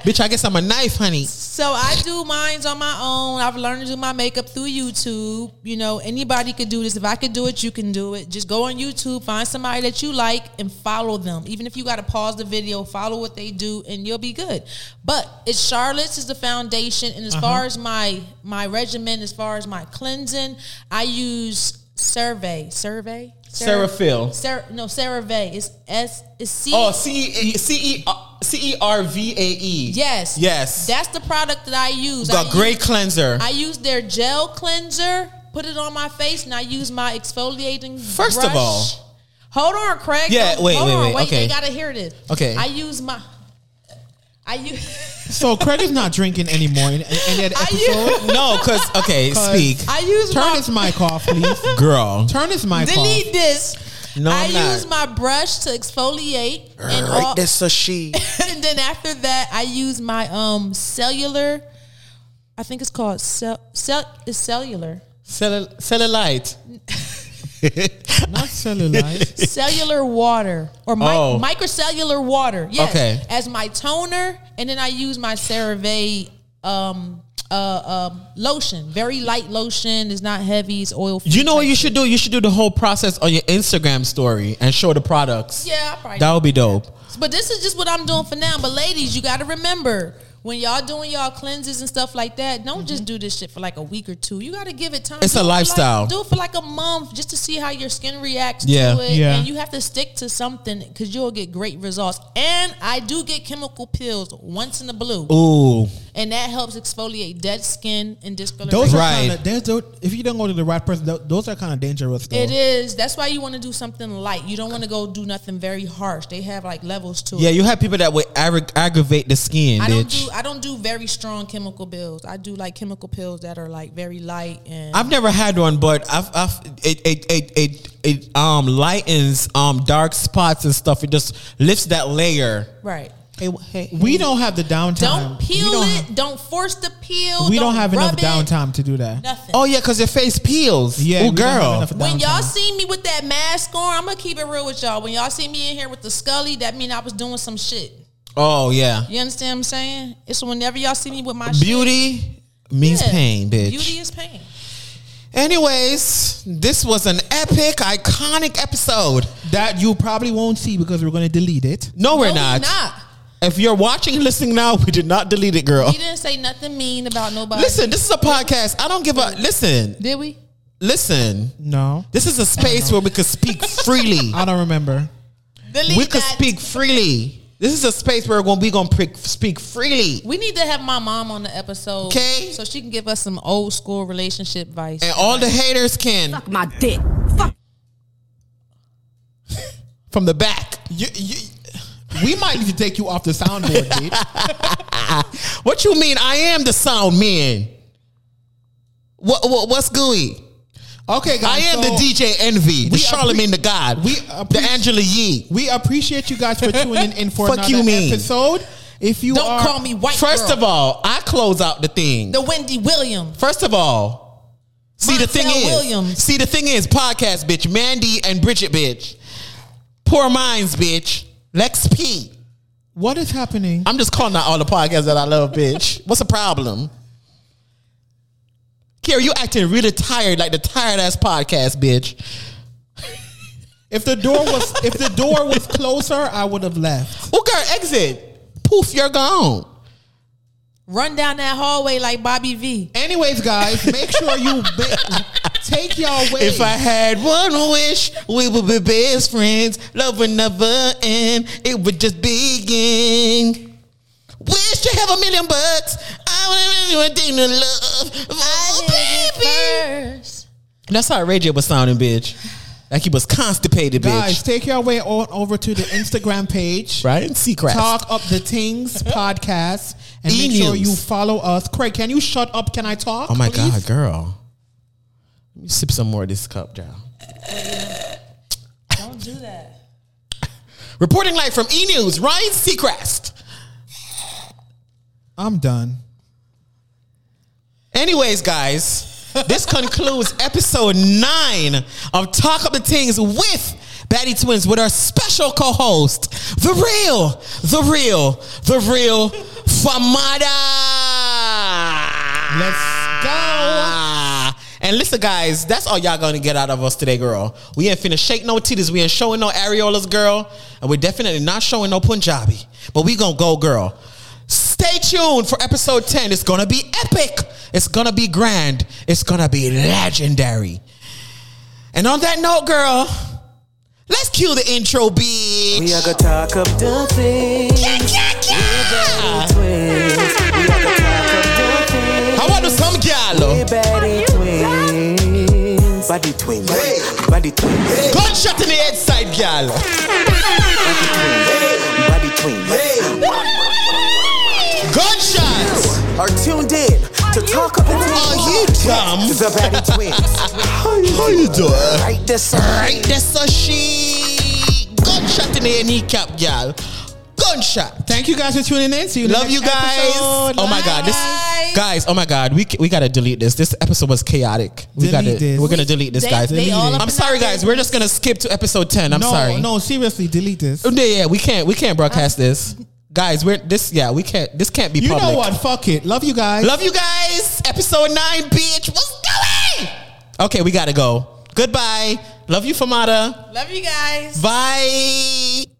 Speaker 2: bitch. I guess I'm a knife, honey.
Speaker 4: So I do mines on my own. I've learned to do my makeup through YouTube. You know, anybody could do this. If I could do it, you can do it. Just go on YouTube, find somebody that you like, and follow them. Even if you got to pause the video, follow what they do, and you'll be good. But it's Charlotte's is the foundation, and as
Speaker 2: Uh-huh.
Speaker 4: far as my my regimen, as far as my cleansing, I use Survey, Survey,
Speaker 2: Ceraphil.
Speaker 4: Sarah, no, Cerave. It's S. It's C.
Speaker 2: Oh, C C E C E R V A E.
Speaker 4: Yes.
Speaker 2: Yes.
Speaker 4: That's the product that I use. I
Speaker 2: Got
Speaker 4: use-
Speaker 2: great cleanser.
Speaker 4: I use their gel cleanser, put it on my face, and I use my exfoliating.
Speaker 2: First of
Speaker 4: brush.
Speaker 2: all-
Speaker 4: hold on, Craig.
Speaker 2: Yeah,
Speaker 4: Hold-
Speaker 2: wait,
Speaker 4: hold
Speaker 2: wait,
Speaker 4: on,
Speaker 2: wait, okay.
Speaker 4: They gotta hear this.
Speaker 2: Okay.
Speaker 4: I use my. I use.
Speaker 3: So Craig is not drinking anymore in, in any of the
Speaker 4: I
Speaker 3: episode.
Speaker 2: no, cause okay,
Speaker 3: 'Cause-
Speaker 2: speak,
Speaker 4: I use
Speaker 3: Turn
Speaker 4: my.
Speaker 3: this mic off, please.
Speaker 2: girl.
Speaker 3: Turn this mic off.
Speaker 4: delete this.
Speaker 2: No,
Speaker 4: I
Speaker 2: I'm not.
Speaker 4: use my brush to exfoliate, and, all,
Speaker 2: That's a she.
Speaker 4: and then after that, I use my um cellular. I think it's called cell. cell is cellular.
Speaker 3: Cellul- cellulite. Not cellulite.
Speaker 4: Cellular water or mi-
Speaker 3: Oh.
Speaker 4: microcellular water. Yes.
Speaker 3: Okay.
Speaker 4: As my toner, and then I use my CeraVe um, uh, um, lotion. Very light lotion. It's not heavy. It's oil free.
Speaker 2: You know what you should do? You should do the whole process on your Instagram story and show the products.
Speaker 4: Yeah, I probably
Speaker 2: That would be dope.
Speaker 4: But this is just what I'm doing for now. But ladies, you got to remember when y'all doing y'all cleanses and stuff like that, don't just do this shit for like a week or two. You got to give it time.
Speaker 2: It's
Speaker 4: Do
Speaker 2: a
Speaker 4: it for like-
Speaker 2: lifestyle.
Speaker 4: do it for like a month just to see how your skin reacts
Speaker 2: Yeah.
Speaker 4: to it.
Speaker 2: Yeah.
Speaker 4: And you have to stick to something because you'll get great results. And I do get chemical pills once in the blue.
Speaker 2: Ooh.
Speaker 4: And that helps exfoliate dead skin and discoloration.
Speaker 3: Those are kind of, there's tho- if you don't go to the right person, tho- those are kind of dangerous. Though.
Speaker 4: It is. That's why you want to do something light. You don't want to go do nothing very harsh. They have like levels to it.
Speaker 2: Yeah, you have people that would aggra- aggravate the skin,
Speaker 4: I don't
Speaker 2: bitch.
Speaker 4: do I don't do very strong chemical pills. I do like chemical pills that are like very light and
Speaker 2: I've never had one, but I've, I've it, it, it, it, it um lightens um dark spots and stuff. It just lifts that layer.
Speaker 4: right.
Speaker 3: We don't have the downtime.
Speaker 4: Don't peel
Speaker 3: we don't
Speaker 4: it.
Speaker 3: have-
Speaker 4: don't force the peel.
Speaker 3: we don't have enough
Speaker 4: rub it,
Speaker 3: downtime to do that.
Speaker 4: Nothing.
Speaker 2: Oh yeah, cause your face peels.
Speaker 3: Yeah,
Speaker 2: Ooh,
Speaker 3: we don't have
Speaker 2: girl.
Speaker 3: enough
Speaker 4: When y'all see me with that mask on, I'm gonna keep it real with y'all. When y'all see me in here with the scully, that mean I was doing some shit.
Speaker 2: Oh yeah.
Speaker 4: You understand what I'm saying? It's whenever y'all see me with my shit,
Speaker 2: Beauty means
Speaker 4: Yeah.
Speaker 2: pain, bitch.
Speaker 4: Beauty is pain.
Speaker 2: Anyways, this was an epic, iconic episode.
Speaker 3: That you probably won't see because we're going to delete it.
Speaker 2: No, we're
Speaker 4: No, we
Speaker 2: not.
Speaker 4: not.
Speaker 2: If you're watching and listening now, we did not delete it, girl.
Speaker 4: He didn't say nothing mean about nobody.
Speaker 2: Listen, this is a podcast. I don't give a listen.
Speaker 4: did we?
Speaker 2: Listen.
Speaker 3: No,
Speaker 2: This is a space where we could speak freely.
Speaker 3: I don't remember.
Speaker 4: Delete
Speaker 2: we could
Speaker 4: that.
Speaker 2: speak freely. This is a space where we're going to pre- speak freely.
Speaker 4: We need to have my mom on the episode,
Speaker 2: 'Kay.
Speaker 4: So she can give us some old school relationship advice.
Speaker 2: And all the haters can
Speaker 6: My dick.
Speaker 2: from the back.
Speaker 3: You, you, we might need to take you off the soundboard, bitch.
Speaker 2: What you mean? I am the sound man. What, what what's gooey?
Speaker 3: Okay, guys.
Speaker 2: I am
Speaker 3: so
Speaker 2: the DJ Envy, the
Speaker 3: we appre-
Speaker 2: Charlemagne the God,
Speaker 3: we
Speaker 2: the
Speaker 3: appreciate-
Speaker 2: Angela Yee.
Speaker 3: We appreciate you guys for tuning in for
Speaker 2: Fuck
Speaker 3: another
Speaker 2: you mean.
Speaker 3: episode. If you
Speaker 4: Don't
Speaker 3: are-
Speaker 4: call me white.
Speaker 2: First
Speaker 4: girl.
Speaker 2: of all, I close out the thing.
Speaker 4: the Wendy Williams.
Speaker 2: First of all, see the thing
Speaker 4: Montel
Speaker 2: is,
Speaker 4: Williams.
Speaker 2: see the thing is, podcast bitch, Mandy and Bridget bitch, poor minds bitch, Lex P.
Speaker 3: what is happening?
Speaker 2: I'm just calling out all the podcasts that I love, bitch. What's the problem? Kira, you acting really tired, like the tired ass podcast, bitch.
Speaker 3: If the door was if the door was closer, I would have left.
Speaker 2: Well, girl, exit. Poof, you're gone.
Speaker 4: Run down that hallway like Bobby V.
Speaker 3: Anyways, guys, make sure you ba- take y'all away.
Speaker 2: If I had one wish, we would be best friends. Love would never end. It would just begin. Wish to have a million bucks. I would do anything to love. Oh, baby.
Speaker 4: First.
Speaker 2: That's how Ray J was sounding, bitch. Like he was constipated,
Speaker 3: guys,
Speaker 2: bitch.
Speaker 3: take your way on over to the Instagram page.
Speaker 2: Right? Seacrest.
Speaker 3: Talk up the things podcast and make sure
Speaker 2: E-news.
Speaker 3: you follow us. Craig, can you shut up? Can I talk?
Speaker 2: Oh my God,
Speaker 3: please?
Speaker 2: girl. Let me sip some more of this cup, down.
Speaker 4: Don't do that.
Speaker 2: Reporting live from E! News, Ryan Seacrest.
Speaker 3: I'm done.
Speaker 2: Anyways, guys, this concludes episode nine of Talk Up the Things with Batty Twins with our special co-host, the real, the real, the real Famada.
Speaker 3: Let's
Speaker 2: go. And listen, guys, that's all y'all gonna get out of us today, girl. We ain't finna shake no titties. We ain't showing no areolas, girl. And we're definitely not showing no Punjabi. But we gonna go, girl. Stay tuned for episode 10. It's gonna be epic. It's gonna be grand. It's gonna be legendary. And on that note, girl, let's cue the intro, bitch.
Speaker 1: We are gonna talk up the things.
Speaker 2: I want to some
Speaker 1: We
Speaker 2: gallo.
Speaker 1: baddie twins. Body twins. Body twins.
Speaker 2: Gunshot in the head side, gallo.
Speaker 1: Body twins.
Speaker 2: Gunshots.
Speaker 1: Are tuned in to talk up the
Speaker 2: Are
Speaker 1: things.
Speaker 2: you dumb?
Speaker 1: The baddie twins.
Speaker 2: How you doing?
Speaker 1: Right this
Speaker 2: Right, that's a she. Gunshot in the head kneecap, gal. Go gunshot.
Speaker 3: Thank you guys for tuning in. See you in the
Speaker 2: Love
Speaker 3: next
Speaker 2: you guys.
Speaker 3: episode.
Speaker 2: Oh my god, this guys. Oh my god, we we gotta delete this. This episode was chaotic. We
Speaker 3: Delete
Speaker 2: gotta
Speaker 3: this.
Speaker 2: we're gonna delete this,
Speaker 3: They-
Speaker 2: guys.
Speaker 3: they all up
Speaker 2: I'm
Speaker 3: in
Speaker 2: sorry, guys. We're just gonna skip to episode ten. I'm
Speaker 3: no,
Speaker 2: sorry.
Speaker 3: No, seriously, delete this.
Speaker 2: Yeah, yeah, we can't we can't broadcast this, guys. We're this. Yeah, we can't. This can't be.
Speaker 3: You
Speaker 2: public.
Speaker 3: know what? Fuck it. Love you guys.
Speaker 2: Love you guys. Episode nine, bitch. What's going? Okay, we gotta go. Goodbye. Love you, Famada.
Speaker 4: Love you guys.
Speaker 2: Bye.